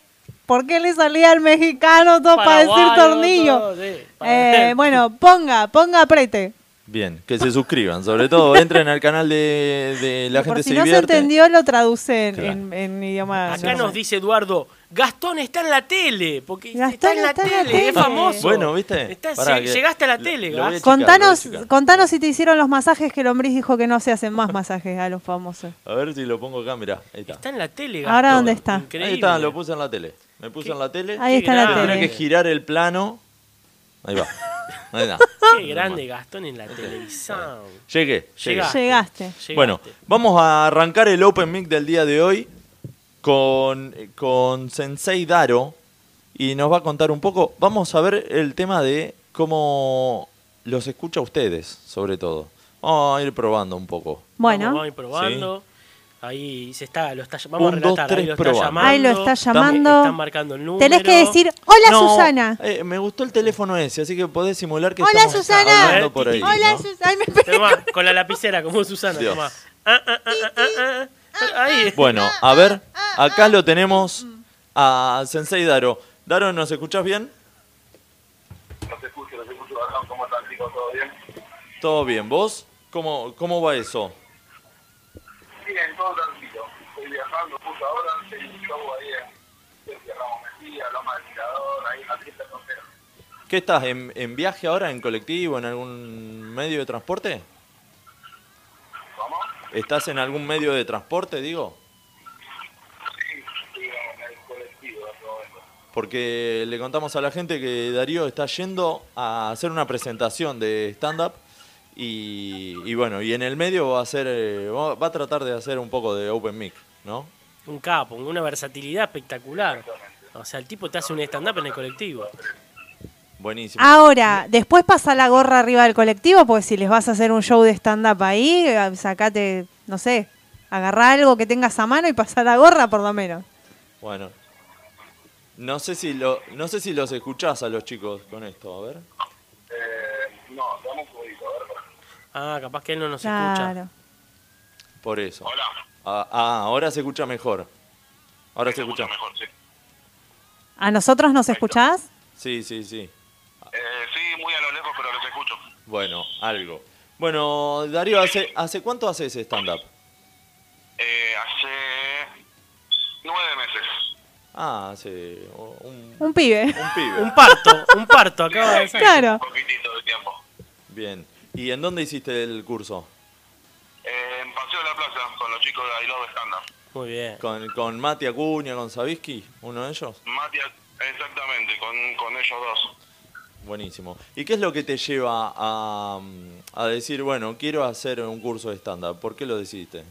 Speaker 2: por qué le salía al mexicano todo para decir
Speaker 3: Paraguayo,
Speaker 2: tornillo.
Speaker 3: todo, sí, para-
Speaker 2: Eh, bueno, ponga, ponga aprete.
Speaker 1: Bien, que se suscriban. Sobre todo, entren al canal de, de La
Speaker 2: Y por
Speaker 1: Gente
Speaker 2: si
Speaker 1: Se
Speaker 2: no se
Speaker 1: Divierte.
Speaker 2: entendió, lo traduce en,
Speaker 1: Claro.
Speaker 2: en- en idioma.
Speaker 3: Acá
Speaker 2: normal.
Speaker 3: nos dice Eduardo, Gastón está en la tele, porque está
Speaker 2: Gastón
Speaker 3: en la
Speaker 2: está en la
Speaker 3: tele, es
Speaker 2: tele.
Speaker 3: famoso.
Speaker 1: Bueno, ¿viste?
Speaker 3: Está-
Speaker 1: Pará,
Speaker 3: lleg-
Speaker 1: que-
Speaker 3: llegaste a la
Speaker 1: lo-
Speaker 3: tele,
Speaker 1: lo voy a
Speaker 3: Gastón.
Speaker 1: chica,
Speaker 2: Contanos,
Speaker 1: lo voy a chica.
Speaker 2: contanos si te hicieron los masajes que Lombriz dijo que no se hacen más masajes a los famosos.
Speaker 1: A ver si lo pongo acá, mirá. Ahí está.
Speaker 3: Está en la tele, Gastón.
Speaker 2: Ahora, ¿dónde está?
Speaker 3: Increíble.
Speaker 1: Ahí está, lo puse en la tele. Me puse en la tele.
Speaker 2: Ahí está la
Speaker 3: grande.
Speaker 1: Tendré que
Speaker 2: tele.
Speaker 1: girar el plano. Ahí va. Ahí está.
Speaker 3: Qué grande Gastón en la televisión.
Speaker 1: Llegué, llegué.
Speaker 3: Llegá.
Speaker 2: Llegaste.
Speaker 3: Llegaste.
Speaker 1: Bueno, vamos a arrancar el Open Mic del día de hoy con, con Sensei Daro y nos va a contar un poco. Vamos a ver el tema de cómo los escucha a ustedes, sobre todo. Vamos a ir probando un poco.
Speaker 3: Vamos, vamos a
Speaker 2: Bueno,
Speaker 3: ir probando. Ahí se está, lo está, vamos a
Speaker 1: Un, dos,
Speaker 3: relatar, ahí
Speaker 1: tres,
Speaker 3: lo está
Speaker 1: probando.
Speaker 3: llamando.
Speaker 2: ahí lo está
Speaker 3: Están,
Speaker 2: llamando.
Speaker 3: marcando el número.
Speaker 2: Tenés que decir, hola
Speaker 1: No,
Speaker 2: Susana.
Speaker 1: eh, me gustó el teléfono ese, así que podés simular que
Speaker 2: Hola
Speaker 1: estamos
Speaker 2: Susana.
Speaker 1: hablando por ahí.
Speaker 2: hola
Speaker 1: ¿no?
Speaker 2: Susana. Ay, me pegué.
Speaker 3: Tomá, con la lapicera, como Susana,
Speaker 1: Dios.
Speaker 3: tomá. Ah, ah, ah, ah, ah, ah. Ahí.
Speaker 1: Bueno, a ver, acá lo tenemos a Sensei Daro. Daro, ¿nos escuchás bien? Todo bien, ¿vos? ¿Cómo, cómo va eso?
Speaker 11: Bien, todo tranquilo. Estoy viajando justo ahora, hice un show ahí en Sierra Ramos Mejía, Loma del Tirador, ahí en la fiesta frontera.
Speaker 1: ¿Qué estás? ¿En, en viaje ahora, en colectivo, en algún medio de transporte?
Speaker 11: ¿Cómo?
Speaker 1: ¿Estás en algún medio de transporte, digo?
Speaker 11: Sí, estoy en el colectivo en este momento.
Speaker 1: Porque le contamos a la gente que Darío está yendo a hacer una presentación de stand-up y, y bueno, y en el medio va a, hacer, eh, va va a tratar de hacer un poco de open mic, ¿no?
Speaker 3: Un capo, una versatilidad espectacular. O sea, el tipo te hace un stand-up en el colectivo.
Speaker 1: Buenísimo.
Speaker 2: Ahora, después pasa la gorra arriba del colectivo, porque si les vas a hacer un show de stand-up ahí, eh, sacate, no sé, agarrá algo que tengas a mano y pasá la gorra por lo menos.
Speaker 1: Bueno. No sé si lo, no sé si los escuchás a los chicos con esto, a ver.
Speaker 11: Eh, no, dame un segundito, a ver. pará.
Speaker 3: Ah, capaz que él no nos escucha.
Speaker 2: Claro.
Speaker 1: Por eso.
Speaker 11: Hola.
Speaker 1: Ah, ah, ahora se escucha mejor. Ahora se escucha.
Speaker 11: Mejor, sí.
Speaker 2: ¿A nosotros nos escuchás?
Speaker 1: Sí, sí, sí.
Speaker 11: Eh, sí,
Speaker 12: muy a lo lejos, pero los escucho.
Speaker 1: Bueno, algo. Bueno, Darío, ¿hace, hace cuánto haces stand-up?
Speaker 12: Eh, hace nueve meses.
Speaker 1: Ah, hace un,
Speaker 2: Un pibe.
Speaker 1: un pibe.
Speaker 3: Un parto, un parto, acaba de ser.
Speaker 2: Claro.
Speaker 12: poquitito de tiempo.
Speaker 1: Bien. ¿Y en dónde hiciste el curso?
Speaker 12: Eh, en Paseo de la Plaza, con los chicos de I Love Stand Up.
Speaker 3: Muy bien.
Speaker 1: ¿Con, con Mati Acuña, con Sabisky? ¿Uno de ellos?
Speaker 12: Matías, exactamente, con, con ellos dos.
Speaker 1: Buenísimo. ¿Y qué es lo que te lleva a, mm, a decir, bueno, quiero hacer un curso de stand-up? ¿Por qué lo decidiste?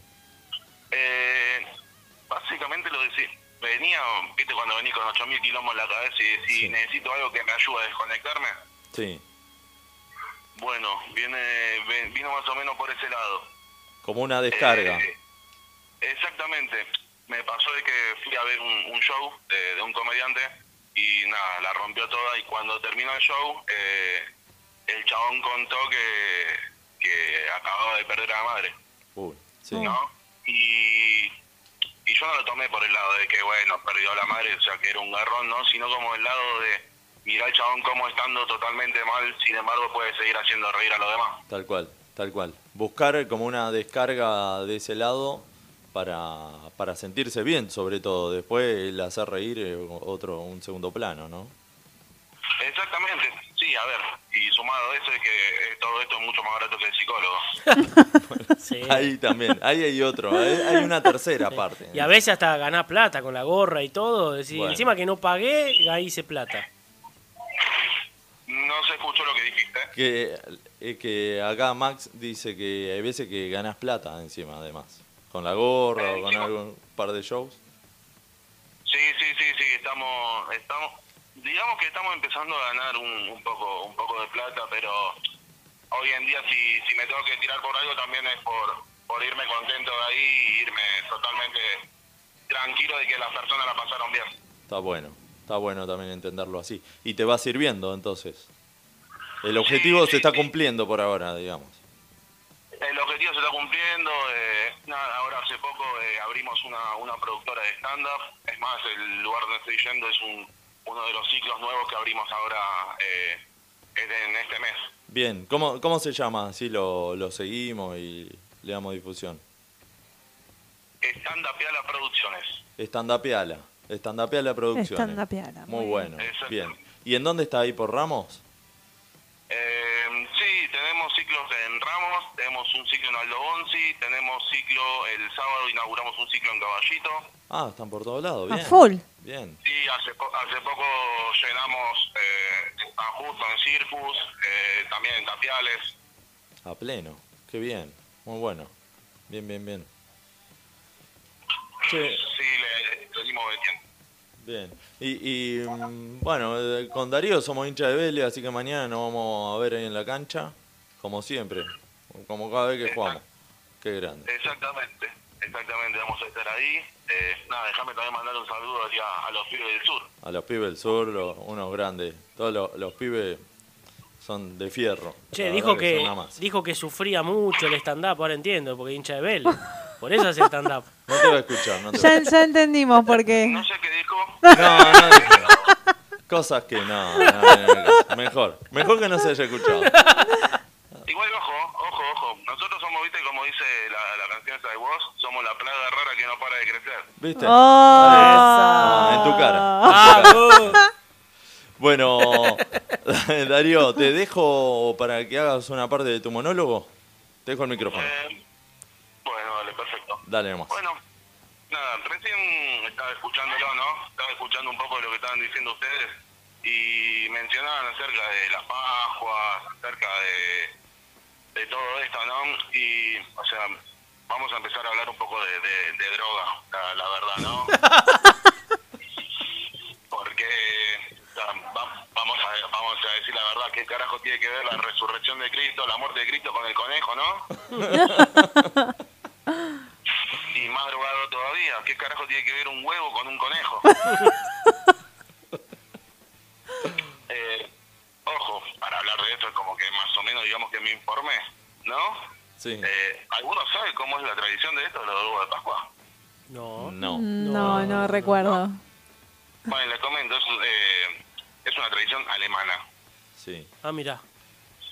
Speaker 12: Eh, básicamente lo decía, venía, viste, cuando venís con 8.000 kilómetros en la cabeza y decís,
Speaker 1: Sí.
Speaker 12: necesito algo que me ayude a desconectarme.
Speaker 1: Sí.
Speaker 12: Bueno, viene, ve- vino más o menos por ese lado.
Speaker 1: Como una descarga.
Speaker 12: Eh, exactamente. Me pasó de que fui a ver un, un show de, de un comediante y nada, la rompió toda y cuando terminó el show, eh, el chabón contó que, que acababa de perder a la madre.
Speaker 1: Uy, sí.
Speaker 12: ¿no? Y, y yo no lo tomé por el lado de que, bueno, perdió a la madre, o sea, que era un garrón, ¿no? Sino como el lado de, mirá al chabón como estando totalmente mal, sin embargo puede seguir haciendo reír a los demás.
Speaker 1: Tal cual, tal cual. Buscar como una descarga de ese lado para, para sentirse bien, sobre todo. Después el hacer reír eh, otro, un segundo plano, ¿no?
Speaker 12: Exactamente, sí, a ver, y sumado a eso es que eh, todo esto es mucho más barato que el psicólogo.
Speaker 1: Ahí también, ahí hay otro, hay, hay una tercera parte.
Speaker 3: Y a veces hasta ganás plata con la gorra y todo. decís,
Speaker 1: Bueno.
Speaker 3: Encima que no pagué, hice plata.
Speaker 12: No se escuchó lo que dijiste.
Speaker 1: Que, eh, que acá Max dice que hay veces que ganas plata encima, además. Con la gorra o con algún par de shows.
Speaker 12: Sí, sí, sí, sí, estamos, estamos, digamos que estamos empezando a ganar un, un poco, un poco de plata, pero hoy en día si, si me tengo que tirar por algo también es por, por irme contento de ahí y irme totalmente tranquilo de que las personas la pasaron bien.
Speaker 1: Está bueno, está bueno también entenderlo así. Y te va sirviendo entonces. El objetivo se está cumpliendo por ahora, digamos.
Speaker 12: El objetivo se está cumpliendo, eh, nada, ahora hace poco eh, abrimos una, una productora de stand-up, es más, el lugar donde estoy yendo es un, uno de los ciclos nuevos que abrimos ahora eh, en este mes.
Speaker 1: Bien, ¿cómo, cómo se llama? Así lo, lo seguimos y le damos difusión.
Speaker 12: Stand-up Piala Producciones.
Speaker 1: Estandapeala, Estandapeala Producciones.
Speaker 2: Estandapeala,
Speaker 1: Muy
Speaker 2: muy
Speaker 1: bueno, bien. ¿Y en dónde está ahí por Ramos?
Speaker 12: Eh, sí, tenemos ciclos en Ramos, tenemos un ciclo en Aldo Bonzi, tenemos ciclo, el sábado inauguramos un ciclo en Caballito.
Speaker 1: Ah, están por todos lados,
Speaker 2: A
Speaker 1: bien.
Speaker 2: full.
Speaker 1: Bien,
Speaker 12: Sí, hace, po- hace poco llenamos eh, a Justo en Circus, eh, también en Tapiales.
Speaker 1: a pleno. Qué bien, muy bueno. Bien, bien, bien. Che,
Speaker 12: Sí, le, le dimos metiendo.
Speaker 1: Bien. Y, y, mm, bueno, eh, con Darío somos hincha de Vélez, así que mañana nos vamos a ver ahí en la cancha, como siempre, como cada vez que jugamos. Qué grande.
Speaker 12: Exactamente, exactamente, vamos a estar ahí. Eh, nada, déjame también mandar un saludo aquí a, a los pibes del sur.
Speaker 1: A los pibes del sur, lo- unos grandes. Todos lo- los, pibes son de fierro.
Speaker 3: Che,
Speaker 1: La
Speaker 3: dijo
Speaker 1: verdad son
Speaker 3: que,
Speaker 1: una masa.
Speaker 3: dijo que sufría mucho el stand-up, ahora entiendo, porque es hincha de Vélez. Por eso hace stand-up.
Speaker 1: No te va a escuchar, no te va a
Speaker 2: Ya, ya entendimos por qué. No
Speaker 12: sé qué dijo.
Speaker 1: No, no dijo. Cosas que no, no, no, no. Mejor. Mejor que no se haya escuchado.
Speaker 12: Igual, ojo, ojo, ojo. Nosotros somos, viste, como dice la, la canción esa de vos, somos la plaga rara que no para de crecer.
Speaker 1: ¿Viste?
Speaker 2: Oh.
Speaker 1: Ah, en tu cara. En tu cara.
Speaker 2: Ah,
Speaker 1: Bueno, Darío, te dejo para que hagas una parte de tu monólogo. Te dejo el micrófono.
Speaker 12: Bueno, dale, perfecto.
Speaker 1: Dale nomás.
Speaker 12: Bueno, nada, recién estaba escuchándolo, ¿no? Estaba escuchando un poco de lo que estaban diciendo ustedes y mencionaban acerca de las Pascuas, acerca de, de todo esto, ¿no? Y, o sea, vamos a empezar a hablar un poco de, de- de droga, la, la verdad, ¿no? Porque o sea, va- vamos, a, vamos a decir la verdad, ¿qué carajo tiene que ver la resurrección de Cristo, la muerte de Cristo con el conejo, ¿no? Y más drogado todavía. ¿Qué carajo tiene que ver un huevo con un conejo? Eh, ojo, para hablar de esto es como que más o menos digamos que me informé, ¿no?
Speaker 1: Sí.
Speaker 12: Eh, ¿Alguno sabe cómo es la tradición de esto, de los huevos de Pascua?
Speaker 3: No.
Speaker 1: No.
Speaker 2: No, no recuerdo.
Speaker 12: Bueno, le comento, es, eh, es una tradición alemana.
Speaker 6: Sí.
Speaker 3: Ah, mirá.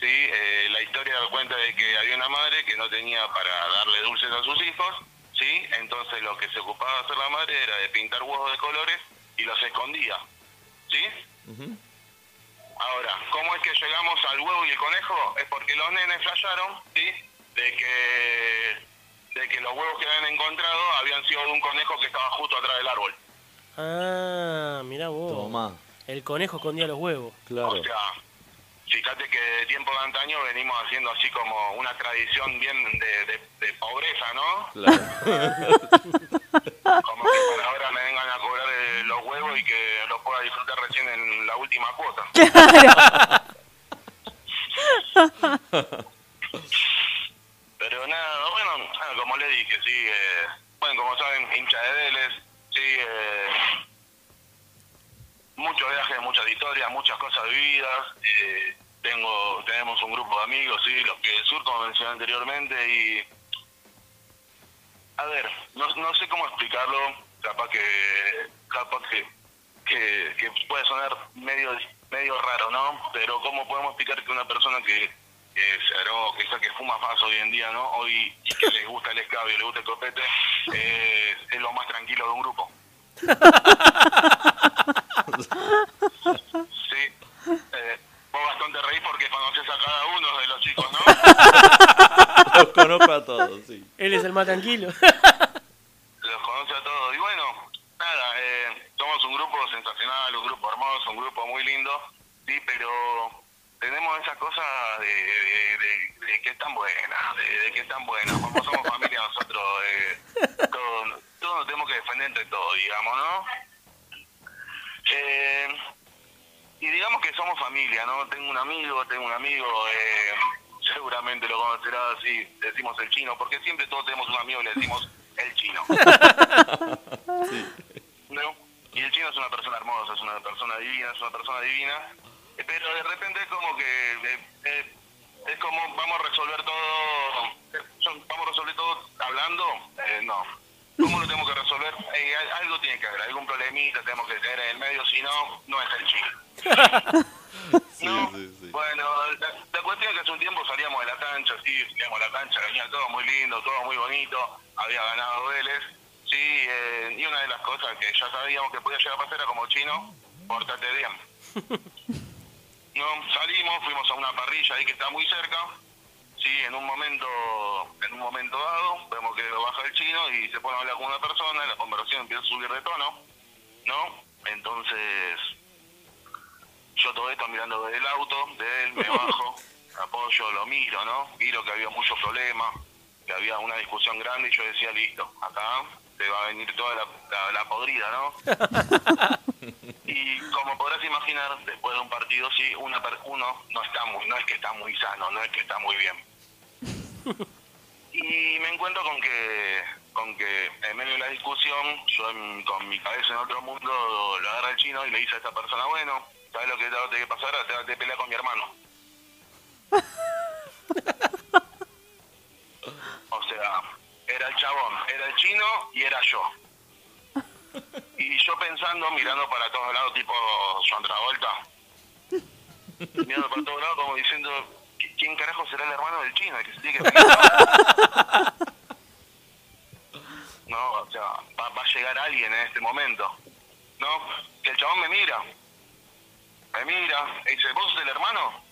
Speaker 12: Sí, eh, la historia da cuenta de que había una madre que no tenía para darle dulces a sus hijos, ¿sí? Entonces lo que se ocupaba de hacer la madre era de pintar huevos de colores y los escondía, ¿sí? Ahora, ¿cómo es que llegamos al huevo y el conejo? Es porque los nenes fallaron, ¿sí? De que, de que los huevos que habían encontrado habían sido de un conejo que estaba justo atrás del árbol.
Speaker 3: Ah, mirá vos.
Speaker 6: Tomá.
Speaker 3: El conejo escondía los huevos.
Speaker 6: Claro.
Speaker 12: O sea, fíjate que de tiempo de antaño venimos haciendo así como una tradición bien de, de- de pobreza, ¿no? como que por ahora me vengan a cobrar eh, los huevos y que los pueda disfrutar recién en la última cuota. Pero nada, bueno, nada, como le dije, sí, eh, bueno, como saben, hincha de Vélez, sí, eh, muchos viajes, muchas historias, muchas cosas vividas, eh, tengo, tenemos un grupo de amigos, sí, los que del sur, como mencioné anteriormente, y, a ver, no, no sé cómo explicarlo, capaz que, capaz que, que, que puede sonar medio, medio raro, ¿no? Pero cómo podemos explicar que una persona que que se aró, que esa que fuma faz hoy en día, ¿no? Hoy y que les gusta el escabio, les gusta el copete, eh, es lo más tranquilo de un grupo. Sí. Eh, vos bastante reís porque conoces a cada uno de los chicos, ¿no?
Speaker 6: Los conozco a todos, sí.
Speaker 3: Él es el más tranquilo.
Speaker 12: Los conoce a todos. Y bueno, nada, eh, somos un grupo sensacional, un grupo hermoso, un grupo muy lindo, sí, pero tenemos esa cosa de, de- de- de que es tan buena, de, de que es tan buena. Como somos familia nosotros, eh, todos, todos nos tenemos que defender entre todos, digamos, ¿no? Eh, y digamos que somos familia, ¿no? Tengo un amigo, tengo un amigo, eh, seguramente lo conocerás y decimos el chino, porque siempre todos tenemos un amigo y le decimos el chino. ¿No? Y el chino es una persona hermosa, es una persona divina, es una persona divina, eh, pero de repente es como que eh, eh, es como vamos a resolver todo, eh, son- vamos a resolver todo hablando, Eh, no. ¿Cómo lo tenemos que resolver? Eh, al- algo tiene que haber, algún problemita tenemos que tener en el medio, si no, no es el chino. Bueno, la, la cuestión es que hace un tiempo salíamos de la cancha, sí, salíamos de la cancha, venía todo muy lindo, todo muy bonito, había ganado Vélez, sí, eh, y una de las cosas que ya sabíamos que podía llegar a pasar era como chino, pórtate bien. No, salimos, fuimos a una parrilla ahí que está muy cerca, sí, en un momento, en un momento dado, vemos que baja el chino y se pone a hablar con una persona, la conversación empieza a subir de tono, ¿no? Entonces, yo todo esto mirando desde el auto, de él me bajo, apoyo, lo miro, ¿no? Miro que había muchos problemas, que había una discusión grande y yo decía, listo, acá te va a venir toda la, la- la podrida, ¿no? y como podrás imaginar, después de un partido, sí, una per- uno no está muy, no es que está muy sano, no es que está muy bien. Y me encuentro con que, con que en medio de la discusión, yo en- con mi cabeza en otro mundo, lo agarra el chino y le dice a esta persona, bueno, ¿sabes lo que te va a tener que pasar? Te vas a tener que pelear con mi hermano. o sea, era el chabón, era el chino y era yo. Y yo pensando, mirando para todos lados, tipo John Travolta, mirando para todos lados como diciendo, "¿Qui- ¿quién carajo será el hermano del chino? El que se tiene que pelear?" No, o sea, va, va a llegar alguien en este momento. No, que el chabón me mira. Me mira, y dice, ¿vos sos el hermano?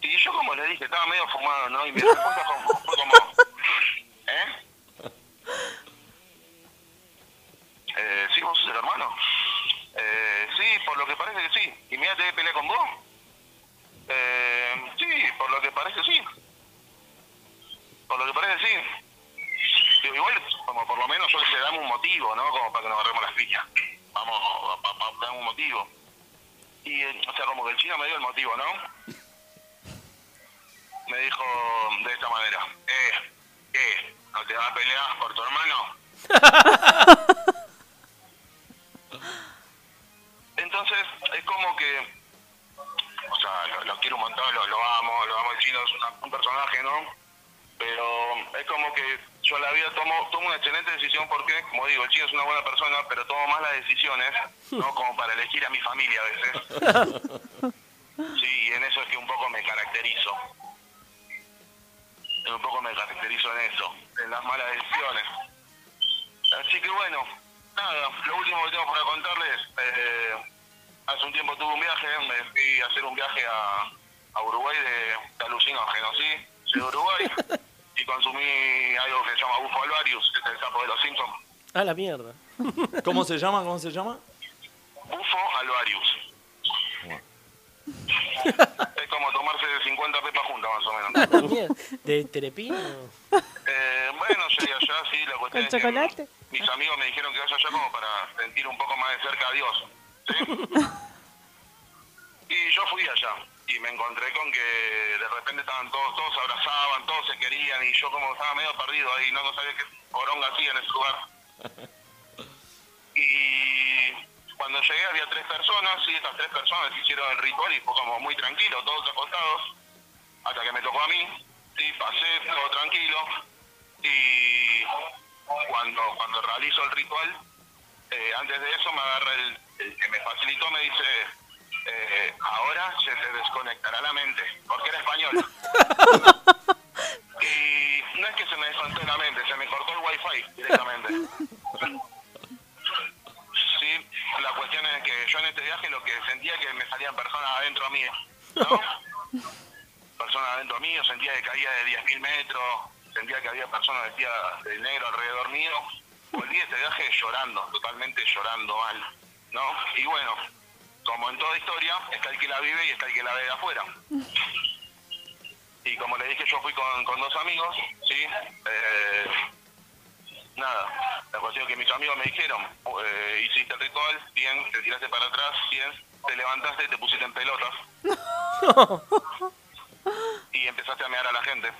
Speaker 12: Y yo como le dije, estaba medio fumado, ¿no? Y mi respuesta como- fue como, ¿eh? Eh, sí, vos sos el hermano. Eh, sí, por lo que parece que sí. ¿Y mira, te voy a pelear con vos? Eh, sí, por lo que parece sí. Por lo que parece sí. Digo, igual, como por lo menos yo le dije, dame un motivo, ¿no? Como para que nos agarremos las piñas. Vamos, pa- pa- dame un motivo. Y, eh, o sea, como que el chino me dio el motivo, ¿no? Me dijo de esta manera, eh, ¿qué? ¿No te vas a pelear por tu hermano? Entonces, es como que, o sea, lo, lo quiero un montón, lo, lo amo, lo amo, el chino es una- un personaje, ¿no? Pero es como que yo en la vida tomo, tomo una excelente decisión porque, como digo, el chino es una buena persona, pero tomo malas decisiones, ¿no? Como para elegir a mi familia a veces. un poco me caracterizo en eso, en las malas decisiones. Así que bueno, nada, lo último que tengo para contarles, eh, hace un tiempo tuve un viaje, me fui a hacer un viaje a, a Uruguay de, de alucinógenos, ¿sí? Soy de Uruguay y consumí algo que se llama Bufo alvarius, que es el sapo de los Simpsons.
Speaker 3: Ah, la mierda.
Speaker 1: ¿Cómo se llama? ¿Cómo se llama?
Speaker 12: Bufo alvarius. es como tomarse 50 pepas juntas, más o
Speaker 2: Ah,
Speaker 12: menos.
Speaker 3: La mierda. ¿De Terepino?
Speaker 12: Eh, bueno, llegué allá, sí, la cuestión
Speaker 2: ¿Con
Speaker 12: es que
Speaker 2: chocolate?
Speaker 12: mis amigos me dijeron que vaya allá como para sentir un poco más de cerca a Dios. ¿sí? Y yo fui allá y me encontré con que de repente estaban todos, todos se abrazaban, todos se querían y yo como estaba medio perdido ahí, no, no sabía qué poronga hacía en ese lugar. Y cuando llegué había tres personas y estas tres personas hicieron el ritual y fue como muy tranquilo, todos acostados, hasta que me tocó a mí, sí, pasé todo tranquilo y cuando, cuando realizo el ritual, eh, antes de eso me agarra el, el que me facilitó, me dice, eh, ahora se te desconectará la mente, porque era español. y no es que se me desconectó la mente, se me cortó el wifi directamente. Sí, la cuestión es que yo en este viaje lo que sentía es que me salían personas adentro mío, ¿no? personas adentro mío, sentía que caía de 10.000 metros, sentía que había personas vestidas de negro alrededor mío. Volví de este viaje llorando, totalmente llorando mal, ¿no? Y bueno, como en toda historia, está el que la vive y está el que la ve de afuera. Y como le dije, yo fui con, con dos amigos, ¿sí? Eh, nada, la cuestión es que mis amigos me dijeron, eh, hiciste el ritual, bien, te tiraste para atrás, bien, te levantaste y te pusiste en pelotas y empezaste a mear a la gente.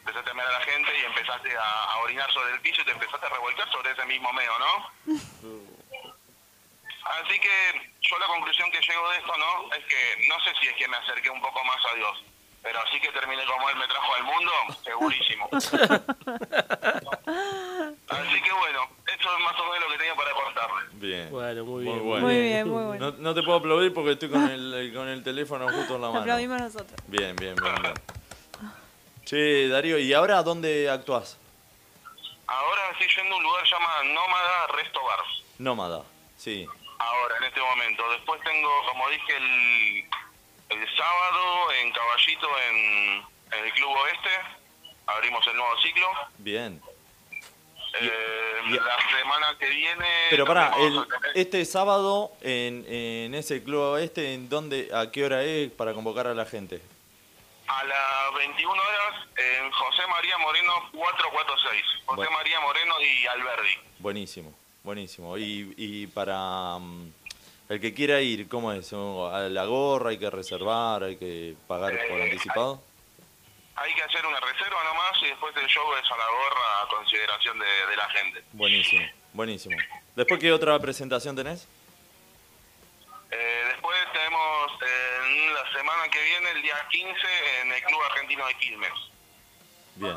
Speaker 12: Empezaste a mear a la gente y empezaste a, a orinar sobre el piso y te empezaste a revolcar sobre ese mismo meo, ¿no? Así que yo la conclusión que llego de esto, ¿no? Es que no sé si es que me acerqué un poco más a Dios, pero sí que terminé como Él me trajo al mundo, segurísimo. Así que bueno, esto es más o menos lo que tenía para contarles.
Speaker 1: Bien.
Speaker 3: Bueno, muy
Speaker 1: bien.
Speaker 2: Muy bien, muy bueno.
Speaker 1: No, no te puedo aplaudir porque estoy con el, con el teléfono justo en la mano.
Speaker 2: Aplaudimos nosotros.
Speaker 1: Bien, bien, bien, bien. Che, Darío, ¿y ahora dónde actuás?
Speaker 12: Ahora estoy yendo a un lugar llamado Nómada Resto Bar.
Speaker 1: Nómada, sí.
Speaker 12: Ahora, en este momento. Después tengo, como dije, el, el sábado en Caballito, en, en el Club Oeste. Abrimos el nuevo ciclo.
Speaker 1: Bien.
Speaker 12: Eh, la semana que viene...
Speaker 1: Pero pará,
Speaker 12: también
Speaker 1: el-
Speaker 12: vamos a tener-
Speaker 1: este sábado en, en ese club este, ¿en dónde, ¿a qué hora es para convocar a la gente?
Speaker 12: A las 21 horas en José María Moreno 446. José
Speaker 1: Bueno.
Speaker 12: María Moreno y Alberdi.
Speaker 1: Buenísimo, buenísimo. Y, y para mm, el que quiera ir, ¿cómo es? ¿A la gorra hay que reservar, hay que pagar por
Speaker 12: Eh,
Speaker 1: anticipado?
Speaker 12: Hay que hacer una reserva nomás y después el show es a la gorra a consideración de, de la gente.
Speaker 1: Buenísimo, buenísimo. ¿Después qué otra presentación tenés?
Speaker 12: Eh, después tenemos eh, en la semana que viene, el día 15, en el Club Argentino de Quilmes.
Speaker 1: Bien.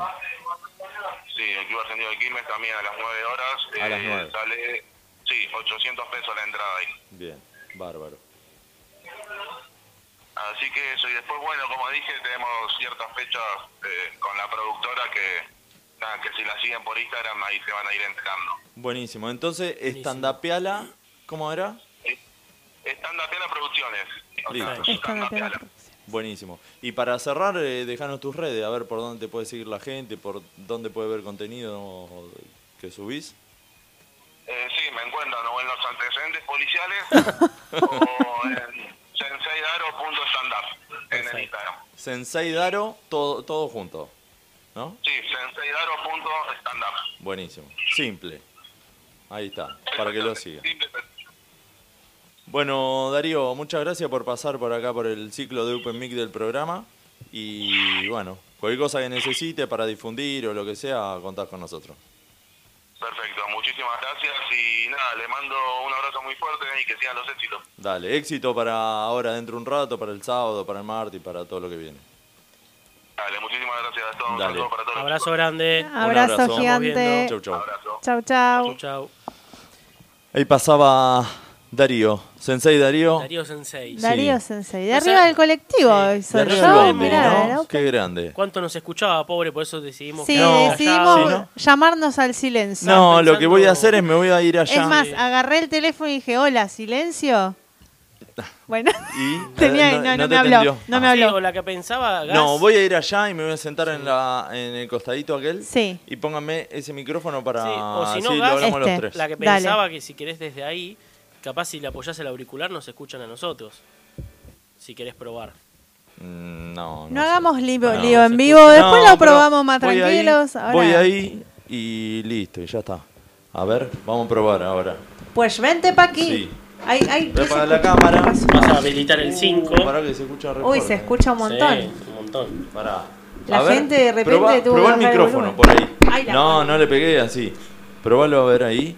Speaker 12: Sí, el Club Argentino de Quilmes también a las 9 horas. eh,
Speaker 1: A las nueve.
Speaker 12: Sale, sí, 800 pesos la entrada ahí.
Speaker 1: Bien, bárbaro.
Speaker 12: Así que eso, y después, bueno, como dije, tenemos ciertas fechas eh, con la productora que, nada, que si la siguen por Instagram ahí se van a ir entrando.
Speaker 1: Buenísimo. Entonces, estandapeala, ¿cómo era?
Speaker 12: Están Datela Producciones. O sea,
Speaker 1: Listo. Buenísimo. Y para cerrar, eh, dejanos tus redes, a ver por dónde te puede seguir la gente, por dónde puede ver contenido que subís.
Speaker 12: eh, sí, me encuentran o en los antecedentes policiales o en senseidaro.standup en el Instagram.
Speaker 1: Sensei Daro, todo, todo junto. ¿No?
Speaker 12: Sí, senseidaro.standup.
Speaker 1: Buenísimo. Simple. Ahí está, para que lo sigan.
Speaker 12: Simple, pero-
Speaker 1: Bueno, Darío, muchas gracias por pasar por acá por el ciclo de Open Mic del programa. Y bueno, cualquier cosa que necesite para difundir o lo que sea, contás con nosotros.
Speaker 12: Perfecto, muchísimas gracias y nada, le mando un abrazo muy fuerte y que sigan los éxitos.
Speaker 1: Dale, éxito para ahora, dentro de un rato, para el sábado, para el martes y para todo lo que viene.
Speaker 12: Dale, muchísimas gracias a todos.
Speaker 1: Dale.
Speaker 12: saludos para todos.
Speaker 3: Abrazo grande.
Speaker 2: Abrazo,
Speaker 1: abrazo.
Speaker 2: gigante.
Speaker 1: Chau, chau.
Speaker 2: Chau, chau.
Speaker 3: Chau, chau.
Speaker 1: Ahí pasaba Darío, Sensei Darío.
Speaker 3: Darío Sensei.
Speaker 2: Darío Sensei. De arriba del colectivo. hizo
Speaker 1: De
Speaker 2: el
Speaker 1: arriba
Speaker 2: show,
Speaker 1: del bondi,
Speaker 2: mirá,
Speaker 1: ¿no?
Speaker 2: ¿no?
Speaker 1: Qué grande.
Speaker 3: ¿Cuánto nos escuchaba, pobre? Por eso decidimos
Speaker 2: Sí,
Speaker 3: quedarnos
Speaker 2: decidimos
Speaker 3: callados.
Speaker 2: llamarnos al silencio.
Speaker 1: No, lo que voy a hacer es me voy a ir allá.
Speaker 2: Es más, ah, agarré el teléfono y dije, hola, silencio. Bueno,
Speaker 1: y eh,
Speaker 2: tenía, no, no,
Speaker 1: te
Speaker 2: me habló.
Speaker 1: entendió.
Speaker 2: No me
Speaker 3: Ah,
Speaker 2: habló.
Speaker 3: sí, o la que pensaba, Gas.
Speaker 1: No, voy a ir allá y me voy a sentar en, la, en el costadito aquel.
Speaker 2: Sí.
Speaker 1: Y pónganme ese micrófono para.
Speaker 3: Sí, o si no,
Speaker 1: así lo
Speaker 3: Gas,
Speaker 1: hablamos los
Speaker 2: Este.
Speaker 1: tres.
Speaker 3: la que
Speaker 2: Dale.
Speaker 3: pensaba que si querés desde ahí, capaz si le apoyás el auricular nos escuchan a nosotros. Si querés probar.
Speaker 1: Mm, No, no.
Speaker 2: No
Speaker 1: sé.
Speaker 2: hagamos lío,
Speaker 1: No,
Speaker 2: lío
Speaker 1: no
Speaker 2: en
Speaker 1: se
Speaker 2: vivo.
Speaker 1: escucha.
Speaker 2: Después
Speaker 1: No,
Speaker 2: lo
Speaker 1: pero
Speaker 2: probamos más
Speaker 1: voy ahí,
Speaker 2: tranquilos. ahora.
Speaker 1: Voy ahí y listo, y ya está. A ver, vamos a probar ahora.
Speaker 2: Pues vente pa' aquí.
Speaker 1: Sí.
Speaker 2: Ay, ay,
Speaker 1: Voy a
Speaker 2: ¿qué se
Speaker 1: apagar la
Speaker 2: escucha?
Speaker 1: cámara.
Speaker 3: Vas a habilitar el 5.
Speaker 1: Pará que se escucha re
Speaker 2: Uy,
Speaker 1: fuerte.
Speaker 2: se escucha un montón.
Speaker 3: Sí, un montón.
Speaker 1: Pará.
Speaker 2: La
Speaker 1: A ver,
Speaker 2: gente de repente
Speaker 1: probá-
Speaker 2: tuvo
Speaker 1: probá
Speaker 2: que
Speaker 1: el
Speaker 2: bajar el
Speaker 1: micrófono
Speaker 2: volumen.
Speaker 1: por ahí.
Speaker 2: Ay, la
Speaker 1: no, no le pegué así. Probalo a ver ahí.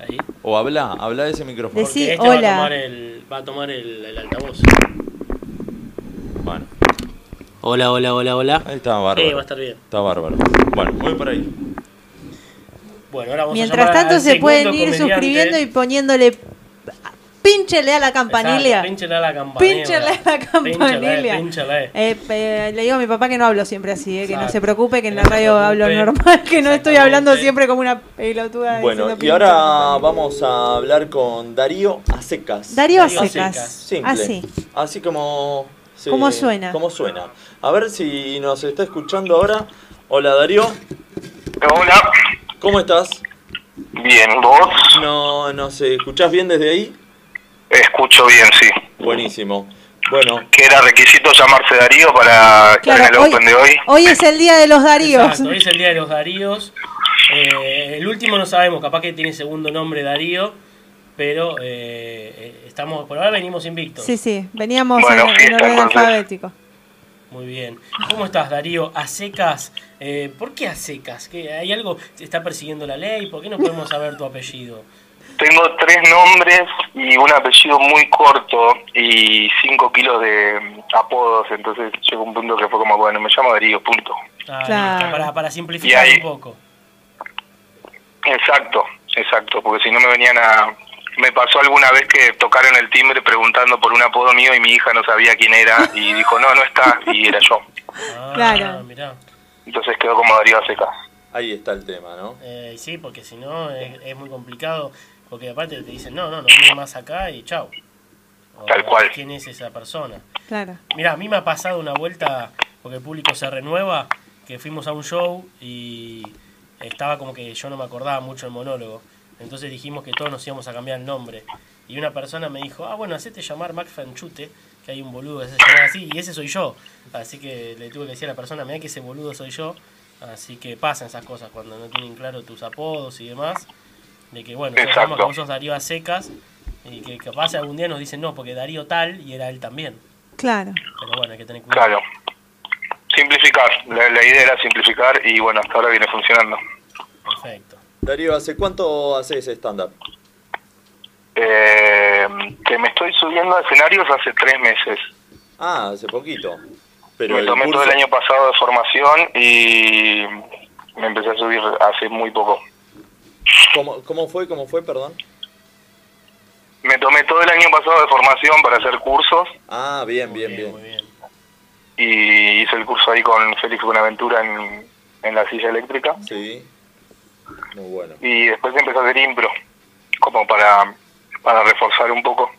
Speaker 3: Ahí.
Speaker 1: O habla, habla de ese micrófono.
Speaker 2: Decí- Sí,
Speaker 3: este
Speaker 2: hola.
Speaker 3: Va a tomar el, va a tomar el, el altavoz.
Speaker 1: Bueno,
Speaker 3: Hola, hola, hola, hola.
Speaker 1: ahí está bárbaro.
Speaker 3: Eh, va a estar bien.
Speaker 1: Está bárbaro. Bueno, voy por ahí.
Speaker 3: Bueno, ahora vamos a
Speaker 2: Mientras
Speaker 3: llamar
Speaker 2: tanto
Speaker 3: al
Speaker 2: se
Speaker 3: segundo
Speaker 2: pueden ir
Speaker 3: comediante.
Speaker 2: suscribiendo y poniéndole... Pínchele a la campanilla.
Speaker 3: Exacto, Pínchale a la eh, campanilla.
Speaker 2: Pínchale a la campanilla.
Speaker 3: Pínchale, pínchale.
Speaker 2: Eh, pe- le digo a mi papá que no hablo siempre así, eh, que no
Speaker 3: Exacto.
Speaker 2: se preocupe, que en
Speaker 3: Que
Speaker 2: la
Speaker 3: no se
Speaker 2: radio hablo
Speaker 3: preocupe.
Speaker 2: normal, que no estoy
Speaker 3: Exactamente.
Speaker 2: hablando siempre como una pelotuda.
Speaker 1: Bueno,
Speaker 2: diciendo
Speaker 1: y ahora vamos a hablar con Darío a secas.
Speaker 2: pinche. Darío a
Speaker 3: Darío a
Speaker 2: secas.
Speaker 3: secas.
Speaker 1: Simple.
Speaker 2: Así.
Speaker 1: Así como. se-
Speaker 2: Como suena.
Speaker 1: Como suena. A ver si nos está escuchando ahora. Hola Darío,
Speaker 13: Hola.
Speaker 1: ¿cómo estás?
Speaker 13: Bien, ¿vos?
Speaker 1: No, ¿Nos escuchás bien desde ahí?
Speaker 13: Escucho bien, sí.
Speaker 1: Buenísimo. Bueno,
Speaker 13: Que era requisito llamarse Darío para estar en el
Speaker 2: Claro, hoy,
Speaker 13: Open de hoy.
Speaker 2: hoy es el día de los Daríos.
Speaker 3: Exacto, hoy es el día de los Daríos. Eh, el último no sabemos, capaz que tiene segundo nombre Darío, pero eh, eh, estamos por ahora venimos invictos.
Speaker 2: Sí, sí, veníamos
Speaker 13: Bueno,
Speaker 2: en, en
Speaker 13: fiesta,
Speaker 2: orden
Speaker 13: entonces.
Speaker 2: alfabético.
Speaker 3: Muy bien. ¿Cómo estás, Darío? ¿A secas? Eh, ¿Por qué a secas? ¿Qué- ¿Hay algo? ¿Te está persiguiendo la ley? ¿Por qué no podemos saber tu apellido?
Speaker 13: Tengo tres nombres y un apellido muy corto y cinco kilos de mm, apodos, entonces llegó un punto que fue como, bueno, me llamo Darío, punto.
Speaker 3: Ah,
Speaker 2: Claro.
Speaker 3: listo, para, para simplificar
Speaker 13: Y ahí-
Speaker 3: un poco.
Speaker 13: Exacto, exacto, porque si no me venían a... Me pasó alguna vez que tocaron el timbre preguntando por un apodo mío y mi hija no sabía quién era y dijo, no, no está, y era yo.
Speaker 3: Ah,
Speaker 2: Claro.
Speaker 3: Mirá.
Speaker 13: Entonces quedó como Darío Aceca.
Speaker 1: ahí está el tema, ¿no?
Speaker 3: Eh, sí, porque si no es, es muy complicado. Porque aparte te dicen, no, no, no viene más acá y chau. O,
Speaker 13: Tal cual.
Speaker 3: ¿Quién es esa persona?
Speaker 2: Claro.
Speaker 3: Mira, a mí me ha pasado una vuelta, porque el público se renueva, que fuimos a un show y estaba como que yo no me acordaba mucho el monólogo. Entonces dijimos que todos nos íbamos a cambiar el nombre. Y una persona me dijo, ah, bueno, hacete llamar Mac Fanchute, que hay un boludo que se llama así, y ese soy yo. Así que le tuve que decir a la persona, mirá que ese boludo soy yo. Así que pasan esas cosas cuando no tienen claro tus apodos y demás. De que, bueno,
Speaker 13: Exacto.
Speaker 3: sabemos que vos sos Darío a secas y que capaz algún día nos dicen no, porque Darío tal y era él también.
Speaker 2: Claro.
Speaker 3: Pero bueno, hay que tener cuidado.
Speaker 13: Claro. Simplificar, la, la idea era simplificar y bueno, hasta ahora viene funcionando.
Speaker 3: Perfecto.
Speaker 1: Darío, ¿hace cuánto haces stand-up?
Speaker 13: Eh, que me estoy subiendo a escenarios hace tres meses.
Speaker 1: Ah, hace poquito. Pero
Speaker 13: me
Speaker 1: el
Speaker 13: tomé todo
Speaker 1: curso-
Speaker 13: el año pasado de formación y me empecé a subir hace muy poco.
Speaker 1: ¿Cómo, cómo fue? ¿Cómo fue? Perdón.
Speaker 13: Me tomé todo el año pasado de formación para hacer cursos
Speaker 1: Ah, bien,
Speaker 3: Muy
Speaker 1: bien, bien.
Speaker 3: Muy bien.
Speaker 13: y hice el curso ahí con Félix Buenaventura en, en la silla eléctrica
Speaker 1: Sí. Muy bueno.
Speaker 13: y después empecé a hacer impro como para, para reforzar un poco.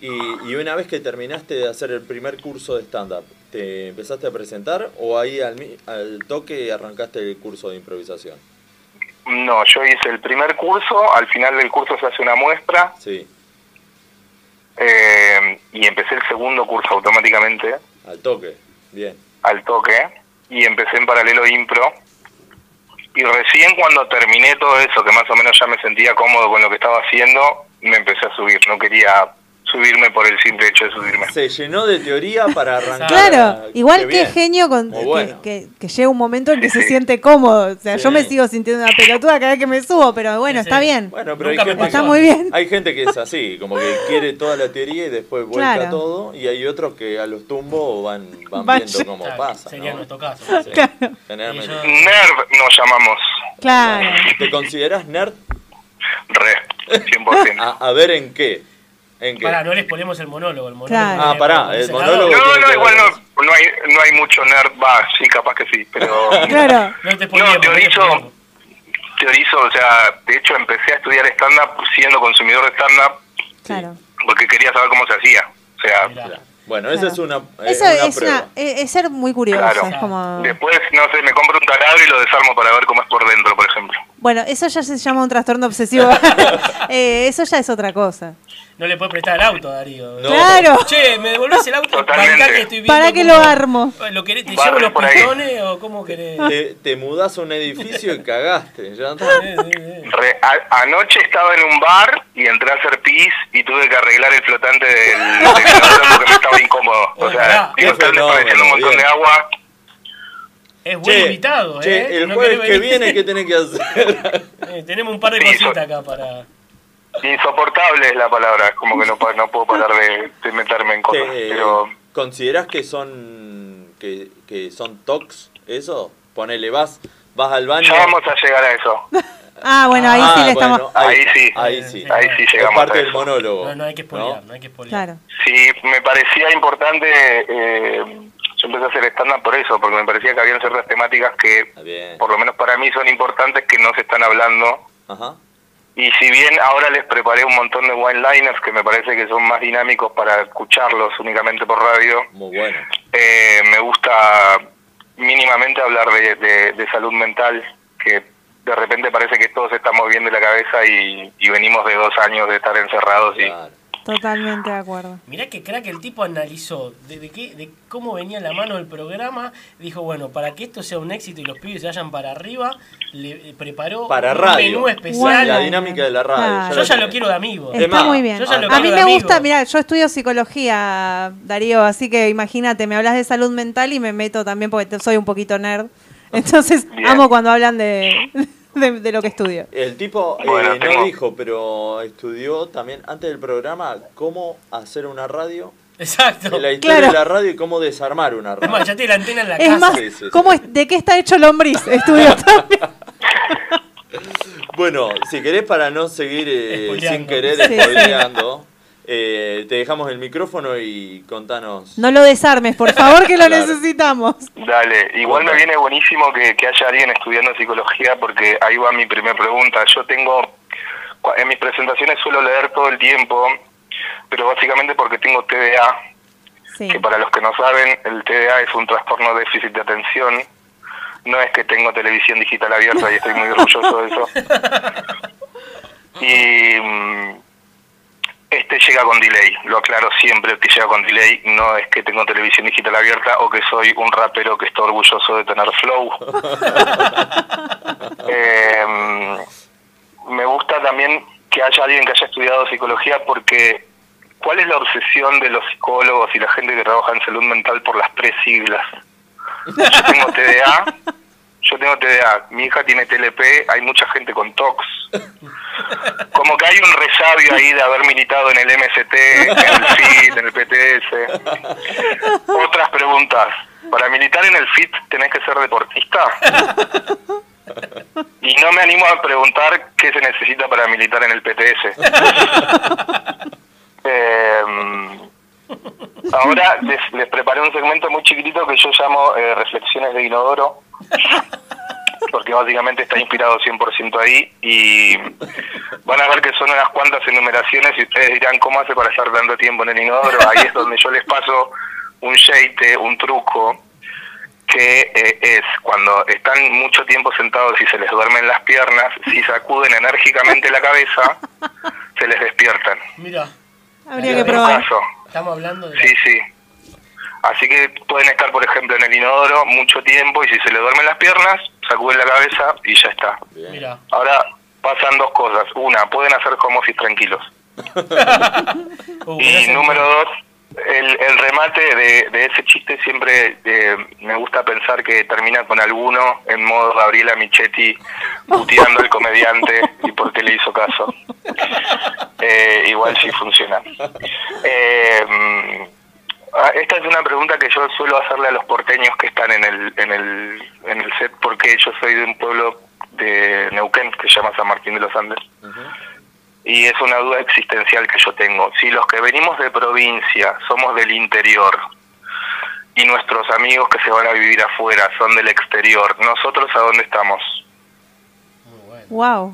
Speaker 1: Y, y una vez que terminaste de hacer el primer curso de stand-up, ¿te empezaste a presentar o ahí al, mi- al toque arrancaste el curso de improvisación?
Speaker 13: No, yo hice el primer curso, al final del curso se hace una muestra
Speaker 1: Sí,
Speaker 13: eh, y empecé el segundo curso automáticamente
Speaker 1: al toque. Bien.
Speaker 13: al toque y empecé en paralelo impro. Y recién cuando terminé todo eso, que más o menos ya me sentía cómodo con lo que estaba haciendo, me empecé a subir. No quería subirme por el simple hecho de subirme.
Speaker 1: Se llenó de teoría para arrancar.
Speaker 2: Claro, igual
Speaker 1: Qué
Speaker 2: que
Speaker 1: bien.
Speaker 2: genio con,
Speaker 1: Muy
Speaker 2: que-
Speaker 1: bueno.
Speaker 2: que, que llega un momento en que se
Speaker 13: Sí.
Speaker 2: siente cómodo. O sea,
Speaker 1: Sí.
Speaker 2: yo me sigo sintiendo una pelotuda cada vez que me subo, pero bueno,
Speaker 3: Sí,
Speaker 2: está
Speaker 3: sí.
Speaker 2: bien.
Speaker 1: Bueno, pero hay
Speaker 3: Nunca me
Speaker 1: gente,
Speaker 3: pasó.
Speaker 2: Está muy bien.
Speaker 1: hay gente que es así, como que quiere toda la teoría y después vuelca
Speaker 2: Claro.
Speaker 1: todo, y hay otros que a los tumbos van, van
Speaker 2: Van
Speaker 1: viendo cómo
Speaker 3: Claro,
Speaker 1: pasa.
Speaker 3: Sería
Speaker 1: ¿no?
Speaker 3: nuestro caso.
Speaker 1: Sí,
Speaker 2: Claro.
Speaker 1: generalmente.
Speaker 3: Y
Speaker 13: Nerd nos llamamos.
Speaker 2: Claro.
Speaker 1: ¿Te considerás nerd?
Speaker 13: Re, 100%.
Speaker 1: A, a ver en qué. ¿En qué?
Speaker 3: Pará, no les ponemos el monólogo. El monólogo
Speaker 1: Claro. Ah,
Speaker 3: eh,
Speaker 1: pará,
Speaker 3: porque
Speaker 1: el
Speaker 3: se
Speaker 1: monólogo
Speaker 3: acabó.
Speaker 1: tiene
Speaker 13: No, no, igual no, no, hay, no hay mucho nerd, va, sí, capaz que sí, pero...
Speaker 2: Claro.
Speaker 3: No te
Speaker 13: No, teorizo, teorizo, o sea, de hecho empecé a estudiar stand-up siendo consumidor de stand-up
Speaker 2: Claro.
Speaker 13: porque quería saber cómo se hacía. O sea,
Speaker 1: Bueno, esa
Speaker 2: Claro.
Speaker 1: es una, eh,
Speaker 2: Eso
Speaker 1: una
Speaker 2: es,
Speaker 1: prueba.
Speaker 2: una- e, es- es ser muy curioso.
Speaker 13: Claro.
Speaker 2: Es como...
Speaker 13: después, no sé, me compro un taladro y lo desarmo para ver cómo es por dentro, por ejemplo.
Speaker 2: Bueno, eso ya se llama un trastorno obsesivo. Eh, eso ya es otra cosa.
Speaker 3: No le puedes prestar el auto, Darío.
Speaker 2: No. Claro.
Speaker 3: Che, ¿me devolvés el auto?
Speaker 1: Totalmente.
Speaker 3: Bancá que estoy viendo
Speaker 2: ¿Para qué lo
Speaker 3: cómo-
Speaker 2: armo?
Speaker 3: ¿Lo querés, ¿Te
Speaker 1: Barre
Speaker 3: llevo los
Speaker 1: por ahí. Eh,
Speaker 3: pistones o cómo querés?
Speaker 1: Te, te mudás a un edificio y cagaste. Ya está.
Speaker 13: Re- a- anoche estaba en un bar y entré a hacer pis y tuve que arreglar el flotante del, del inodoro porque me estaba incómodo. O sea, digo, están desperdiciando un montón de agua.
Speaker 3: Es buen
Speaker 1: Che,
Speaker 3: invitado,
Speaker 1: che,
Speaker 3: ¿eh?
Speaker 1: el
Speaker 3: No
Speaker 1: jueves
Speaker 3: querés
Speaker 1: que
Speaker 3: venir.
Speaker 1: viene, ¿qué tenés que hacer?
Speaker 3: Eh, tenemos un par de cositas acá para...
Speaker 13: Insoportable es la palabra, es como que no, pa- no puedo parar de, de meterme en cosas.
Speaker 1: Eh,
Speaker 13: Pero
Speaker 1: ¿Considerás que son que, que son tox eso? Ponele, vas, vas al baño.
Speaker 13: ya vamos a llegar a eso.
Speaker 2: Ah, bueno, ahí sí le
Speaker 1: bueno,
Speaker 2: estamos.
Speaker 1: ahí,
Speaker 13: Ahí sí.
Speaker 1: Ahí sí.
Speaker 13: Ahí sí llegamos
Speaker 1: Es parte
Speaker 13: a
Speaker 1: del
Speaker 13: eso.
Speaker 1: monólogo.
Speaker 13: No, no hay que spoilear,
Speaker 1: no
Speaker 3: hay que
Speaker 2: Claro.
Speaker 13: Sí, me parecía importante, eh, yo empecé a hacer stand-up por eso, porque me parecía que habían ciertas temáticas que, por lo menos para mí, son importantes que no se están hablando.
Speaker 1: Ajá.
Speaker 13: Y si bien ahora les preparé un montón de one-liners que me parece que son más dinámicos para escucharlos únicamente por radio,
Speaker 1: Muy bueno.
Speaker 13: eh, me gusta mínimamente hablar de, de- de salud mental, que de repente parece que todos estamos bien de la cabeza y, y venimos de dos años de estar encerrados y...
Speaker 2: Totalmente de acuerdo.
Speaker 3: Mirá que crack el tipo analizó de, de qué, de cómo venía la mano del programa. Dijo, bueno, para que esto sea un éxito y los pibes se vayan para arriba, le eh, preparó
Speaker 1: Para
Speaker 3: un
Speaker 1: radio.
Speaker 3: menú
Speaker 1: Guau.
Speaker 3: especial.
Speaker 1: La dinámica de la radio, ya
Speaker 3: Yo
Speaker 1: la
Speaker 3: ya
Speaker 1: tiene.
Speaker 3: lo quiero de amigo.
Speaker 1: Es
Speaker 2: Está
Speaker 1: más,
Speaker 2: muy bien.
Speaker 3: yo ya lo
Speaker 2: A
Speaker 3: quiero
Speaker 2: mí
Speaker 3: de
Speaker 2: me
Speaker 3: amigo.
Speaker 2: gusta, mirá, yo estudio psicología, Darío, así que imagínate, me hablas de salud mental y me meto también porque te- soy un poquito nerd. Entonces,
Speaker 1: Bien.
Speaker 2: amo cuando hablan de, de- de lo que estudio.
Speaker 1: El tipo eh,
Speaker 13: Bueno,
Speaker 1: no
Speaker 13: tengo-
Speaker 1: dijo, pero estudió también antes del programa cómo hacer una radio.
Speaker 3: Exacto.
Speaker 1: La historia
Speaker 2: Claro.
Speaker 1: de la radio y cómo desarmar una radio.
Speaker 3: Es más, ya tiene la antena en la
Speaker 2: Es
Speaker 3: casa.
Speaker 2: más,
Speaker 1: Sí, sí, sí.
Speaker 2: ¿cómo es- ¿de qué está hecho el lombriz? Estudio también.
Speaker 1: Bueno, si querés para no seguir eh,
Speaker 2: Spoileando.
Speaker 1: sin querer
Speaker 2: Sí, sí.
Speaker 1: spoileando, eh, te dejamos el micrófono y contanos.
Speaker 2: No lo desarmes, por favor, que lo
Speaker 1: Claro.
Speaker 2: necesitamos.
Speaker 13: Dale, igual me viene buenísimo que, que haya alguien estudiando psicología porque ahí va mi primera pregunta. Yo tengo, cua- en mis presentaciones suelo leer todo el tiempo, pero básicamente porque tengo TDA,
Speaker 2: Sí.
Speaker 13: que para los que no saben, el TDA es un trastorno de déficit de atención. No es que tengo televisión digital abierta y estoy muy orgulloso de eso. Y mm, este llega con delay, lo aclaro siempre que llega con delay. No es que tengo televisión digital abierta o que soy un rapero que está orgulloso de tener flow. Eh, me gusta también que haya alguien que haya estudiado psicología porque ¿cuál es la obsesión de los psicólogos y la gente que trabaja en salud mental por las tres siglas? Yo tengo TDA, yo tengo TDA, mi hija tiene TLP, hay mucha gente con TOX. Como que hay un resabio ahí de haber militado en el MST, en el FIT, en el PTS. Otras preguntas. ¿Para militar en el FIT tenés que ser deportista? Y no me animo a preguntar qué se necesita para militar en el PTS. Em, ahora les, les preparé un segmento muy chiquitito que yo llamo eh, Reflexiones de Inodoro, porque básicamente está inspirado 100% ahí y van a ver que son unas cuantas enumeraciones y ustedes dirán cómo hace para estar tanto tiempo en el inodoro. Ahí es donde yo les paso un sheite, un truco que eh, es cuando están mucho tiempo sentados y se les duermen las piernas, si sacuden enérgicamente la cabeza, se les despiertan.
Speaker 3: Mirá,
Speaker 2: Habría que
Speaker 13: En un
Speaker 2: probar.
Speaker 13: caso.
Speaker 3: estamos hablando de...
Speaker 13: Sí, sí. Así que pueden estar, por ejemplo, en el inodoro mucho tiempo y si se les duermen las piernas, sacuden la cabeza y ya está.
Speaker 3: Mirá.
Speaker 13: Ahora pasan dos cosas. Una, pueden hacer home office tranquilos. y número dos, el, el remate de, de ese chiste siempre eh, me gusta pensar que termina con alguno en modo Gabriela Michetti puteando al comediante y por qué le hizo caso. Eh, igual sí funciona. Eh, mm, ah, esta es una pregunta que yo suelo hacerle a los porteños que están en el, en el, en el set, porque yo soy de un pueblo de Neuquén que se llama San Martín de los Andes y es una duda existencial que yo tengo. Si los que venimos de provincia somos del interior y nuestros amigos que se van a vivir afuera son del exterior, ¿nosotros a dónde estamos?
Speaker 2: Wow.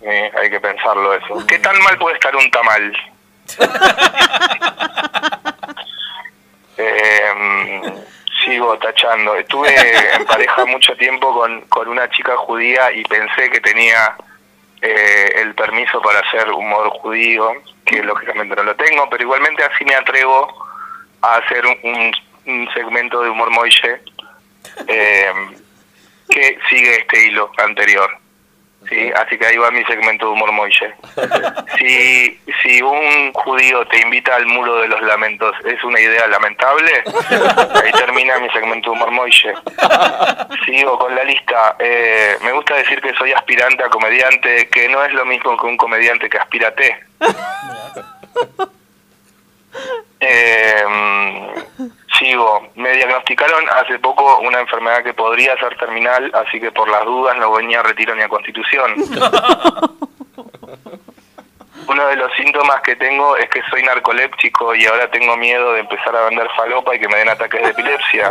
Speaker 13: Eh, hay que pensarlo eso. ¿Qué tan mal puede estar un tamal? Eh, sigo tachando. Estuve en pareja mucho tiempo con, con una chica judía y pensé que tenía eh, el permiso para hacer humor judío, que lógicamente no lo tengo, pero igualmente así me atrevo a hacer un, un- un segmento de humor moille eh, que sigue este hilo anterior. ¿sí? Así que ahí va mi segmento de humor moille. Si, si un judío te invita al muro de los lamentos, ¿es una idea lamentable? Ahí termina mi segmento de humor moille. Sigo con la lista. Eh, me gusta decir que soy aspirante a comediante, que no es lo mismo que un comediante que aspira a té. Eh, sigo. Me diagnosticaron hace poco una enfermedad que podría ser terminal, así que por las dudas no venía a retiro ni a constitución. Uno de los síntomas que tengo es que soy narcoléptico y ahora tengo miedo de empezar a vender falopa y que me den ataques de epilepsia.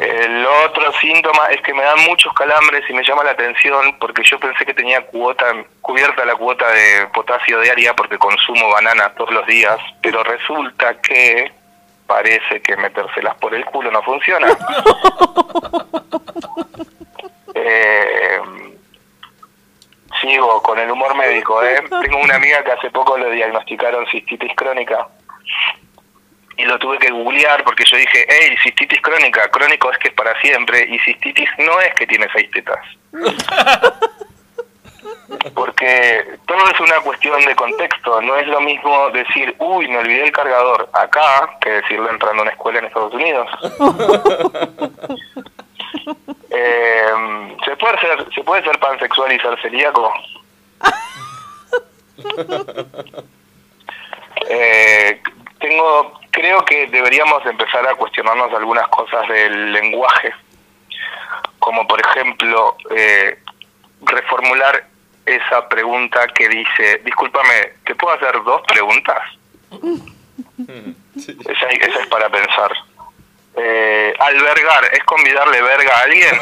Speaker 13: El otro síntoma es que me dan muchos calambres y me llama la atención porque yo pensé que tenía cuota, cubierta la cuota de potasio diaria porque consumo bananas todos los días, pero resulta que parece que metérselas por el culo no funciona. Eh, sigo con el humor médico, ¿eh? Tengo una amiga que hace poco le diagnosticaron cistitis crónica y lo tuve que googlear porque yo dije, hey, cistitis crónica, crónico es que es para siempre y cistitis no es que tiene seis tetas. Porque todo es una cuestión de contexto, no es lo mismo decir, uy, me olvidé el cargador acá, que decirlo entrando a una escuela en Estados Unidos. Eh, ¿se, puede ser, ¿Se puede ser pansexual y ser celíaco? Eh, tengo, creo que deberíamos empezar a cuestionarnos algunas cosas del lenguaje, como por ejemplo eh, reformular esa pregunta que dice, discúlpame, ¿te puedo hacer dos preguntas? Esa, esa es para pensar. Eh, albergar, ¿es convidarle verga a alguien?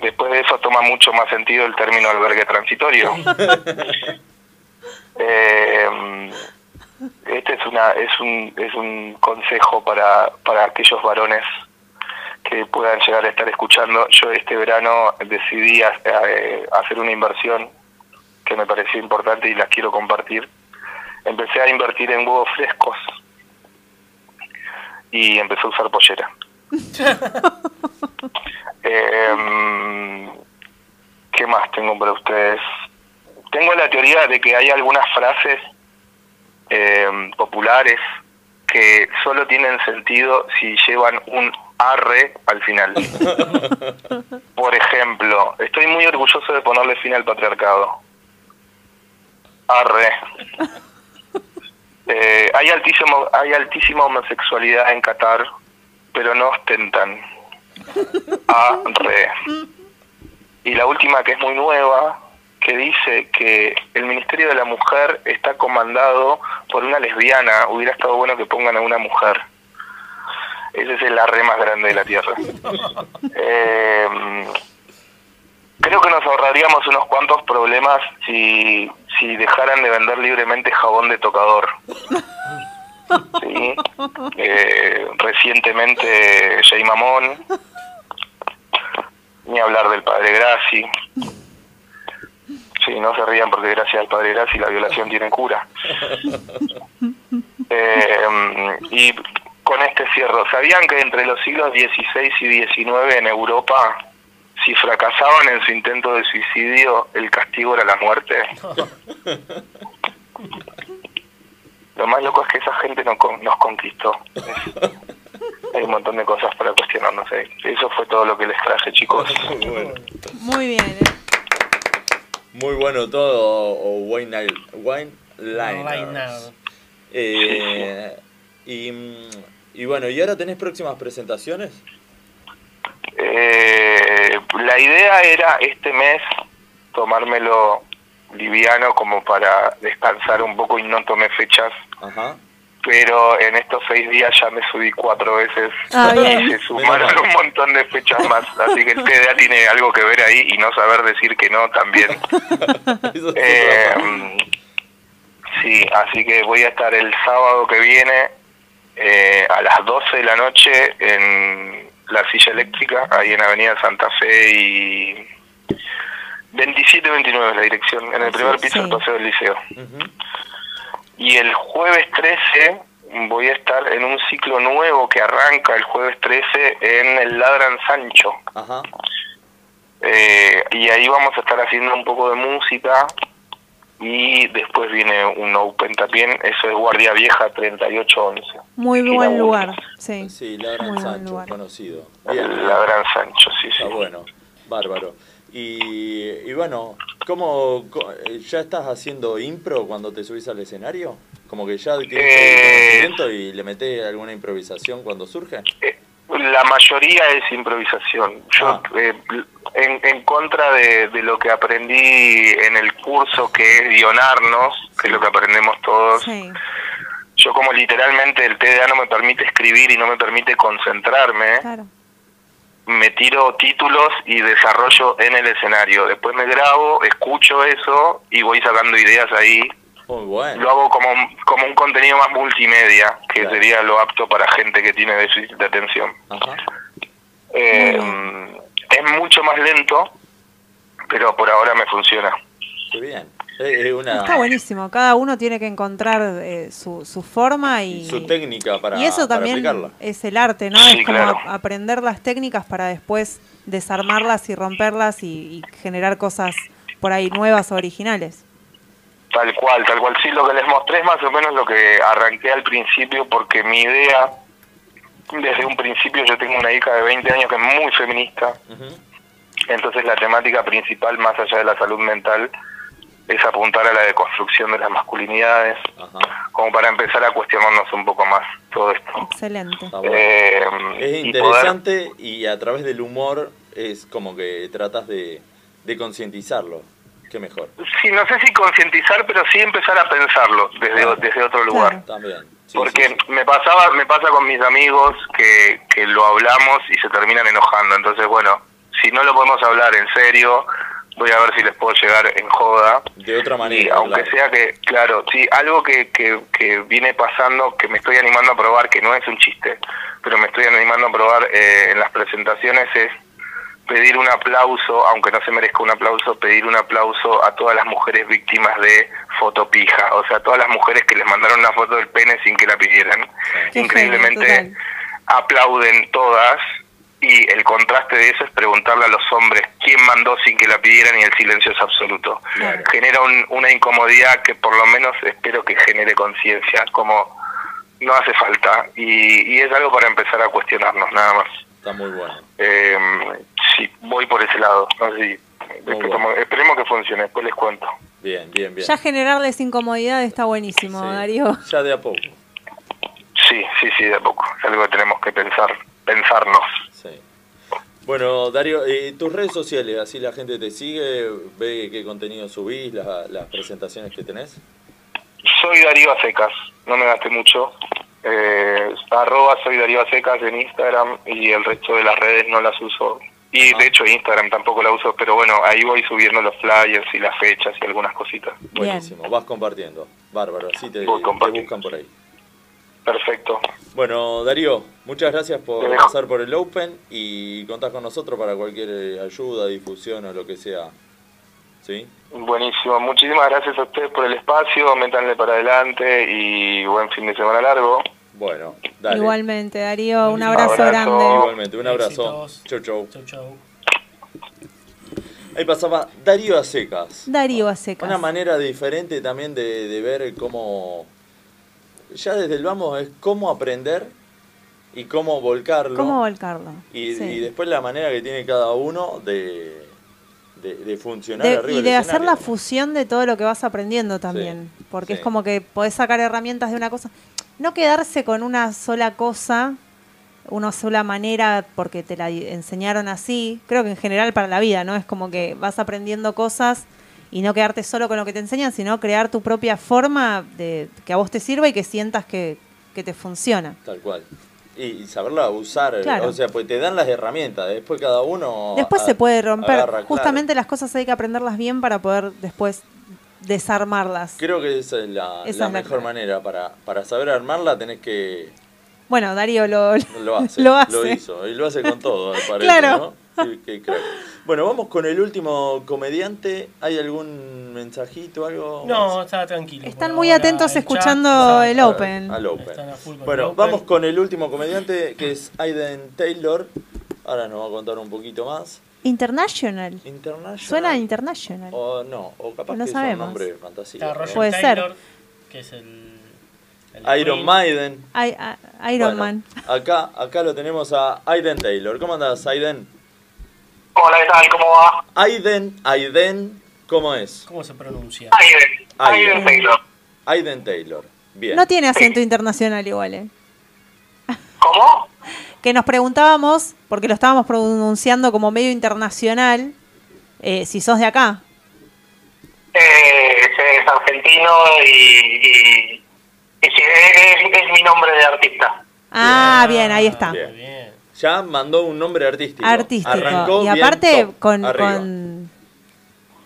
Speaker 13: Después de eso toma mucho más sentido el término albergue transitorio. Eh, este es una es un es un consejo para para aquellos varones que puedan llegar a estar escuchando. Yo este verano decidí ha- eh, hacer una inversión que me pareció importante y las quiero compartir. Empecé a invertir en huevos frescos y empecé a usar pollera. Eh, ¿Qué más tengo para ustedes? Tengo la teoría de que hay algunas frases eh, populares que solo tienen sentido si llevan un arre al final. Por ejemplo, estoy muy orgulloso de ponerle fin al patriarcado. Arre. Eh, hay altísimo, hay altísima homosexualidad en Qatar, pero no ostentan. Arre. Y la última que es muy nueva, que dice que el Ministerio de la Mujer está comandado por una lesbiana. Hubiera estado bueno que pongan a una mujer. Ese es el arre más grande de la Tierra. Eh, creo que nos ahorraríamos unos cuantos problemas si, si dejaran de vender libremente jabón de tocador. Sí. Eh, recientemente Jay Mamón, ni hablar del padre Graci. Sí, no se rían porque gracias al padre Graci la violación tiene cura. Eh, y con este cierro, ¿sabían que entre los siglos XVI y XIX en Europa, si fracasaban en su intento de suicidio, el castigo era la muerte? Lo más loco es que esa gente no con- nos conquistó. Es- Hay un montón de cosas para cuestionarnos ahí. Eso fue todo lo que les traje, chicos.
Speaker 2: Muy bien.
Speaker 11: Muy bueno todo, o Wine, wine Liners. Eh, y, mm, y bueno, ¿y ahora tenés próximas presentaciones?
Speaker 13: Eh, la idea era este mes tomármelo liviano como para descansar un poco y no tomé fechas.
Speaker 1: Ajá.
Speaker 13: Pero en estos seis días ya me subí cuatro veces
Speaker 2: Ah, bien.
Speaker 13: y se sumaron un montón de fechas más. Así que el TDA tiene algo que ver ahí y no saber decir que no también. Eh, sí, así que voy a estar el sábado que viene eh, a las 12 de la noche en la silla eléctrica, ahí en Avenida Santa Fe y 27-29 es la dirección, en el primer piso del Paseo del Liceo. Y el jueves 13 voy a estar en un ciclo nuevo que arranca el jueves 13 en el Ladran Sancho.
Speaker 1: Ajá.
Speaker 13: Eh, y ahí vamos a estar haciendo un poco de música y después viene un Open también, eso es Guardia Vieja 3811,
Speaker 2: Muy buen lugar. Sí.
Speaker 1: Sí, Ladran
Speaker 2: Muy buen
Speaker 1: Sancho,
Speaker 2: lugar.
Speaker 1: conocido.
Speaker 13: el Ladran Sancho, sí, sí.
Speaker 1: Está bueno, bárbaro. Y, y bueno, ¿cómo, co- eh, ya estás haciendo impro cuando te subís al escenario? Como que ya tienes el conocimiento y le metes alguna improvisación cuando surge.
Speaker 13: La mayoría es improvisación. Yo, eh, en, en contra de, de lo que aprendí en el curso que es guionarnos, que es lo que aprendemos todos, yo como literalmente el TDA no me permite escribir y no me permite concentrarme, me tiro títulos y desarrollo en el escenario. Después me grabo, escucho eso y voy sacando ideas ahí.
Speaker 1: Muy bueno.
Speaker 13: Lo hago como, un- como un contenido más multimedia, que sería lo apto para gente que tiene déficit de atención. Eh, es mucho más lento, pero por ahora me funciona.
Speaker 1: Qué bien. Eh, eh, una,
Speaker 2: Está buenísimo. Cada uno tiene que encontrar eh, su, su forma y,
Speaker 1: su técnica para,
Speaker 2: y eso
Speaker 1: para
Speaker 2: también
Speaker 1: aplicarla.
Speaker 2: es el arte, ¿no?
Speaker 1: Sí,
Speaker 2: es como
Speaker 1: claro.
Speaker 2: a- aprender las técnicas para después desarmarlas y romperlas y, y generar cosas por ahí nuevas o originales.
Speaker 13: Tal cual, tal cual. Sí, lo que les mostré es más o menos lo que arranqué al principio, porque mi idea, desde un principio, yo tengo una hija de 20 años que es muy feminista. Entonces, la temática principal, más allá de la salud mental, es apuntar a la deconstrucción de las masculinidades, como para empezar a cuestionarnos un poco más todo esto.
Speaker 2: Excelente.
Speaker 13: Eh,
Speaker 1: Es
Speaker 13: y poder-
Speaker 1: interesante y a través del humor es como que tratas de, de concientizarlo. Qué mejor.
Speaker 13: Sí, no sé si concientizar, pero sí empezar a pensarlo desde, o- desde otro lugar.
Speaker 1: También.
Speaker 13: Porque me pasaba, me pasa con mis amigos que, que lo hablamos y se terminan enojando. Entonces, bueno, si no lo podemos hablar en serio, voy a ver si les puedo llegar en joda.
Speaker 1: De otra manera.
Speaker 13: Y aunque
Speaker 1: claro.
Speaker 13: sea que, claro, sí, algo que, que, que viene pasando, que me estoy animando a probar, que no es un chiste, pero me estoy animando a probar eh, en las presentaciones es pedir un aplauso, aunque no se merezca un aplauso, pedir un aplauso a todas las mujeres víctimas de fotopija, o sea, todas las mujeres que les mandaron una foto del pene sin que la pidieran.
Speaker 11: Qué
Speaker 13: Increíblemente
Speaker 11: genio, total.
Speaker 13: aplauden todas y el contraste de eso es preguntarle a los hombres quién mandó sin que la pidieran y el silencio es absoluto. Genera un- una incomodidad que por lo menos espero que genere conciencia, como no hace falta y, y es algo para empezar a cuestionarnos nada más.
Speaker 1: Está muy bueno.
Speaker 13: Eh, sí, voy por ese lado. No sé si-
Speaker 1: Muy
Speaker 13: esperemos- Esperemos que funcione, después les cuento.
Speaker 1: Bien, bien, bien.
Speaker 2: Ya generarles incomodidad está buenísimo, Darío.
Speaker 1: Ya de a poco.
Speaker 13: Sí, sí, sí, de a poco. Es algo que tenemos que pensar, pensarnos.
Speaker 1: Bueno, Darío, eh, tus redes sociales, así la gente te sigue, ve qué contenido subís, la- las presentaciones que tenés.
Speaker 13: Soy Darío Acecas, no me gasté mucho. Eh, arroba soy Darío Acecas en Instagram y el resto de las redes no las uso. Y de hecho Instagram tampoco la uso, pero bueno, ahí voy subiendo los flyers y las fechas y algunas cositas.
Speaker 1: Buenísimo, vas compartiendo. Bárbaro, así te, te buscan por ahí.
Speaker 13: Perfecto.
Speaker 1: Bueno, Darío, muchas gracias por
Speaker 13: Te dejo.
Speaker 1: pasar por el Open y contás con nosotros para cualquier eh, ayuda, difusión o lo que sea. ¿Sí?
Speaker 13: Buenísimo, muchísimas gracias a ustedes por el espacio, métanle para adelante y buen fin de semana largo.
Speaker 1: Bueno,
Speaker 2: Igualmente, Darío, un abrazo,
Speaker 13: Abrazo.
Speaker 2: grande.
Speaker 1: Igualmente, un abrazo. Chau, chau. Ahí pasaba Darío a secas.
Speaker 2: Darío a secas.
Speaker 1: Una manera diferente también de, de ver cómo. Ya desde el vamos es cómo aprender y cómo volcarlo.
Speaker 2: ¿Cómo volcarlo?
Speaker 1: y,
Speaker 2: Sí.
Speaker 1: y después la manera que tiene cada uno de, de, de funcionar
Speaker 2: De-
Speaker 1: arriba
Speaker 2: y
Speaker 1: del
Speaker 2: de hacer la
Speaker 1: escenario.
Speaker 2: fusión de todo lo que vas aprendiendo también. porque es
Speaker 1: sí.
Speaker 2: como que podés sacar herramientas de una cosa. No quedarse con una sola cosa una sola manera porque te la enseñaron así. Creo que en general para la vida, ¿no? Es como que vas aprendiendo cosas y no quedarte solo con lo que te enseñan, sino crear tu propia forma de que a vos te sirva y que sientas que, que te funciona.
Speaker 1: Tal cual. Y, y saberla usar,
Speaker 2: Claro.
Speaker 1: o sea, pues te dan las herramientas, después cada uno...
Speaker 2: Después
Speaker 1: a-
Speaker 2: se puede romper.
Speaker 1: agarra, claro.
Speaker 2: Justamente las cosas hay que aprenderlas bien para poder después desarmarlas.
Speaker 1: Creo que esa es la,
Speaker 2: Esa
Speaker 1: la
Speaker 2: es la
Speaker 1: mejor manera. Para, para saber armarla tenés que...
Speaker 2: Bueno, Darío lo,
Speaker 1: Lo hace,
Speaker 2: Lo
Speaker 1: lo,
Speaker 2: hace.
Speaker 1: hizo. Y lo hace con todo, al parecer,
Speaker 2: Claro.
Speaker 1: ¿no? Sí, qué crack. Bueno, vamos con el último comediante. ¿Hay algún mensajito, algo?
Speaker 3: No, está tranquilo.
Speaker 2: están muy atentos escuchando el Open.
Speaker 1: Al Open.
Speaker 3: a full con el
Speaker 1: Bueno,
Speaker 3: Open.
Speaker 1: vamos con el último comediante, que es Aiden Taylor. Ahora nos va a contar un poquito más.
Speaker 2: International.
Speaker 1: International.
Speaker 2: Suena a international.
Speaker 1: O no, o capaz
Speaker 2: No
Speaker 1: que es un
Speaker 2: sabemos.
Speaker 1: nombre de fantasía.
Speaker 3: Está Roger
Speaker 2: Puede ser.
Speaker 3: Taylor, que es el. el
Speaker 1: Iron
Speaker 3: Queen.
Speaker 1: Maiden.
Speaker 2: Ay- a- Iron
Speaker 1: Bueno,
Speaker 2: Man.
Speaker 1: Acá, acá lo tenemos a Aiden Taylor. ¿Cómo andas, Aiden?
Speaker 14: Hola, ¿qué tal? ¿Cómo va?
Speaker 1: Aiden, Aiden, ¿cómo es?
Speaker 3: ¿Cómo se pronuncia?
Speaker 14: Aiden, Aiden Taylor.
Speaker 1: Aiden Taylor. Bien.
Speaker 2: No tiene acento internacional igual, ¿eh?
Speaker 14: ¿Cómo?
Speaker 2: Que nos preguntábamos, porque lo estábamos pronunciando como medio internacional, eh, si sos de acá.
Speaker 14: Eh, es argentino y, y, y sí, es, es mi nombre de artista.
Speaker 2: Ah, bien, ahí está.
Speaker 1: Bien. Ya mandó un nombre artístico.
Speaker 2: Artístico.
Speaker 1: Arrancó
Speaker 2: y
Speaker 1: bien
Speaker 2: aparte,
Speaker 1: top,
Speaker 2: con,
Speaker 1: arriba.
Speaker 2: con-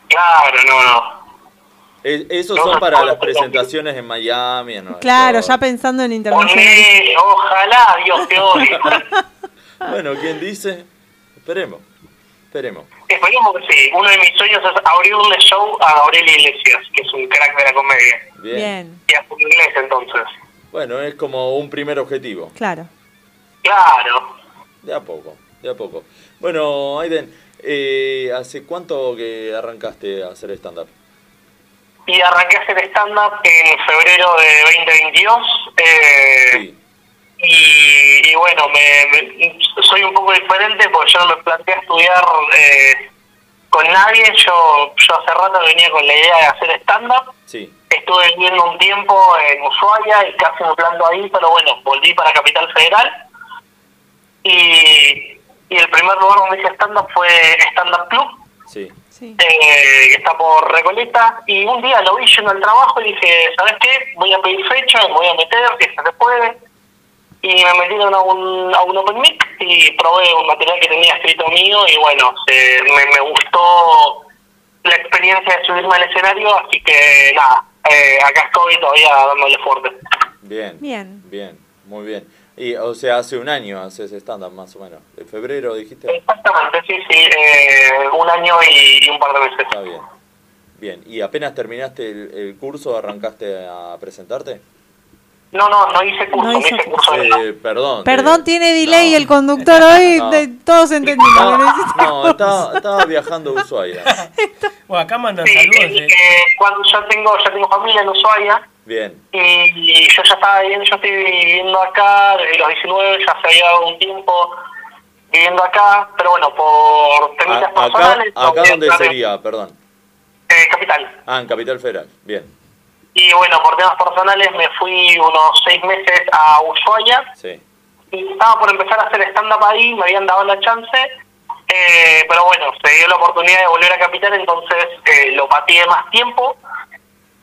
Speaker 14: Claro, no, no.
Speaker 1: Eh, esos son para las presentaciones en Miami. en Nueva
Speaker 2: Claro, ya pensando en internacional.
Speaker 14: Poné, ojalá Dios te odie.
Speaker 1: York. Bueno, ¿quién dice? Esperemos. Esperemos.
Speaker 14: Esperemos que sí. Uno de mis sueños es abrirle show a Aurelio Iglesias, que es un crack de la comedia.
Speaker 1: Bien.
Speaker 14: Y a su inglés, entonces.
Speaker 1: Bueno, es como un primer objetivo.
Speaker 2: Claro.
Speaker 14: Claro.
Speaker 1: De a poco, de a poco. Bueno, Aiden, eh, ¿hace cuánto que arrancaste a hacer stand-up?
Speaker 14: Y arranqué a hacer stand-up en febrero de 2022. eh, y, y bueno, me, me- soy un poco diferente porque yo no me planteé estudiar eh, con nadie. Yo, yo hace rato venía con la idea de hacer stand-up.
Speaker 1: Sí.
Speaker 14: Estuve viviendo un tiempo en Ushuaia y casi me planto ahí, pero bueno, volví para Capital Federal. Y, y el primer lugar donde hice stand-up fue Stand Up Club,
Speaker 1: Sí.
Speaker 14: eh, que está por Recoleta. Y un día lo vi yendo al trabajo y dije, ¿sabes qué? Voy a pedir fecha, me voy a meter, que se puede. Y me metieron a un, a un Open Mic y probé un material que tenía escrito mío y bueno, se- me, me gustó la experiencia de subirme al escenario, así que nada, eh, acá estoy todavía dándole fuerte.
Speaker 1: Bien.
Speaker 2: Bien.
Speaker 1: Bien, muy bien. Y, o sea, hace un año haces stand-up más o menos. ¿De febrero dijiste?
Speaker 14: Exactamente, sí, sí, eh, un año y, y un par de meses.
Speaker 1: Está bien. Bien, ¿y apenas terminaste el, el curso, arrancaste a presentarte?
Speaker 14: No, no, no hice curso, no hice, curso.
Speaker 1: Eh, perdón. te-
Speaker 2: Perdón, tiene delay el conductor hoy.
Speaker 1: No.
Speaker 2: de- todos entendimos. lo necesitamos.
Speaker 1: No, estaba, estaba viajando a Ushuaia.
Speaker 3: Bueno, acá mandan
Speaker 14: Sí,
Speaker 3: saludos. eh.
Speaker 14: y que cuando yo tengo, yo tengo familia en Ushuaia
Speaker 1: Bien,
Speaker 14: y, y yo ya estaba viviendo, yo estoy viviendo acá desde los 19, ya se había dado un tiempo viviendo acá, pero bueno, por
Speaker 1: A-
Speaker 14: temitas
Speaker 1: acá,
Speaker 14: personales... no
Speaker 1: acá
Speaker 14: voy a
Speaker 1: donde
Speaker 14: entrar en-
Speaker 1: sería, perdón.
Speaker 14: eh, capital.
Speaker 1: Ah, en Capital Federal, bien,
Speaker 14: Y bueno, por temas personales me fui unos seis meses a Ushuaia
Speaker 1: sí.
Speaker 14: y estaba por empezar a hacer stand-up ahí, me habían dado la chance, eh, pero bueno, se dio la oportunidad de volver a Capital, entonces eh, lo pateé más tiempo.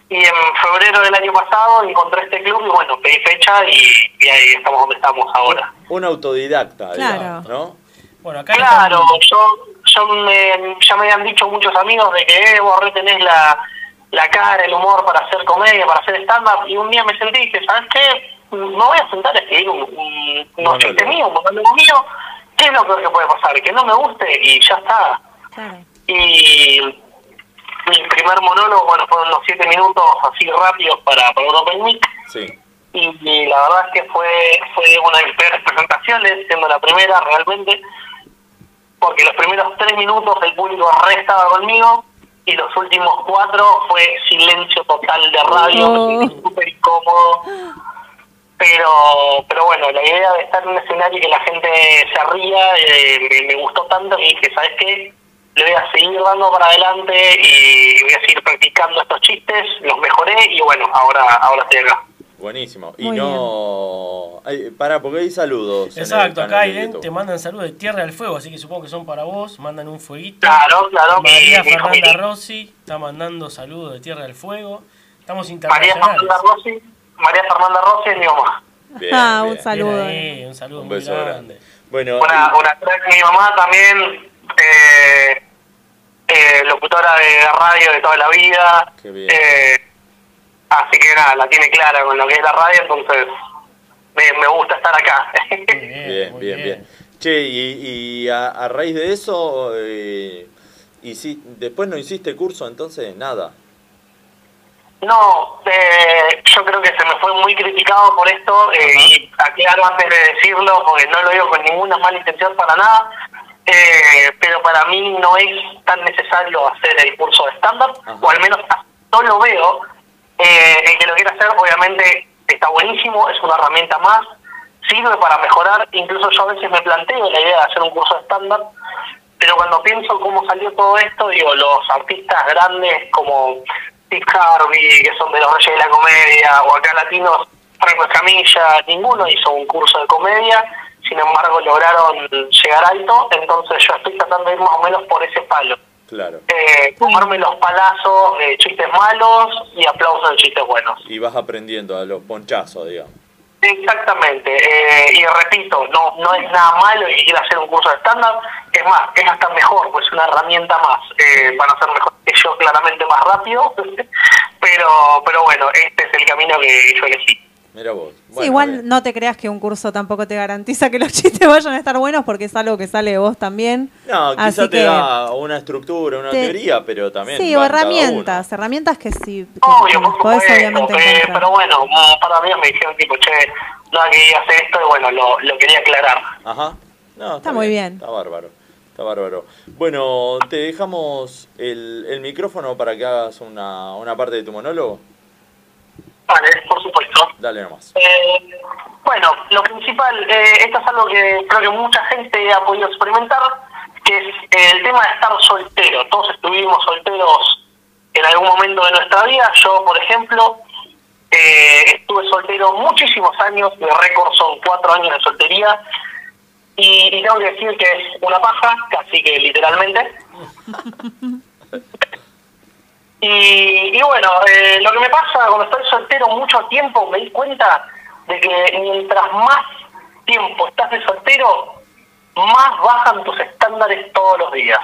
Speaker 14: Y en febrero del año pasado encontré este club y bueno, pedí fecha y, y ahí estamos donde estamos ahora.
Speaker 1: Un autodidacta, digamos, ¿no?
Speaker 3: Bueno, acá
Speaker 14: Claro, yo, yo me, ya me habían dicho muchos amigos de que eh, vos re tenés la, la cara, el humor para hacer comedia, para hacer stand-up, y un día me senté y dije, ¿sabes qué? Me voy a sentar a escribir un, un, unos chistes míos, un monólogo mío, ¿qué es lo peor que puede pasar? Que no me guste y ya está. Y mi primer monólogo, bueno, fueron unos siete minutos así rápidos para, para un open mic,
Speaker 1: Sí.
Speaker 14: y, y la verdad es que fue, fue una de mis peores presentaciones, siendo la primera realmente, porque los primeros tres minutos el público re estaba conmigo y los últimos cuatro fue silencio total de radio, me sentí súper incómodo. Pero, pero bueno, la idea de estar en un escenario y que la gente se ría eh, me, me gustó tanto que dije, ¿sabes qué? Le voy a seguir dando para adelante y voy a seguir practicando estos chistes, los mejoré y bueno, ahora, ahora estoy acá.
Speaker 1: Buenísimo. Y
Speaker 14: Muy
Speaker 1: no Vamos. Ay, pará, porque hay saludos. en el
Speaker 3: Exacto,
Speaker 1: canal
Speaker 3: acá
Speaker 1: de
Speaker 3: Aiden
Speaker 1: YouTube.
Speaker 3: te mandan saludos de Tierra del Fuego, así que supongo que son para vos, mandan un fueguito.
Speaker 14: Claro, claro, mi-
Speaker 3: María
Speaker 14: mi
Speaker 3: Fernanda
Speaker 14: familia.
Speaker 3: Rossi está mandando saludos de Tierra del Fuego. Estamos
Speaker 14: María
Speaker 3: internacionales.
Speaker 14: Fernanda Rossi, María Fernanda Rossi es mi mamá.
Speaker 1: Bien,
Speaker 2: ah,
Speaker 1: bien.
Speaker 2: un saludo.
Speaker 3: Sí, un saludo
Speaker 1: Un
Speaker 3: muy
Speaker 1: beso
Speaker 3: grande.
Speaker 1: grande. Bueno,
Speaker 14: Una, una crack. mi mamá también, eh, eh, locutora de radio de toda la vida.
Speaker 1: qué bien.
Speaker 14: Eh, así que nada, la tiene clara con lo que es la radio, entonces me, me gusta estar acá.
Speaker 3: Muy bien,
Speaker 1: Bien,
Speaker 3: muy
Speaker 1: bien, bien. Che, y, y a, a raíz de eso, eh, hici- después no hiciste curso, entonces nada.
Speaker 14: No, eh, yo creo que se me fue muy criticado por esto eh, y aclaro antes de decirlo porque no lo digo con ninguna mala intención para nada, eh, pero para mí no es tan necesario hacer el curso de estándar, o al menos no lo veo. Eh, el que lo quiera hacer obviamente está buenísimo, es una herramienta más, sirve para mejorar, incluso yo a veces me planteo la idea de hacer un curso de estándar, pero cuando pienso cómo salió todo esto, digo, los artistas grandes como Steve Harvey, que son de los Reyes de la Comedia, o acá latinos, Franco Escamilla, ninguno hizo un curso de comedia, sin embargo lograron llegar alto, entonces yo estoy tratando de ir más o menos por ese palo.
Speaker 1: Claro.
Speaker 14: Eh, tomarme los palazos de chistes malos y aplausos de chistes buenos.
Speaker 1: Y vas aprendiendo a los ponchazos, digamos.
Speaker 14: Exactamente, eh, y repito, no no es nada malo y quiera hacer un curso de estándar, es más, es hasta mejor, pues es una herramienta más eh, para ser mejor que yo, claramente más rápido, pero pero bueno, este es el camino que yo elegí.
Speaker 1: Mira vos.
Speaker 2: sí,
Speaker 1: Bueno,
Speaker 2: igual
Speaker 1: bien.
Speaker 2: no te creas que un curso tampoco te garantiza que los chistes vayan a estar buenos porque es algo que sale de vos también.
Speaker 1: No,
Speaker 2: Así
Speaker 1: quizá te
Speaker 2: que-
Speaker 1: da una estructura, una
Speaker 2: te-
Speaker 1: teoría, pero también.
Speaker 2: sí, o
Speaker 1: van cada
Speaker 2: herramientas, herramientas que sí, que
Speaker 14: Obvio,
Speaker 2: podés
Speaker 14: por supuesto,
Speaker 2: obviamente
Speaker 14: eh,
Speaker 2: encontrar.
Speaker 14: pero bueno, un par de días me dijeron tipo, che, no quería hacer esto y bueno, lo, lo quería aclarar.
Speaker 1: uno. Ajá. No, está,
Speaker 2: muy bien.
Speaker 1: Está bárbaro. Está bárbaro. Bueno, te dejamos el, el micrófono para que hagas una, una parte de tu monólogo.
Speaker 14: Vale, por supuesto.
Speaker 1: Dale nomás.
Speaker 14: Eh, bueno, lo principal, eh, esto es algo que creo que mucha gente ha podido experimentar, que es eh, el tema de estar soltero. Todos estuvimos solteros en algún momento de nuestra vida. Yo, por ejemplo, eh, estuve soltero muchísimos años, mi récord son cuatro años de soltería, y, y tengo que decir que es una paja, casi que literalmente. Y, y bueno, eh, lo que me pasa cuando estoy soltero mucho tiempo, me di cuenta de que mientras más tiempo estás de soltero, más bajan tus estándares todos los días.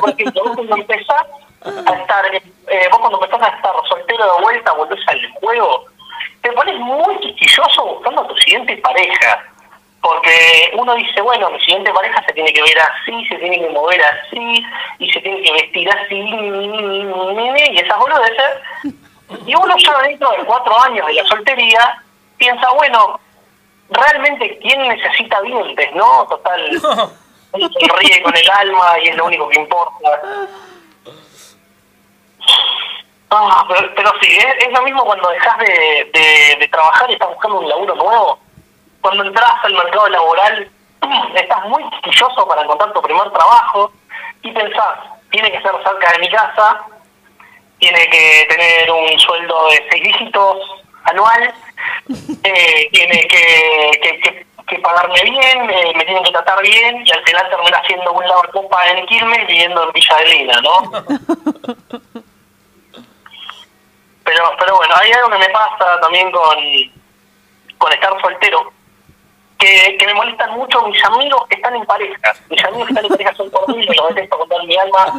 Speaker 14: Por ejemplo, vos cuando empezás a estar, eh, vos cuando empezás a estar soltero de vuelta, volvés al juego, te pones muy quisquilloso buscando a tu siguiente pareja. Porque uno dice, bueno, mi siguiente pareja se tiene que ver así, se tiene que mover así, y se tiene que vestir así, y esas boludeces. Y uno ya dentro de cuatro años de la soltería piensa, bueno, realmente quién necesita dientes, ¿no? Total, uno se ríe con el alma y es lo único que importa. Ah, pero, pero sí, es, es lo mismo cuando dejas de, de, de trabajar y estás buscando un laburo nuevo. Cuando entras al mercado laboral, estás muy quisquilloso para encontrar tu primer trabajo y pensás, tiene que ser cerca de mi casa, tiene que tener un sueldo de seis dígitos anual, eh, tiene que, que- que- que pagarme bien, eh, me tienen que tratar bien y al final termina siendo un lavacopa en Quilmes viviendo en Villa de Lina, ¿no? Pero, pero bueno, hay algo que me pasa también con, con estar soltero, que, que me molestan mucho mis amigos que están en pareja. Mis amigos que están en pareja son por mí, y los detesto con toda mi alma.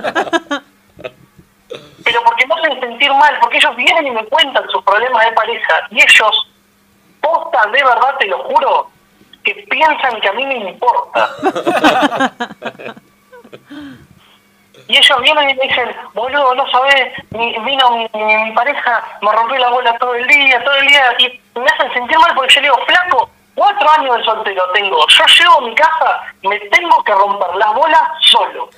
Speaker 14: Pero porque me hacen sentir mal, porque ellos vienen y me cuentan sus problemas de pareja, y ellos, posta, de verdad te lo juro, que piensan que a mí me importa. Y ellos vienen y me dicen, boludo, no sabes, mi- vino mi, mi- mi pareja, me rompió la bola todo el día, todo el día, y me hacen sentir mal porque yo le digo, flaco, cuatro años de soltero tengo, yo llego a mi casa, me tengo que romper las bolas solo.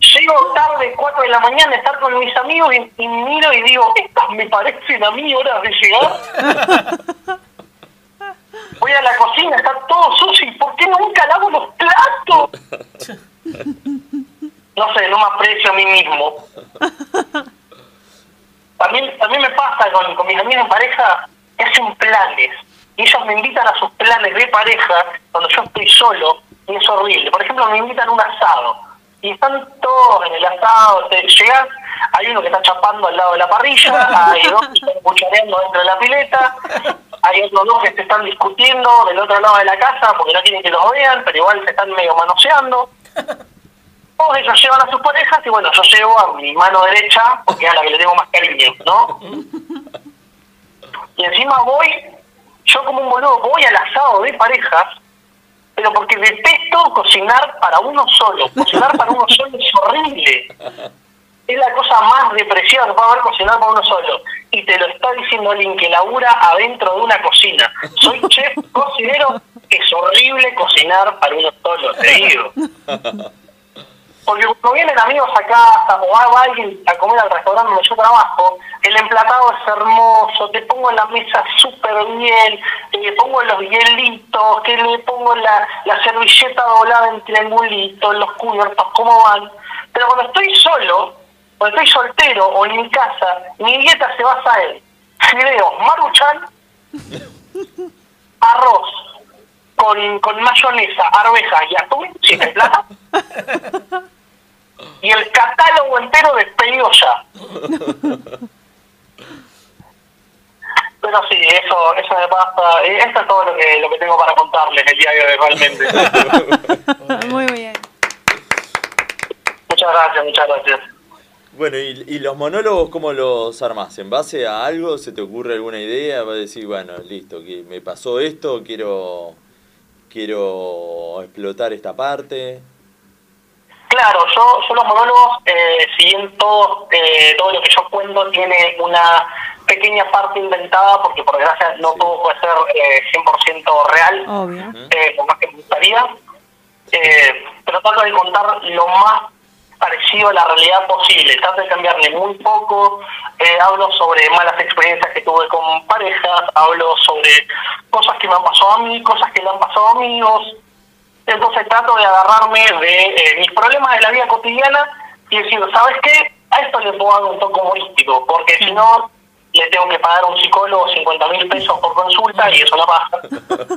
Speaker 14: Llego tarde, 4 de la mañana, a estar con mis amigos y, y miro y digo, estas me parecen a mí horas de llegar. Voy a la cocina, está todo sucio y ¿por qué nunca lavo los platos? No sé, no me aprecio a mí mismo. También, también me pasa con, con mis amigos en pareja que hacen planes. Y ellos me invitan a sus planes de pareja cuando yo estoy solo y es horrible. Por ejemplo, me invitan a un asado y están todos en el asado. te- Llegás, hay uno que está chapando al lado de la parrilla, hay dos que están cuchareando dentro de la pileta, hay otros dos que se están discutiendo del otro lado de la casa porque no quieren que los vean, pero igual se están medio manoseando. Todos ellos llevan a sus parejas y bueno, yo llevo a mi mano derecha porque es a la que le tengo más cariño, ¿no? Y encima voy, yo como un boludo, voy al asado de parejas, pero porque detesto cocinar para uno solo. Cocinar para uno solo es horrible. Es la cosa más depresiva que puede haber cocinar para uno solo. Y te lo está diciendo alguien que labura adentro de una cocina. Soy chef cocinero, es horrible cocinar para uno solo, te digo. Porque cuando vienen amigos a casa o va va alguien a comer al restaurante donde yo trabajo, el emplatado es hermoso, te pongo la mesa súper bien, le pongo los hielitos, que le pongo la, la servilleta doblada en triangulito, los cubiertos, cómo van. Pero cuando estoy solo, cuando estoy soltero o en mi casa, mi dieta se basa en fideos maruchan, arroz con, con mayonesa, arveja y atún, si me plata y el catálogo entero de pedido ya. Pero sí, eso, eso me pasa. Eh, Eso es todo lo que, lo que tengo para contarles el día de hoy, realmente.
Speaker 2: Muy bien.
Speaker 14: muchas gracias, muchas gracias.
Speaker 1: Bueno, y, y los monólogos cómo los armás? ¿En base a algo? ¿Se te ocurre alguna idea? ¿Vas a decir, bueno, listo, que me pasó esto, quiero, quiero explotar esta parte?
Speaker 14: Claro, yo, yo los monólogos, eh, si bien todo, eh, todo lo que yo cuento tiene una pequeña parte inventada, porque por desgracia no todo puede ser eh, 100% real,
Speaker 11: Oh.
Speaker 2: Obvio.
Speaker 14: eh, por más que me gustaría, eh, pero trato de contar lo más parecido a la realidad posible, trato de cambiarle muy poco, eh, hablo sobre malas experiencias que tuve con parejas, hablo sobre cosas que me han pasado a mí, cosas que le han pasado a amigos, entonces trato de agarrarme de eh, mis problemas de la vida cotidiana y decir, ¿sabes qué? A esto le puedo dar un toque humorístico, porque si no, le tengo que pagar a un psicólogo 50 mil pesos por consulta y eso no pasa.
Speaker 1: Tal cual,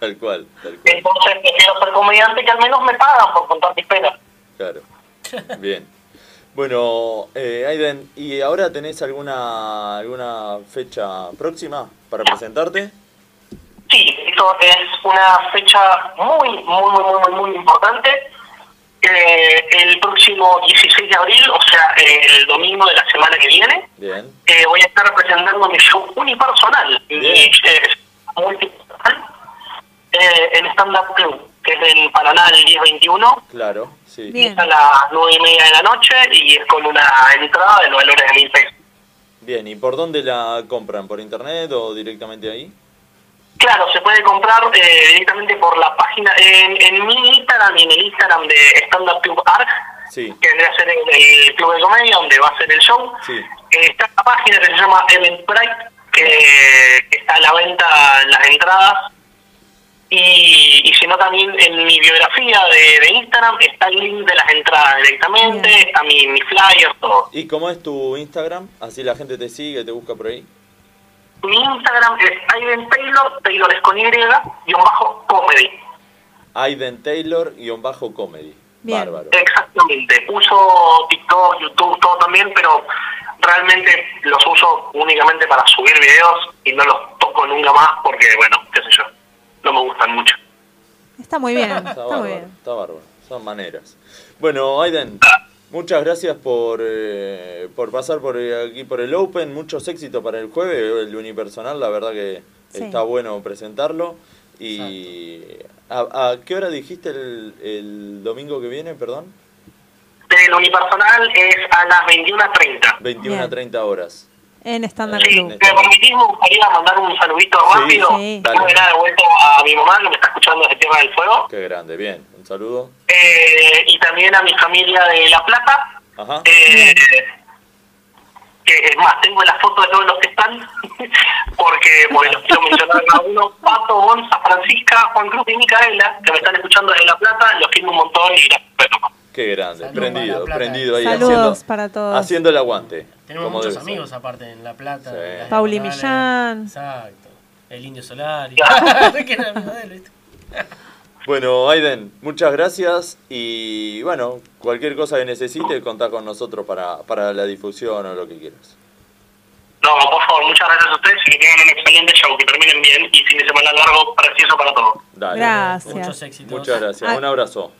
Speaker 1: tal cual,
Speaker 14: Entonces eh, prefiero ser comediante que al menos me pagan por contar mis penas.
Speaker 1: claro. Bien. Bueno, eh, Aiden, ¿y ahora tenés alguna, alguna fecha próxima para presentarte?
Speaker 14: Sí, esto es una fecha muy, muy, muy, muy, muy, muy importante. Eh, el próximo 16 de abril, o sea, eh, el domingo de la semana que viene,
Speaker 1: Bien.
Speaker 14: eh, voy a estar presentando mi show unipersonal, mi eh, multipersonal, eh, en Stand Up Club, que es en Paraná el 1021.
Speaker 1: Claro, sí.
Speaker 14: Es a las 9 y media de la noche y es con una entrada de los valores de mil pesos.
Speaker 1: Bien, ¿y por dónde la compran? ¿Por internet o directamente ahí?
Speaker 14: Claro, se puede comprar eh, directamente por la página, en, en mi Instagram y en el Instagram de Stand Up Club ARG,
Speaker 1: Sí,
Speaker 14: que vendría a ser el, el club de comedia donde va a ser el show.
Speaker 1: sí.
Speaker 14: Eh, está la página que se llama Eventbrite, que, que está a la venta en las entradas. Y, y si no, también en mi biografía de, de Instagram está el link de las entradas directamente, está mi, mi flyer, todo.
Speaker 1: ¿Y cómo es tu Instagram? Así la gente te sigue, te busca por ahí.
Speaker 14: Mi Instagram es Aiden Taylor, Taylor es con Y, guión bajo comedy.
Speaker 1: Aiden Taylor guión bajo comedy. Bárbaro.
Speaker 14: Exactamente. Uso TikTok, YouTube, todo también, pero realmente los uso únicamente para subir videos y no los toco nunca más porque, bueno, qué sé yo, no me gustan mucho.
Speaker 2: Está muy bien.
Speaker 1: Está
Speaker 2: Está
Speaker 1: bárbaro,
Speaker 2: muy bien.
Speaker 1: está bárbaro. Son maneras. Bueno, Aiden, muchas gracias por, eh, por pasar por eh, aquí por el Open. Muchos éxitos para el jueves. El unipersonal, la verdad que
Speaker 2: Sí.
Speaker 1: está bueno presentarlo. Y ¿a, a qué hora dijiste el, el domingo que viene, perdón?
Speaker 14: El unipersonal es a las 21.30.
Speaker 1: 21 a 30 horas.
Speaker 2: En estándar
Speaker 14: Sí,
Speaker 2: club.
Speaker 14: me permitís, me gustaría mandar un saludito rápido.
Speaker 1: sí.
Speaker 14: Primero
Speaker 1: Dale.
Speaker 14: de nada, de vuelta a mi mamá, que me está escuchando desde Tierra del Fuego,
Speaker 1: Qué grande, bien. Un saludo.
Speaker 14: eh, y también a mi familia de La Plata,
Speaker 1: Ajá.
Speaker 14: Eh, que es más, tengo la foto de todos los que están, porque bueno, los quiero mencionar a uno, Pato, Gonza, Francisca, Juan Cruz y Micaela, que me están escuchando desde La Plata, los quiero un montón y gracias.
Speaker 1: Qué grande, prendido, prendido ahí
Speaker 2: Saludos
Speaker 1: haciendo,
Speaker 2: para todos.
Speaker 1: haciendo el aguante.
Speaker 3: Tenemos muchos amigos aparte en La Plata. en las
Speaker 2: Pauli
Speaker 3: diagonales.
Speaker 2: Millán.
Speaker 3: Exacto. El Indio Solari. que era amigo de él, ¿viste?
Speaker 1: Bueno, Aiden, muchas gracias y bueno, cualquier cosa que necesite, contá con nosotros para, para la difusión o lo que quieras.
Speaker 14: No, por favor, muchas gracias a ustedes y que tengan un excelente show, que terminen bien y fin de semana largo, precioso para todos.
Speaker 1: Dale.
Speaker 2: Gracias. Muchos
Speaker 1: éxitos. Muchas gracias.
Speaker 2: Ah.
Speaker 1: Un abrazo.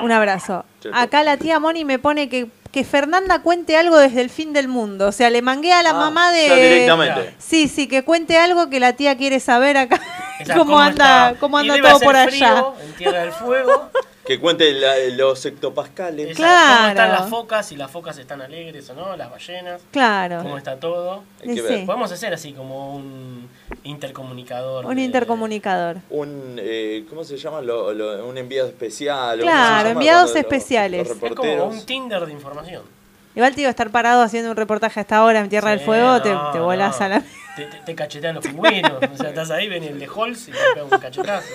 Speaker 2: Un abrazo. Acá la tía Moni me pone que, que Fernanda cuente algo desde el fin del mundo. O sea, le mangué a la mamá de.
Speaker 1: Ah, ya directamente.
Speaker 2: Sí, sí, que cuente algo que la tía quiere saber acá.
Speaker 3: Esa,
Speaker 2: cómo, anda,
Speaker 3: está?
Speaker 2: cómo
Speaker 3: Y
Speaker 2: anda
Speaker 3: debe
Speaker 2: todo
Speaker 3: hacer
Speaker 2: por
Speaker 3: frío
Speaker 2: allá.
Speaker 3: En Tierra del Fuego.
Speaker 1: Que cuente la- los hectopascales.
Speaker 3: Claro. ¿Cómo están
Speaker 2: Claro.
Speaker 3: las focas? Si las focas están alegres o no, las ballenas.
Speaker 2: Claro.
Speaker 3: ¿Cómo está todo?
Speaker 2: Hay que ver. Sí.
Speaker 3: Podemos hacer así como un intercomunicador.
Speaker 2: Un
Speaker 3: de-
Speaker 2: intercomunicador.
Speaker 1: Un, eh, ¿cómo se llama? Lo- lo- un enviado especial. o
Speaker 2: Claro,
Speaker 1: ¿cómo se llama
Speaker 2: enviados
Speaker 1: cuando los-
Speaker 2: especiales.
Speaker 1: los
Speaker 3: Es como
Speaker 1: reporteros?
Speaker 3: un Tinder de información.
Speaker 2: Igual te iba a estar parado haciendo un reportaje hasta ahora en Tierra del
Speaker 3: Sí,
Speaker 2: Fuego, te,
Speaker 3: no,
Speaker 2: te volás
Speaker 3: no.
Speaker 2: a la.
Speaker 3: Te, te- te cachetean los pingüinos. o sea, estás ahí, ven el de Holz y te pega un cachetazo.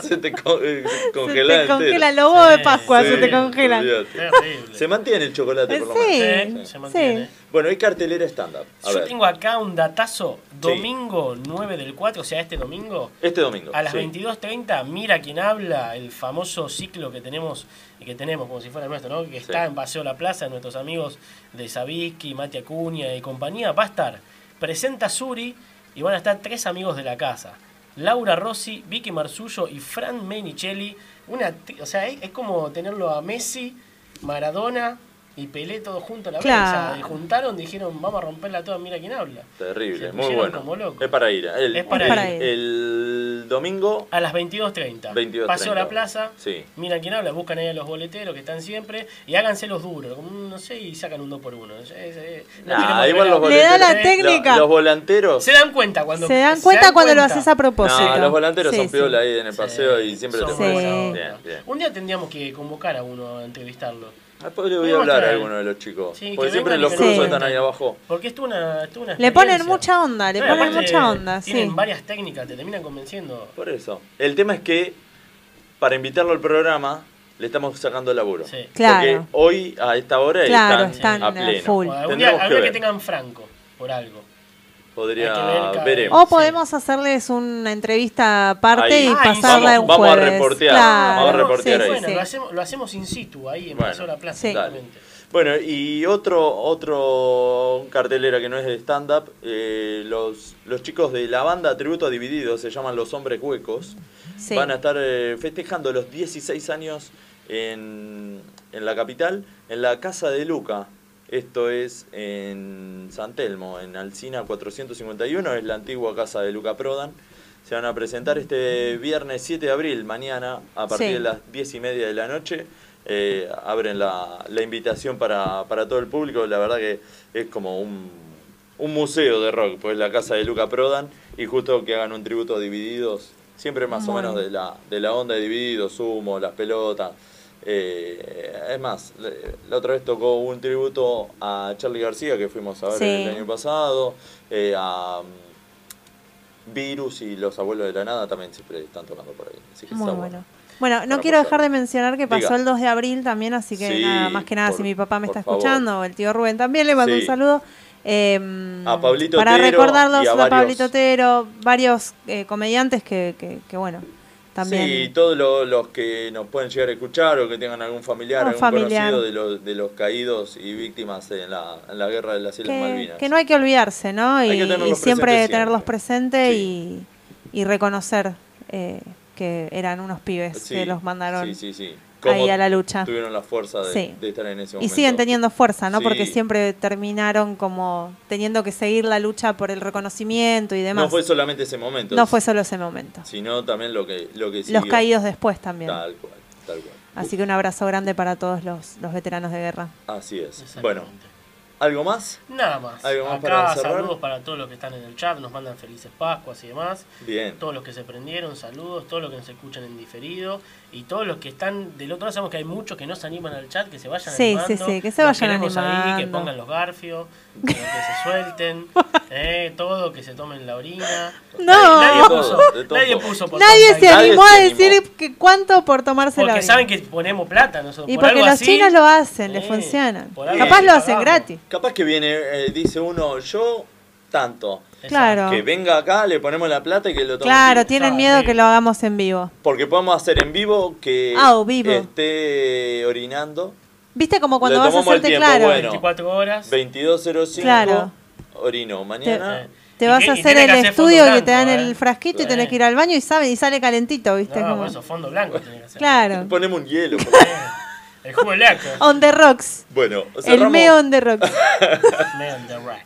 Speaker 1: se te con- eh,
Speaker 2: Se
Speaker 1: congela
Speaker 2: te
Speaker 1: entero.
Speaker 2: congela el lobo de Pascua, se
Speaker 1: Sí,
Speaker 2: te congela.
Speaker 1: olvídate. Se mantiene el chocolate por lo
Speaker 2: Sí,
Speaker 1: menos.
Speaker 2: sí.
Speaker 1: Bueno, hay cartelera estándar. A
Speaker 3: ¿eh? Yo
Speaker 1: ver,
Speaker 3: tengo acá un datazo. Domingo 9 del 4, o sea, este domingo.
Speaker 1: este domingo.
Speaker 3: A las
Speaker 1: sí.
Speaker 3: 22.30, mira quién habla, el famoso ciclo que tenemos, y que tenemos como si fuera nuestro, ¿no? que está en Paseo La Plaza, nuestros amigos de Sabisky, Mati Acuña y compañía, va a estar. Presenta Suri y van a estar tres amigos de la casa. Laura Rossi, Vicky Marsullo y Fran Menichelli. Una, tri- o sea, es, es como tenerlo a Messi, Maradona y Pelé todos juntos a la vez.
Speaker 2: Claro.
Speaker 3: O sea, juntaron, dijeron, vamos a romperla toda, mira quién habla.
Speaker 1: Terrible,
Speaker 3: Se
Speaker 1: muy
Speaker 3: pusieron
Speaker 1: bueno.
Speaker 3: como locos.
Speaker 1: Es para ir. eh, El,
Speaker 3: Es para ir.
Speaker 1: el- el domingo
Speaker 3: A las 22.30.
Speaker 1: 22.30.
Speaker 3: Paseo a la plaza.
Speaker 1: Sí.
Speaker 3: Miran quién habla, buscan ahí a los boleteros que están siempre y háganse los duros, como un- no sé, y sacan un 2 por 1
Speaker 1: Nah, igual los
Speaker 2: da
Speaker 1: volanteros-
Speaker 2: la técnica.
Speaker 1: Los volanteros.
Speaker 3: Se dan cuenta cuando
Speaker 2: Se dan cuenta cuando lo haces a propósito.
Speaker 1: Nah, los volanteros
Speaker 2: Sí,
Speaker 1: son
Speaker 2: sí.
Speaker 1: piola ahí en el paseo y siempre
Speaker 2: son
Speaker 1: te ponen
Speaker 2: buena
Speaker 1: buena
Speaker 2: onda.
Speaker 1: Bien, bien.
Speaker 3: Un día tendríamos que convocar a uno a entrevistarlo.
Speaker 1: Después pues le voy a
Speaker 3: Podemos
Speaker 1: hablar a
Speaker 3: traer.
Speaker 1: alguno de los chicos.
Speaker 3: Sí,
Speaker 1: porque
Speaker 3: que
Speaker 1: siempre
Speaker 3: vengan y
Speaker 1: los
Speaker 3: que
Speaker 1: cursos
Speaker 3: nos
Speaker 1: están ahí
Speaker 3: cuenten.
Speaker 1: abajo.
Speaker 3: Porque estuvo una, estuvo una
Speaker 2: Le ponen
Speaker 3: experiencia.
Speaker 2: mucha onda, le
Speaker 3: No, y
Speaker 2: ponen
Speaker 3: aparte
Speaker 2: mucha onda, sí.
Speaker 3: Tienen varias técnicas, te terminan convenciendo.
Speaker 1: Por eso. El tema es que para invitarlo al programa le estamos sacando el laburo.
Speaker 2: Claro.
Speaker 1: Porque hoy a esta hora
Speaker 2: Claro,
Speaker 1: están,
Speaker 2: están
Speaker 1: a
Speaker 2: a
Speaker 1: pleno.
Speaker 2: full.
Speaker 3: O algún día,
Speaker 1: Tendremos que
Speaker 3: habría que
Speaker 1: ver.
Speaker 3: tengan Franco por algo.
Speaker 1: Podría
Speaker 3: hay que ver,
Speaker 1: veremos.
Speaker 2: O podemos hacerles una entrevista aparte y
Speaker 1: Ahí.
Speaker 3: Ah,
Speaker 1: Ay,
Speaker 2: pasarla
Speaker 1: vamos-
Speaker 2: en un
Speaker 1: vamos a
Speaker 2: jueves.
Speaker 1: reportear,
Speaker 2: Claro.
Speaker 1: vamos a reportear ahí.
Speaker 3: Bueno, lo, hacemos, lo hacemos in situ ahí en
Speaker 1: Bueno,
Speaker 3: Paseo de la Plaza.
Speaker 1: sí. dale.
Speaker 3: exactamente.
Speaker 1: Bueno, y otro otro cartelera que no es de stand-up, eh, los, los chicos de la banda Tributo a Dividido, se llaman Los Hombres Huecos,
Speaker 2: Sí.
Speaker 1: van a estar eh, festejando los 16 años en, en la capital, en la Casa de Luca. Esto es en San Telmo, en Alcina 451, es la antigua Casa de Luca Prodan. Se van a presentar este viernes 7 de abril, mañana, a partir
Speaker 2: Sí.
Speaker 1: de las 10 y media de la noche. Eh, abren la, la invitación para, para todo el público. La verdad que es como un, un museo de rock, pues la casa de Luca Prodan. Y justo que hagan un tributo a Divididos, siempre más o
Speaker 2: Muy
Speaker 1: menos de la, de la onda de Divididos, Sumo, las pelotas. Eh, es más, le- la otra vez tocó un tributo a Charlie García, que fuimos a ver
Speaker 2: Sí.
Speaker 1: el año pasado, eh, a mm, Virus y los abuelos de la nada también siempre están tocando por ahí. Así que
Speaker 2: Muy
Speaker 1: está
Speaker 2: bueno. Bueno, no
Speaker 1: Para
Speaker 2: quiero
Speaker 1: pasar.
Speaker 2: dejar de mencionar que pasó
Speaker 1: Diga.
Speaker 2: el 2 de abril también, así que
Speaker 1: Sí,
Speaker 2: nada, más que nada,
Speaker 1: por-
Speaker 2: si mi papá me
Speaker 1: por
Speaker 2: está
Speaker 1: favor.
Speaker 2: escuchando, o el tío Rubén también le mando
Speaker 1: Sí.
Speaker 2: un saludo. Eh,
Speaker 1: A Pablito
Speaker 2: para
Speaker 1: Otero
Speaker 2: recordarlos
Speaker 1: y a
Speaker 2: a,
Speaker 1: varios-
Speaker 2: Pablito Otero, varios eh, comediantes que, que, que, bueno, también.
Speaker 1: Sí, todos lo- los que nos pueden llegar a escuchar o que tengan algún familiar,
Speaker 2: Un
Speaker 1: algún
Speaker 2: familiar.
Speaker 1: conocido de los, de los caídos y víctimas en la, en la guerra de las Islas
Speaker 2: que,
Speaker 1: Malvinas.
Speaker 2: que no hay que olvidarse, ¿no? Y,
Speaker 1: Hay que tenerlos
Speaker 2: y siempre
Speaker 1: presentes
Speaker 2: tenerlos presentes y, y reconocer eh, que eran unos pibes
Speaker 1: Sí,
Speaker 2: que los mandaron
Speaker 1: sí, sí, sí.
Speaker 2: ahí
Speaker 1: Cómo
Speaker 2: a la lucha.
Speaker 1: Tuvieron la fuerza de,
Speaker 2: Sí.
Speaker 1: de estar en
Speaker 2: Y
Speaker 1: ese momento.
Speaker 2: siguen teniendo fuerza, ¿no?
Speaker 1: Sí.
Speaker 2: Porque siempre terminaron como teniendo que seguir la lucha por el reconocimiento y demás.
Speaker 1: No fue solamente ese momento.
Speaker 2: No fue solo ese momento.
Speaker 1: Sino también lo que, lo que
Speaker 2: Los
Speaker 1: siguió.
Speaker 2: caídos después también.
Speaker 1: Tal cual, tal cual.
Speaker 2: Así que un abrazo grande para todos los, los veteranos de guerra.
Speaker 1: Así es. Bueno, ¿algo más?
Speaker 3: Nada más.
Speaker 1: ¿Algo más
Speaker 3: Acá,
Speaker 1: para cerrar?
Speaker 3: saludos para todos los que están en el chat, nos mandan felices Pascuas y demás.
Speaker 1: Bien.
Speaker 3: Todos los que se prendieron, saludos, todos los que nos escuchan en diferido y todos los que están del otro lado, sabemos que hay muchos que no se animan al chat, que se vayan
Speaker 2: Sí,
Speaker 3: animando.
Speaker 2: sí, sí, que se
Speaker 3: Los
Speaker 2: vayan
Speaker 3: queremos ahí, que
Speaker 2: animando.
Speaker 3: pongan los garfios, que, que se suelten, eh, todo, que se tomen la orina.
Speaker 2: No.
Speaker 3: Nadie
Speaker 2: De
Speaker 3: puso,
Speaker 2: todo, de todo.
Speaker 3: nadie puso por
Speaker 2: Nadie
Speaker 3: tanta-
Speaker 2: se animó a decir que cuánto por tomarse la
Speaker 3: Porque
Speaker 2: vida.
Speaker 3: saben que ponemos plata nosotros.
Speaker 2: Y
Speaker 3: por
Speaker 2: porque
Speaker 3: algo
Speaker 2: los
Speaker 3: así,
Speaker 2: chinos lo hacen, les funciona.
Speaker 3: por algo
Speaker 2: Capaz
Speaker 3: así
Speaker 2: lo hacen
Speaker 3: pagamos.
Speaker 2: gratis.
Speaker 1: Capaz que viene, eh, dice uno, yo tanto.
Speaker 2: Claro.
Speaker 1: Que venga acá, le ponemos la plata y que lo tome.
Speaker 2: Claro,
Speaker 1: así.
Speaker 2: tienen miedo que lo hagamos en vivo.
Speaker 1: Porque podemos hacer en vivo que
Speaker 2: Ah, o vivo.
Speaker 1: esté orinando.
Speaker 2: ¿Viste como cuando
Speaker 1: Le
Speaker 2: vas a
Speaker 1: tomamos el
Speaker 2: hacerte
Speaker 1: tiempo,
Speaker 2: claro?
Speaker 1: bueno.
Speaker 6: 24 horas.
Speaker 1: 22.05.
Speaker 2: Claro.
Speaker 1: Orino. Mañana.
Speaker 2: Te
Speaker 6: Y
Speaker 2: vas
Speaker 6: que-
Speaker 2: a
Speaker 6: y
Speaker 2: hacer
Speaker 6: tenés
Speaker 2: el
Speaker 6: que hacer
Speaker 2: estudio
Speaker 6: fondo
Speaker 2: y te dan
Speaker 6: blanco,
Speaker 2: el
Speaker 6: ¿eh?
Speaker 2: frasquito y
Speaker 6: Sí.
Speaker 2: tenés que ir al baño y sabe, y sale calentito, ¿viste?
Speaker 6: No,
Speaker 2: Como-
Speaker 6: por eso, fondo blanco tiene que hacer. Eh,
Speaker 2: Claro.
Speaker 1: Ponemos un hielo.
Speaker 6: El jugo de laco.
Speaker 2: On the rocks.
Speaker 1: bueno,
Speaker 2: El
Speaker 1: cerramos,
Speaker 2: meo on the rocks.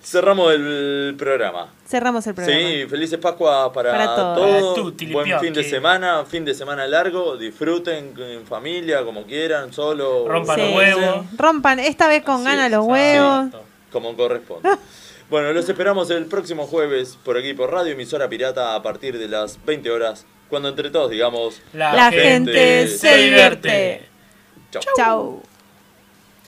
Speaker 1: cerramos el programa.
Speaker 2: Cerramos el programa.
Speaker 1: Sí, felices Pascuas para,
Speaker 2: Para todos.
Speaker 1: todos.
Speaker 2: Para tutti,
Speaker 1: Buen
Speaker 2: lipiocchi.
Speaker 1: fin de semana, fin de semana largo. Disfruten en familia, como quieran, solo.
Speaker 6: Rompan
Speaker 2: Sí. Rompan, esta vez con ganas los huevos.
Speaker 1: Como corresponde. bueno, los esperamos el próximo jueves por aquí por Radio Emisora Pirata a partir de las 20 horas, cuando entre todos digamos.
Speaker 2: La gente se divierte.
Speaker 1: Chau.
Speaker 2: Chau.